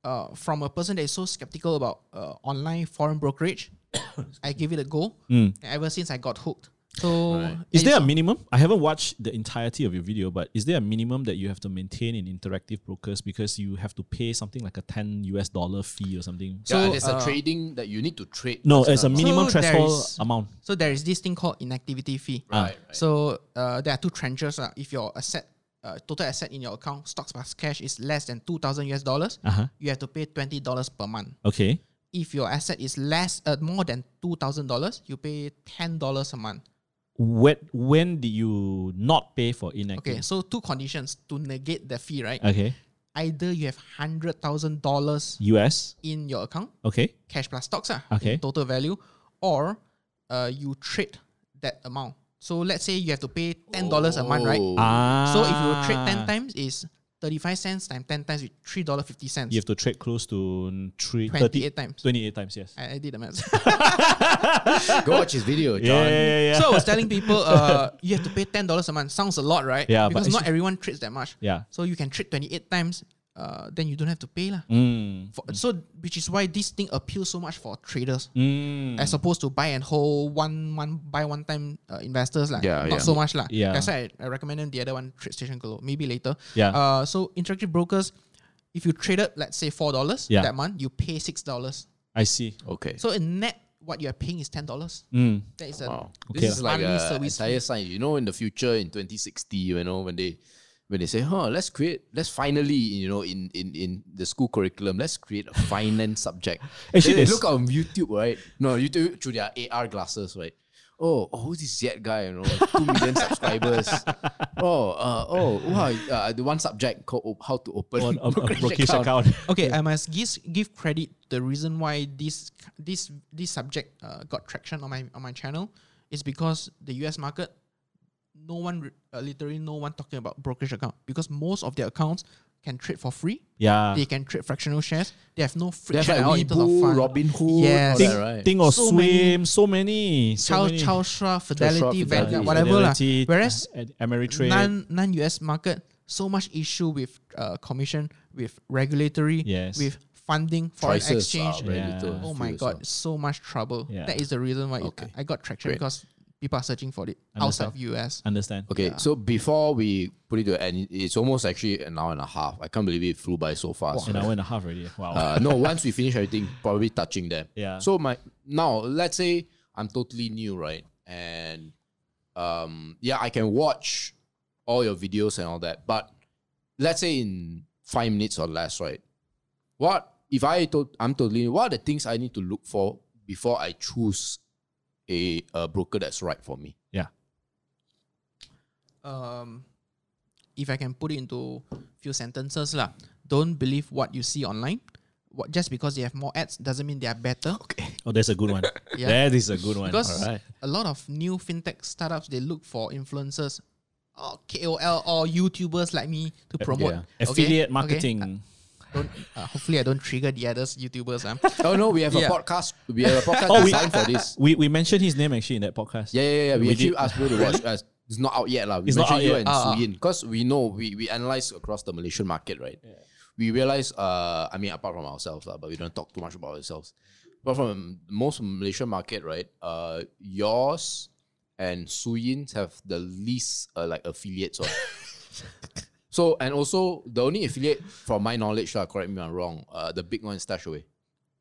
Speaker 2: uh, from a person that is so skeptical about uh, online foreign brokerage, [coughs] I gave it a go. And ever since I got hooked. So
Speaker 3: Mm. Is
Speaker 2: yeah,
Speaker 3: there a
Speaker 2: it's-
Speaker 3: minimum? I haven't watched the entirety of your video, but is there a minimum that you have to maintain in interactive brokers because you have to pay something like a 10 US dollar fee or something?
Speaker 2: So,
Speaker 1: yeah, there's a
Speaker 2: uh,
Speaker 1: trading that you need to trade.
Speaker 3: No,
Speaker 1: That's
Speaker 3: as a
Speaker 1: not-
Speaker 3: minimum
Speaker 2: So there
Speaker 3: threshold
Speaker 2: is-
Speaker 3: amount.
Speaker 2: So there is this thing called inactivity fee.
Speaker 1: Right, right.
Speaker 2: So uh, there are two trenches. Uh, if your asset, uh, total asset in your account, stocks plus cash is less than two thousand US dollars,
Speaker 3: Uh-huh.
Speaker 2: you have to pay twenty dollars per month.
Speaker 3: Okay.
Speaker 2: If your asset is less, uh, more than two thousand dollars, you pay ten dollars a month.
Speaker 3: When, when did you not pay for
Speaker 2: Okay,
Speaker 3: inactive?
Speaker 2: so two conditions to negate the fee, right?
Speaker 3: Okay.
Speaker 2: Either you have hundred thousand dollars
Speaker 3: US.
Speaker 2: in your account,
Speaker 3: Okay.
Speaker 2: cash plus stocks, ah,
Speaker 3: Okay.
Speaker 2: in total value, or uh, you trade that amount. So let's say you have to pay ten dollars a month, right?
Speaker 1: Oh.
Speaker 3: Ah.
Speaker 2: So if you trade 10 times is 35 cents times 10 times is $3.50.
Speaker 3: you have to trade close to three,
Speaker 2: 28
Speaker 3: 30,
Speaker 2: times.
Speaker 3: 28 times, yes.
Speaker 2: I, I did the math.
Speaker 1: Go watch his video, John.
Speaker 3: Ah. Yeah, yeah, [laughs] yeah.
Speaker 2: so I was telling people uh, you have to pay $10 a month. Sounds a lot, right?
Speaker 3: Yeah, but
Speaker 2: Because not
Speaker 3: actually-
Speaker 2: everyone trades that much.
Speaker 3: Yeah.
Speaker 2: So you can trade 28 times, uh, then you don't have to pay. lah.
Speaker 3: Mm.
Speaker 2: For- So which is why this thing appeals so much for traders.
Speaker 3: Mm.
Speaker 2: As opposed to buy and hold one one buy one time uh, investors like
Speaker 1: Yeah,
Speaker 2: not
Speaker 1: yeah.
Speaker 2: so much like
Speaker 3: Yeah.
Speaker 2: that's why I, I recommend them the other one trade station Glow maybe later
Speaker 3: Yeah.
Speaker 2: uh so interactive brokers if you traded let's say four dollars
Speaker 3: Yeah.
Speaker 2: that month you pay six dollars
Speaker 3: I
Speaker 2: [laughs]
Speaker 3: see.
Speaker 1: Okay.
Speaker 2: so in net what you are paying is ten dollars
Speaker 3: Mm.
Speaker 2: that is a
Speaker 1: Wow.
Speaker 3: Okay.
Speaker 1: This is like
Speaker 2: Monthly
Speaker 1: a
Speaker 2: service
Speaker 1: entire sign. You know, in the future, in 2060, you know, when they when they say, huh, let's create, let's finally, you know, in in, in the school curriculum, let's create a [laughs] finance subject.
Speaker 3: Actually,
Speaker 1: Actually, they
Speaker 3: there's-
Speaker 1: look on YouTube, right? No, YouTube through their AR glasses, right? Oh, oh, who's this Zed guy? You know, two
Speaker 3: [laughs]
Speaker 1: million subscribers. Oh, uh, oh, wow, uh, the one subject called op- how to open
Speaker 3: On a, a
Speaker 1: brokerage
Speaker 3: brokerage
Speaker 1: account.
Speaker 3: account. [laughs]
Speaker 2: okay I must give give credit the reason why this this this subject uh, got traction on my on my channel is because the US market no one re- uh, literally no one talking about brokerage account because most of their accounts can trade for free
Speaker 3: Yeah.
Speaker 2: they can trade fractional shares they have no
Speaker 1: There's
Speaker 2: friction
Speaker 1: like
Speaker 2: at all in terms of
Speaker 1: Weibo,
Speaker 2: fund.
Speaker 1: Robin Hood,
Speaker 2: Yes.
Speaker 1: yes.
Speaker 3: Think,
Speaker 1: all that, right?
Speaker 3: think or
Speaker 2: So
Speaker 3: swim,
Speaker 2: many-
Speaker 3: so many. So
Speaker 2: Charles,
Speaker 3: many.
Speaker 2: Charles Schwab, Fidelity, Vanguard,
Speaker 1: Fidelity,
Speaker 2: whatever. lah.
Speaker 3: Fidelity,
Speaker 2: Whereas
Speaker 3: uh, Ameritrade.
Speaker 2: non non US market, so much issue with uh, commission, with regulatory,
Speaker 3: Yes.
Speaker 2: with funding, foreign
Speaker 1: Prices are
Speaker 2: exchange.
Speaker 1: very
Speaker 3: Yeah.
Speaker 1: little,
Speaker 2: Oh
Speaker 1: I
Speaker 2: my
Speaker 1: feel
Speaker 2: god,
Speaker 1: so.
Speaker 2: so much trouble.
Speaker 3: Yeah.
Speaker 2: That is the reason why it-
Speaker 1: Okay.
Speaker 2: I got traction
Speaker 1: Great.
Speaker 2: because people are searching for it outside of US.
Speaker 3: Understand.
Speaker 1: Okay, so before we put it to end, it's almost actually an hour and a half. I can't believe it flew by so fast.
Speaker 3: An hour and a half already. Wow.
Speaker 1: Uh, no, once we finish everything, probably touching them.
Speaker 3: Yeah.
Speaker 1: So my now, let's say I'm totally new, right? And um, yeah, I can watch all your videos and all that. But let's say in five minutes or less, right? What if I to, I'm totally what are the things I need to look for before I choose a, a broker that's right for me?
Speaker 3: yeah.
Speaker 2: Um, if I can put it into few sentences lah, don't believe what you see online. What, just because they have more ads doesn't mean they are better. Okay.
Speaker 3: Oh, that's a good one.
Speaker 2: [laughs] Yeah.
Speaker 3: That is a good one.
Speaker 2: Because
Speaker 3: All right.
Speaker 2: a lot of new fintech startups they look for influencers or KOL or YouTubers like me to promote
Speaker 3: Yeah.
Speaker 2: Okay?
Speaker 3: Affiliate
Speaker 2: Okay?
Speaker 3: marketing.
Speaker 2: Don't, uh, hopefully, I don't trigger the others YouTubers. Um.
Speaker 1: Oh no, we have
Speaker 2: Yeah.
Speaker 1: a podcast. We have
Speaker 3: [laughs]
Speaker 1: a podcast
Speaker 3: Oh, we-
Speaker 1: designed for this.
Speaker 3: We, we mentioned his name actually in that podcast.
Speaker 1: Yeah, yeah, yeah. We,
Speaker 3: We
Speaker 1: actually
Speaker 3: did-
Speaker 1: asked people to watch. Uh, it's not out yet, lah. We
Speaker 3: It's not
Speaker 1: mentioned
Speaker 3: out
Speaker 1: you
Speaker 3: yet.
Speaker 1: and
Speaker 2: Ah, ah.
Speaker 1: Suyin because we know we we analyze across the Malaysian market, right? We realize, uh, I mean, apart from ourselves, lah, but we don't talk too much about ourselves. But from most Malaysian market, right? Uh, yours and Suyin's have the least uh, like affiliates
Speaker 3: [laughs]
Speaker 1: or. So and also the only affiliate, from my knowledge, lah, correct me if I'm wrong. Uh, the big one is Stashaway.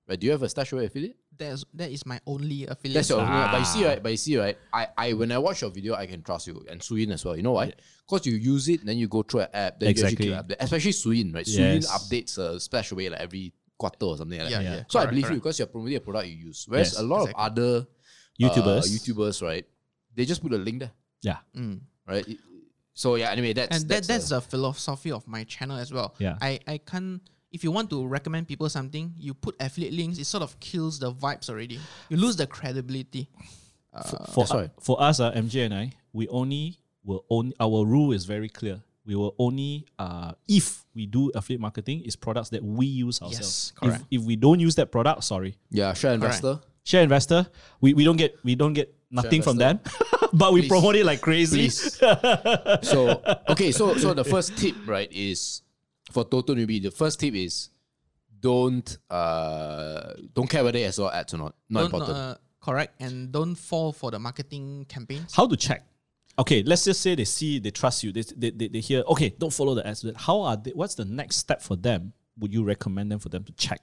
Speaker 1: Right? Do you have a Stashaway affiliate?
Speaker 2: That's [laughs] that is my only affiliate.
Speaker 1: That's your affiliate. But you see,
Speaker 2: Ah.
Speaker 1: right? But you see, right? I, I when I watch your video, I can trust you and Suyin as well. You know why? Because you use it, then you go through an app, then
Speaker 3: Exactly.
Speaker 1: you actually click update. Especially Suyin, right?
Speaker 3: Yes.
Speaker 1: Suyin updates a Stashaway like every quarter or something like
Speaker 2: Yeah,
Speaker 1: that.
Speaker 2: yeah.
Speaker 1: So I
Speaker 2: Correct,
Speaker 1: believe you
Speaker 2: correct.
Speaker 1: because you're promoting a product you use. Whereas
Speaker 3: Yes,
Speaker 1: a lot
Speaker 2: exactly.
Speaker 1: of other uh,
Speaker 3: YouTubers.
Speaker 1: YouTubers, right? They just put a link there,
Speaker 3: Yeah.
Speaker 2: Mm.
Speaker 1: right? It- So yeah, anyway, that's uh,
Speaker 2: and that, that's
Speaker 1: a-
Speaker 2: the philosophy of my channel as well.
Speaker 3: Yeah.
Speaker 2: I, I can't if you want to recommend people something, you put affiliate links, it sort of kills the vibes already. You lose the credibility. Uh,
Speaker 3: for,
Speaker 1: That's right.
Speaker 3: for us, uh, MJ and I, we only will own our rule is very clear. We will only uh, if we do affiliate marketing is products that we use ourselves. If-
Speaker 2: correct.
Speaker 3: If, we don't use that product, sorry,
Speaker 1: yeah, share
Speaker 2: Correct.
Speaker 1: investor.
Speaker 3: share investor, we, we don't get we don't get nothing from them, [laughs] but we
Speaker 1: Please.
Speaker 3: promote it like crazy. [laughs]
Speaker 1: Please. so okay, so so the first tip right is for total newbie. The first tip is don't uh don't care whether SEO ads or not. Not
Speaker 2: Don't,
Speaker 1: important.
Speaker 2: uh, correct. And don't fall for the marketing campaigns.
Speaker 3: How to check? Okay, let's just say they see they trust you. They they, they, they hear okay, don't follow the ads. How are they? What's the next step for them? Would you recommend them for them to check?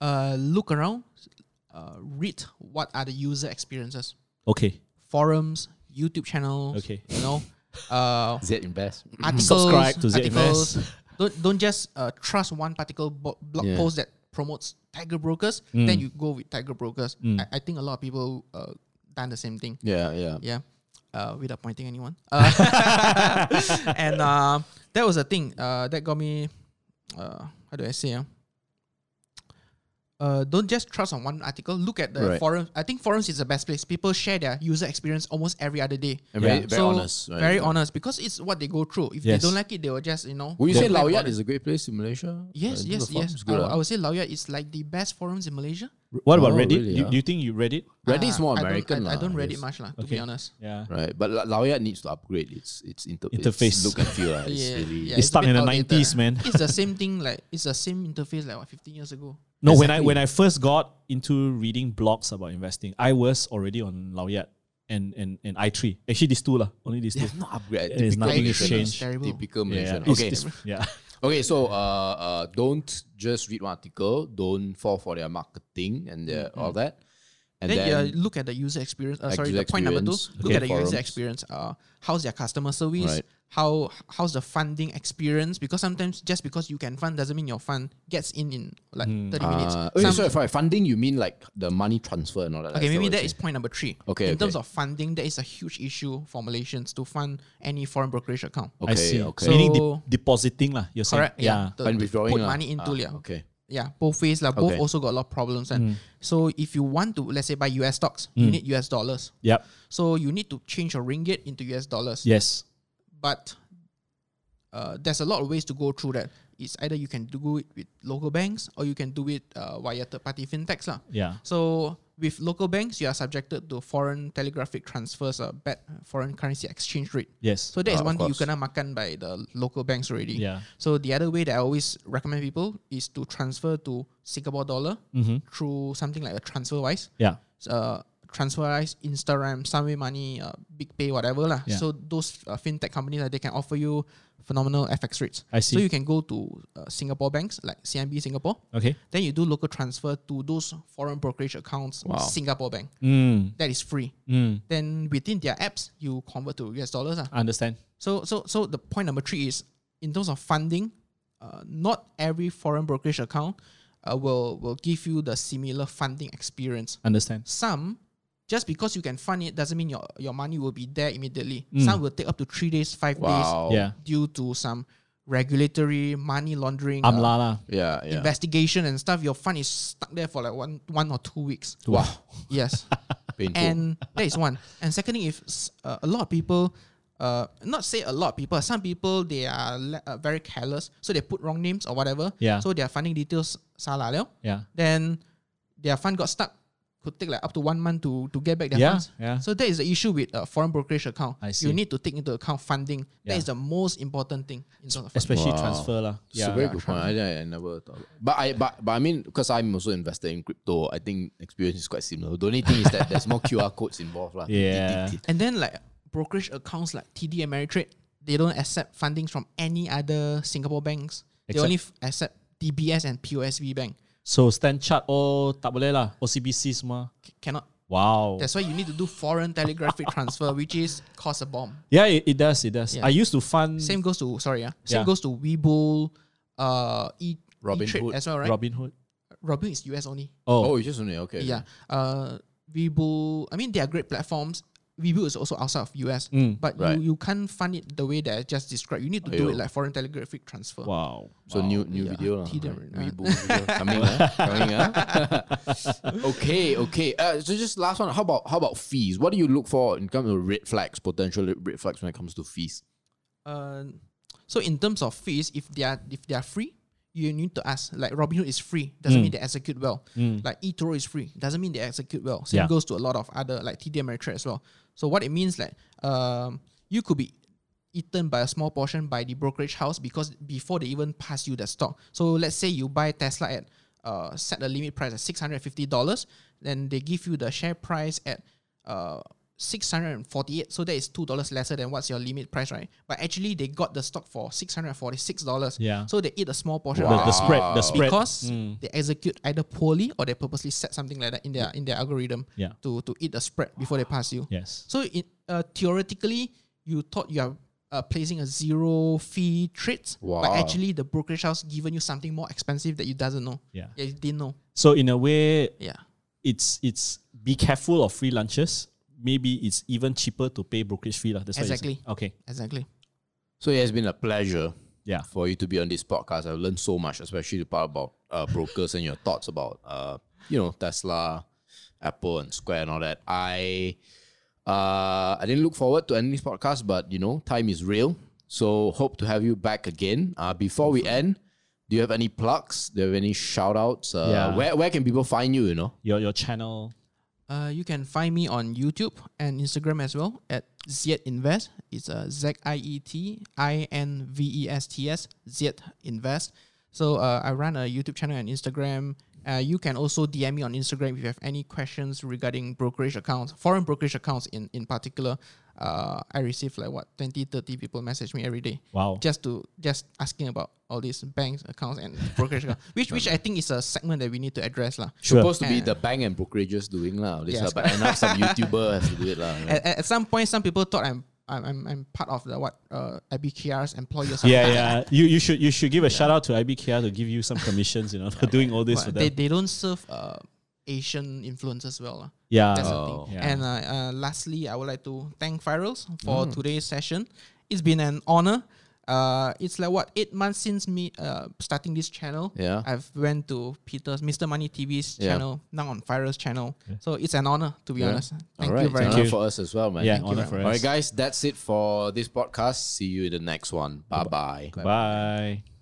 Speaker 2: Uh, look around, uh, read what are the user experiences.
Speaker 3: Okay,
Speaker 2: Forums, YouTube channels,
Speaker 3: Okay.
Speaker 1: [laughs]
Speaker 2: you know, uh,
Speaker 1: Z invest.
Speaker 2: articles,
Speaker 3: Subscribe to ZFS.
Speaker 2: articles. Don't don't just uh, trust one particular bo- blog
Speaker 1: Yeah. Mm.
Speaker 2: post that promotes Tiger Brokers. Then you go with Tiger Brokers. I, I think a lot of people uh, done the same thing.
Speaker 1: Yeah, yeah.
Speaker 2: Yeah, uh, without pointing anyone.
Speaker 1: [laughs]
Speaker 2: Uh, and uh, that was a thing uh, that got me. Uh, how do I say? ah? Uh, don't just trust on one article. Look at
Speaker 1: Right.
Speaker 2: the forums. I think forums is the best place. People share their user experience almost every other day.
Speaker 1: And Very,
Speaker 3: Yeah.
Speaker 1: very
Speaker 2: So,
Speaker 1: honest. Right?
Speaker 2: Very honest because it's what they go through. If
Speaker 3: Yes.
Speaker 2: they don't like it, they will just you know.
Speaker 1: Would you say
Speaker 2: complain
Speaker 1: Lao
Speaker 2: about
Speaker 1: Yat
Speaker 2: it.
Speaker 1: is a great place in Malaysia?
Speaker 2: Yes,
Speaker 1: Uh,
Speaker 2: yes,
Speaker 1: the farm
Speaker 2: yes.
Speaker 1: is
Speaker 2: I,
Speaker 1: good,
Speaker 2: would-
Speaker 1: ah.
Speaker 2: I would say Laoya is like the best forums in Malaysia.
Speaker 3: What about
Speaker 1: Oh,
Speaker 3: Reddit?
Speaker 1: really,
Speaker 3: do,
Speaker 1: ah?
Speaker 3: do you think you read it?
Speaker 1: Reddit is
Speaker 2: Uh,
Speaker 1: more
Speaker 2: I don't-
Speaker 1: American.
Speaker 2: I, I
Speaker 1: lah,
Speaker 2: don't read
Speaker 1: yes.
Speaker 2: it much, lah. to
Speaker 3: Okay.
Speaker 2: be honest.
Speaker 3: Yeah.
Speaker 1: Right, but La- Lao Yat needs to upgrade its its inter- its
Speaker 3: Interface.
Speaker 1: look and feel. ah. It's really
Speaker 2: [laughs] yeah,
Speaker 3: It's
Speaker 2: a
Speaker 3: stuck
Speaker 2: bit
Speaker 3: in the
Speaker 2: outdated.
Speaker 3: 90s, man.
Speaker 2: It's
Speaker 3: [laughs]
Speaker 2: the same thing, like it's the same interface like what, 15 years ago.
Speaker 3: No, when I when I first got into reading blogs about investing, I was already on Laoyat and and and I three. Actually, these two lah, only these
Speaker 1: They
Speaker 3: two.
Speaker 1: have not upgraded.
Speaker 3: It is
Speaker 1: Typical
Speaker 3: nothing
Speaker 1: Malaysian,
Speaker 3: has
Speaker 1: ah.
Speaker 2: changed. Terrible.
Speaker 1: Typical
Speaker 3: Yeah,
Speaker 1: Malaysian.
Speaker 3: it's-
Speaker 1: Okay,
Speaker 3: it's- yeah.
Speaker 1: Okay, so uh, uh, don't just read one article. Don't fall for their marketing and their, all that. And
Speaker 2: Mm-hmm. Then,
Speaker 1: then,
Speaker 2: yeah, look at the user experience. Uh, sorry,
Speaker 1: User
Speaker 2: the point number two.
Speaker 1: experience,
Speaker 2: Look
Speaker 1: okay.
Speaker 2: at the
Speaker 1: Forums.
Speaker 2: user experience. Uh, how's their customer service?
Speaker 1: Right.
Speaker 2: How how's the funding experience? Because sometimes just because you can fund doesn't mean your fund gets in in like
Speaker 3: Hmm.
Speaker 2: 30 minutes.
Speaker 1: uh, okay,
Speaker 2: Some-
Speaker 1: sorry, sorry, funding. You mean like the money transfer and all that?
Speaker 2: Okay, maybe
Speaker 1: that
Speaker 2: that is point number three.
Speaker 1: Okay,
Speaker 2: in terms
Speaker 1: okay.
Speaker 2: of funding, that is a huge issue for Malaysians to fund any foreign brokerage account.
Speaker 1: Okay,
Speaker 3: I see.
Speaker 1: okay.
Speaker 3: Meaning
Speaker 2: So-
Speaker 3: de- depositing lah. You're saying.
Speaker 2: Correct. Yeah.
Speaker 3: yeah.
Speaker 2: The-
Speaker 1: And
Speaker 2: to
Speaker 1: withdrawing
Speaker 2: put
Speaker 1: lah.
Speaker 2: money into
Speaker 1: Ah,
Speaker 2: yeah.
Speaker 1: Okay.
Speaker 2: Yeah, both ways lah. Both
Speaker 1: Okay. Hmm.
Speaker 2: also got a lot of problems, and so if you want to, let's say, buy US stocks, you need US dollars.
Speaker 3: Yep.
Speaker 2: So you need to change your ringgit into US dollars.
Speaker 3: Yes.
Speaker 2: But uh, there's a lot of ways to go through that. It's either you can do it with local banks or you can do it uh, via third-party fintechs lah.
Speaker 3: Yeah.
Speaker 2: So with local banks, you are subjected to foreign telegraphic transfers, uh, bad foreign currency exchange rate.
Speaker 3: Yes.
Speaker 2: So that is
Speaker 1: Ah, of
Speaker 2: one thing you
Speaker 1: course.
Speaker 2: cannot makan by the local banks already.
Speaker 3: Yeah.
Speaker 2: So the other way that I always recommend people is to transfer to Singapore dollar
Speaker 3: Mm-hmm.
Speaker 2: through something like a TransferWise.
Speaker 3: yeah.
Speaker 2: Uh, TransferWise, Instagram, Sunway Money, uh, BigPay, whatever lah.
Speaker 3: Yeah.
Speaker 2: So those uh, fintech companies that they can offer you phenomenal FX rates.
Speaker 3: I
Speaker 2: So
Speaker 3: see.
Speaker 2: you can go to uh, Singapore banks like CMB Singapore.
Speaker 3: Okay.
Speaker 2: Then you do local transfer to those foreign brokerage accounts, Singapore bank.
Speaker 3: Mm.
Speaker 2: That is free.
Speaker 3: Mm.
Speaker 2: Then within their apps, you convert to US dollars. Ah.
Speaker 3: Understand.
Speaker 2: So so so the point number three is in terms of funding, uh, not every foreign brokerage account uh, will will give you the similar funding experience.
Speaker 3: Understand.
Speaker 2: Some just because you can fund it doesn't mean your, your money will be there immediately. Some will take up to three days, five
Speaker 1: Wow.
Speaker 3: Yeah.
Speaker 2: days due to some regulatory money laundering uh,
Speaker 3: Amla lah.
Speaker 1: Yeah. Yeah.
Speaker 2: investigation and stuff. Your fund is stuck there for like one one or two weeks.
Speaker 1: Wow.
Speaker 2: [laughs]
Speaker 3: [laughs]
Speaker 2: Yes.
Speaker 1: Painful.
Speaker 2: and that is one. And second thing, if s- uh, a lot of people, uh, not say a lot of people, some people they are le- uh, very careless, so they put wrong names or whatever.
Speaker 3: Yeah.
Speaker 2: So their funding details salah leo.
Speaker 3: Yeah.
Speaker 2: Then their fund got stuck. Could take like up to one month to to get back their
Speaker 3: Yeah,
Speaker 2: funds.
Speaker 3: yeah.
Speaker 2: So that is the issue with uh, foreign brokerage account.
Speaker 3: I
Speaker 2: You
Speaker 3: see.
Speaker 2: need to take into account funding.
Speaker 3: Yeah.
Speaker 2: That is the most important thing in terms of funding.
Speaker 3: Especially
Speaker 1: Wow.
Speaker 3: transfer lah.
Speaker 1: It's a
Speaker 3: Yeah.
Speaker 1: very good point. I, I, I never thought. about- But I but but I mean because I'm also invested in crypto. I think experience is quite similar. The only thing is that there's more [laughs] QR codes involved, lah.
Speaker 3: Yeah.
Speaker 2: And then like brokerage accounts like TD Ameritrade, they don't accept fundings from any other Singapore banks. they
Speaker 3: Except-
Speaker 2: only f- accept DBS and POSB Bank.
Speaker 3: So stand chart all tak boleh lah. OCBC semua.
Speaker 2: C- cannot.
Speaker 3: Wow.
Speaker 2: That's why you need to do foreign telegraphic [laughs] transfer, which is cost a bomb.
Speaker 3: yeah, it, it does. It does.
Speaker 2: Yeah.
Speaker 3: I used to fund
Speaker 2: Same goes to sorry, yeah. Same
Speaker 3: Yeah.
Speaker 2: goes to Webull, uh, e
Speaker 1: Robin Hood.
Speaker 2: E-Trade as well, right?
Speaker 3: Robin Hood.
Speaker 2: Robin is US only.
Speaker 1: Oh,
Speaker 3: Oh,
Speaker 1: it's just only okay.
Speaker 2: Yeah. Uh, Webull. I mean, they are great platforms. Webull is also outside of US, but
Speaker 1: right.
Speaker 2: you, you can't fund it the way that I just described. You need to
Speaker 1: Aiyo.
Speaker 2: do it like foreign telegraphic transfer.
Speaker 3: wow.
Speaker 1: So new new
Speaker 2: Yeah,
Speaker 1: video lah.
Speaker 2: T-Dem,
Speaker 1: right?
Speaker 2: uh.
Speaker 1: Weibo video coming ah, coming ah. [laughs] Okay, okay. Uh, so just last one. How about how about fees? What do you look for in terms of red flags, potential red flags when it comes to fees?
Speaker 2: Uh, so in terms of fees, if they are if they are free, you need to ask. Like Robinhood is free, doesn't mean they execute well. Like eToro is free, doesn't mean they execute well. Same
Speaker 3: Yeah.
Speaker 2: goes to a lot of other like TD Ameritrade as well. So what it means like um, you could be eaten by a small portion by the brokerage house because before they even pass you the stock. So let's say you buy Tesla at uh, set the limit price at six hundred fifty dollars, then they give you the share price at uh, six hundred and forty eight. So that is two dollars lesser than what's your limit price, right? But actually, they got the stock for six hundred forty six dollars.
Speaker 3: Yeah. Mm.
Speaker 2: So they eat a small portion.
Speaker 3: The,
Speaker 2: of
Speaker 3: the
Speaker 2: it
Speaker 3: spread. The spread.
Speaker 2: because they execute either poorly or they purposely set something like that in their in their algorithm
Speaker 3: Yeah.
Speaker 2: to to eat the spread before they pass you.
Speaker 3: yes.
Speaker 2: So in, uh, theoretically, you thought you are uh, placing a zero fee trade, but
Speaker 1: Wow.
Speaker 2: actually the brokerage house given you something more expensive that you doesn't know.
Speaker 3: Yeah.
Speaker 2: Yeah, you didn't know.
Speaker 3: So in a way,
Speaker 2: Yeah.
Speaker 3: it's it's be careful of free lunches. Maybe it's even cheaper to pay brokerage fee lah. That's what you're saying.
Speaker 2: Exactly.
Speaker 3: Okay.
Speaker 2: Exactly.
Speaker 1: So it has been a pleasure
Speaker 3: Yeah.
Speaker 1: for you to be on this podcast. I've learned so much, especially the part about uh, brokers and your thoughts about uh, you know Tesla, Apple, and Square and all that. I uh, I didn't look forward to ending this podcast, but you know time is real. So hope to have you back again. Uh, before we end, do you have any plugs? Do you have any shout outs? Uh,
Speaker 3: Yeah.
Speaker 1: Where where can people find you? You know.
Speaker 3: Your your channel.
Speaker 2: Uh, you can find me on YouTube and Instagram as well at Ziet Invest. It's a Z I E T I N V E S T S Ziet Invest. So uh, I run a YouTube channel and Instagram. Uh, you can also DM me on Instagram if you have any questions regarding brokerage accounts, foreign brokerage accounts in in particular. Uh, I receive like what 20, 30 people message me every day
Speaker 3: Wow.
Speaker 2: just to just asking about all these banks accounts and brokerage accounts, [laughs] which which I think is a segment that we need to address lah.
Speaker 3: Sure.
Speaker 1: Supposed to be the bank and brokerages doing lah, this
Speaker 2: Yes.
Speaker 1: lah, but end up some YouTuber has to do it lah.
Speaker 2: at, at- at some point, some people thought I'm I'm I'm, I'm part of the what uh, IBKR's employee or something.
Speaker 3: Yeah, yeah. You you should you should give a shout out to IBKR to give you some commissions. You know, [laughs] for doing all this for
Speaker 2: But they,
Speaker 3: them.
Speaker 2: they don't serve uh, Asian influencers well. lah.
Speaker 3: Yeah.
Speaker 2: That's
Speaker 1: Oh.
Speaker 2: the thing.
Speaker 3: Yeah.
Speaker 2: And uh, uh, lastly, I would like to thank Firals for
Speaker 1: Mm.
Speaker 2: today's session. It's been an honor. Uh, it's like what eight months since me uh, starting this channel.
Speaker 1: Yeah.
Speaker 2: I've went to Peter's Mr. Money TV's
Speaker 1: Yeah.
Speaker 2: channel now on Firals channel. So it's an honor to be honest. [laughs] Thank
Speaker 1: All right,
Speaker 2: you very
Speaker 1: thank
Speaker 2: much.
Speaker 1: you for us as well, man.
Speaker 3: Yeah.
Speaker 1: Thank you.
Speaker 3: Honor for
Speaker 1: All
Speaker 3: us.
Speaker 1: right, guys, that's it for this podcast. See you in the next one. Bye bye.
Speaker 3: Bye.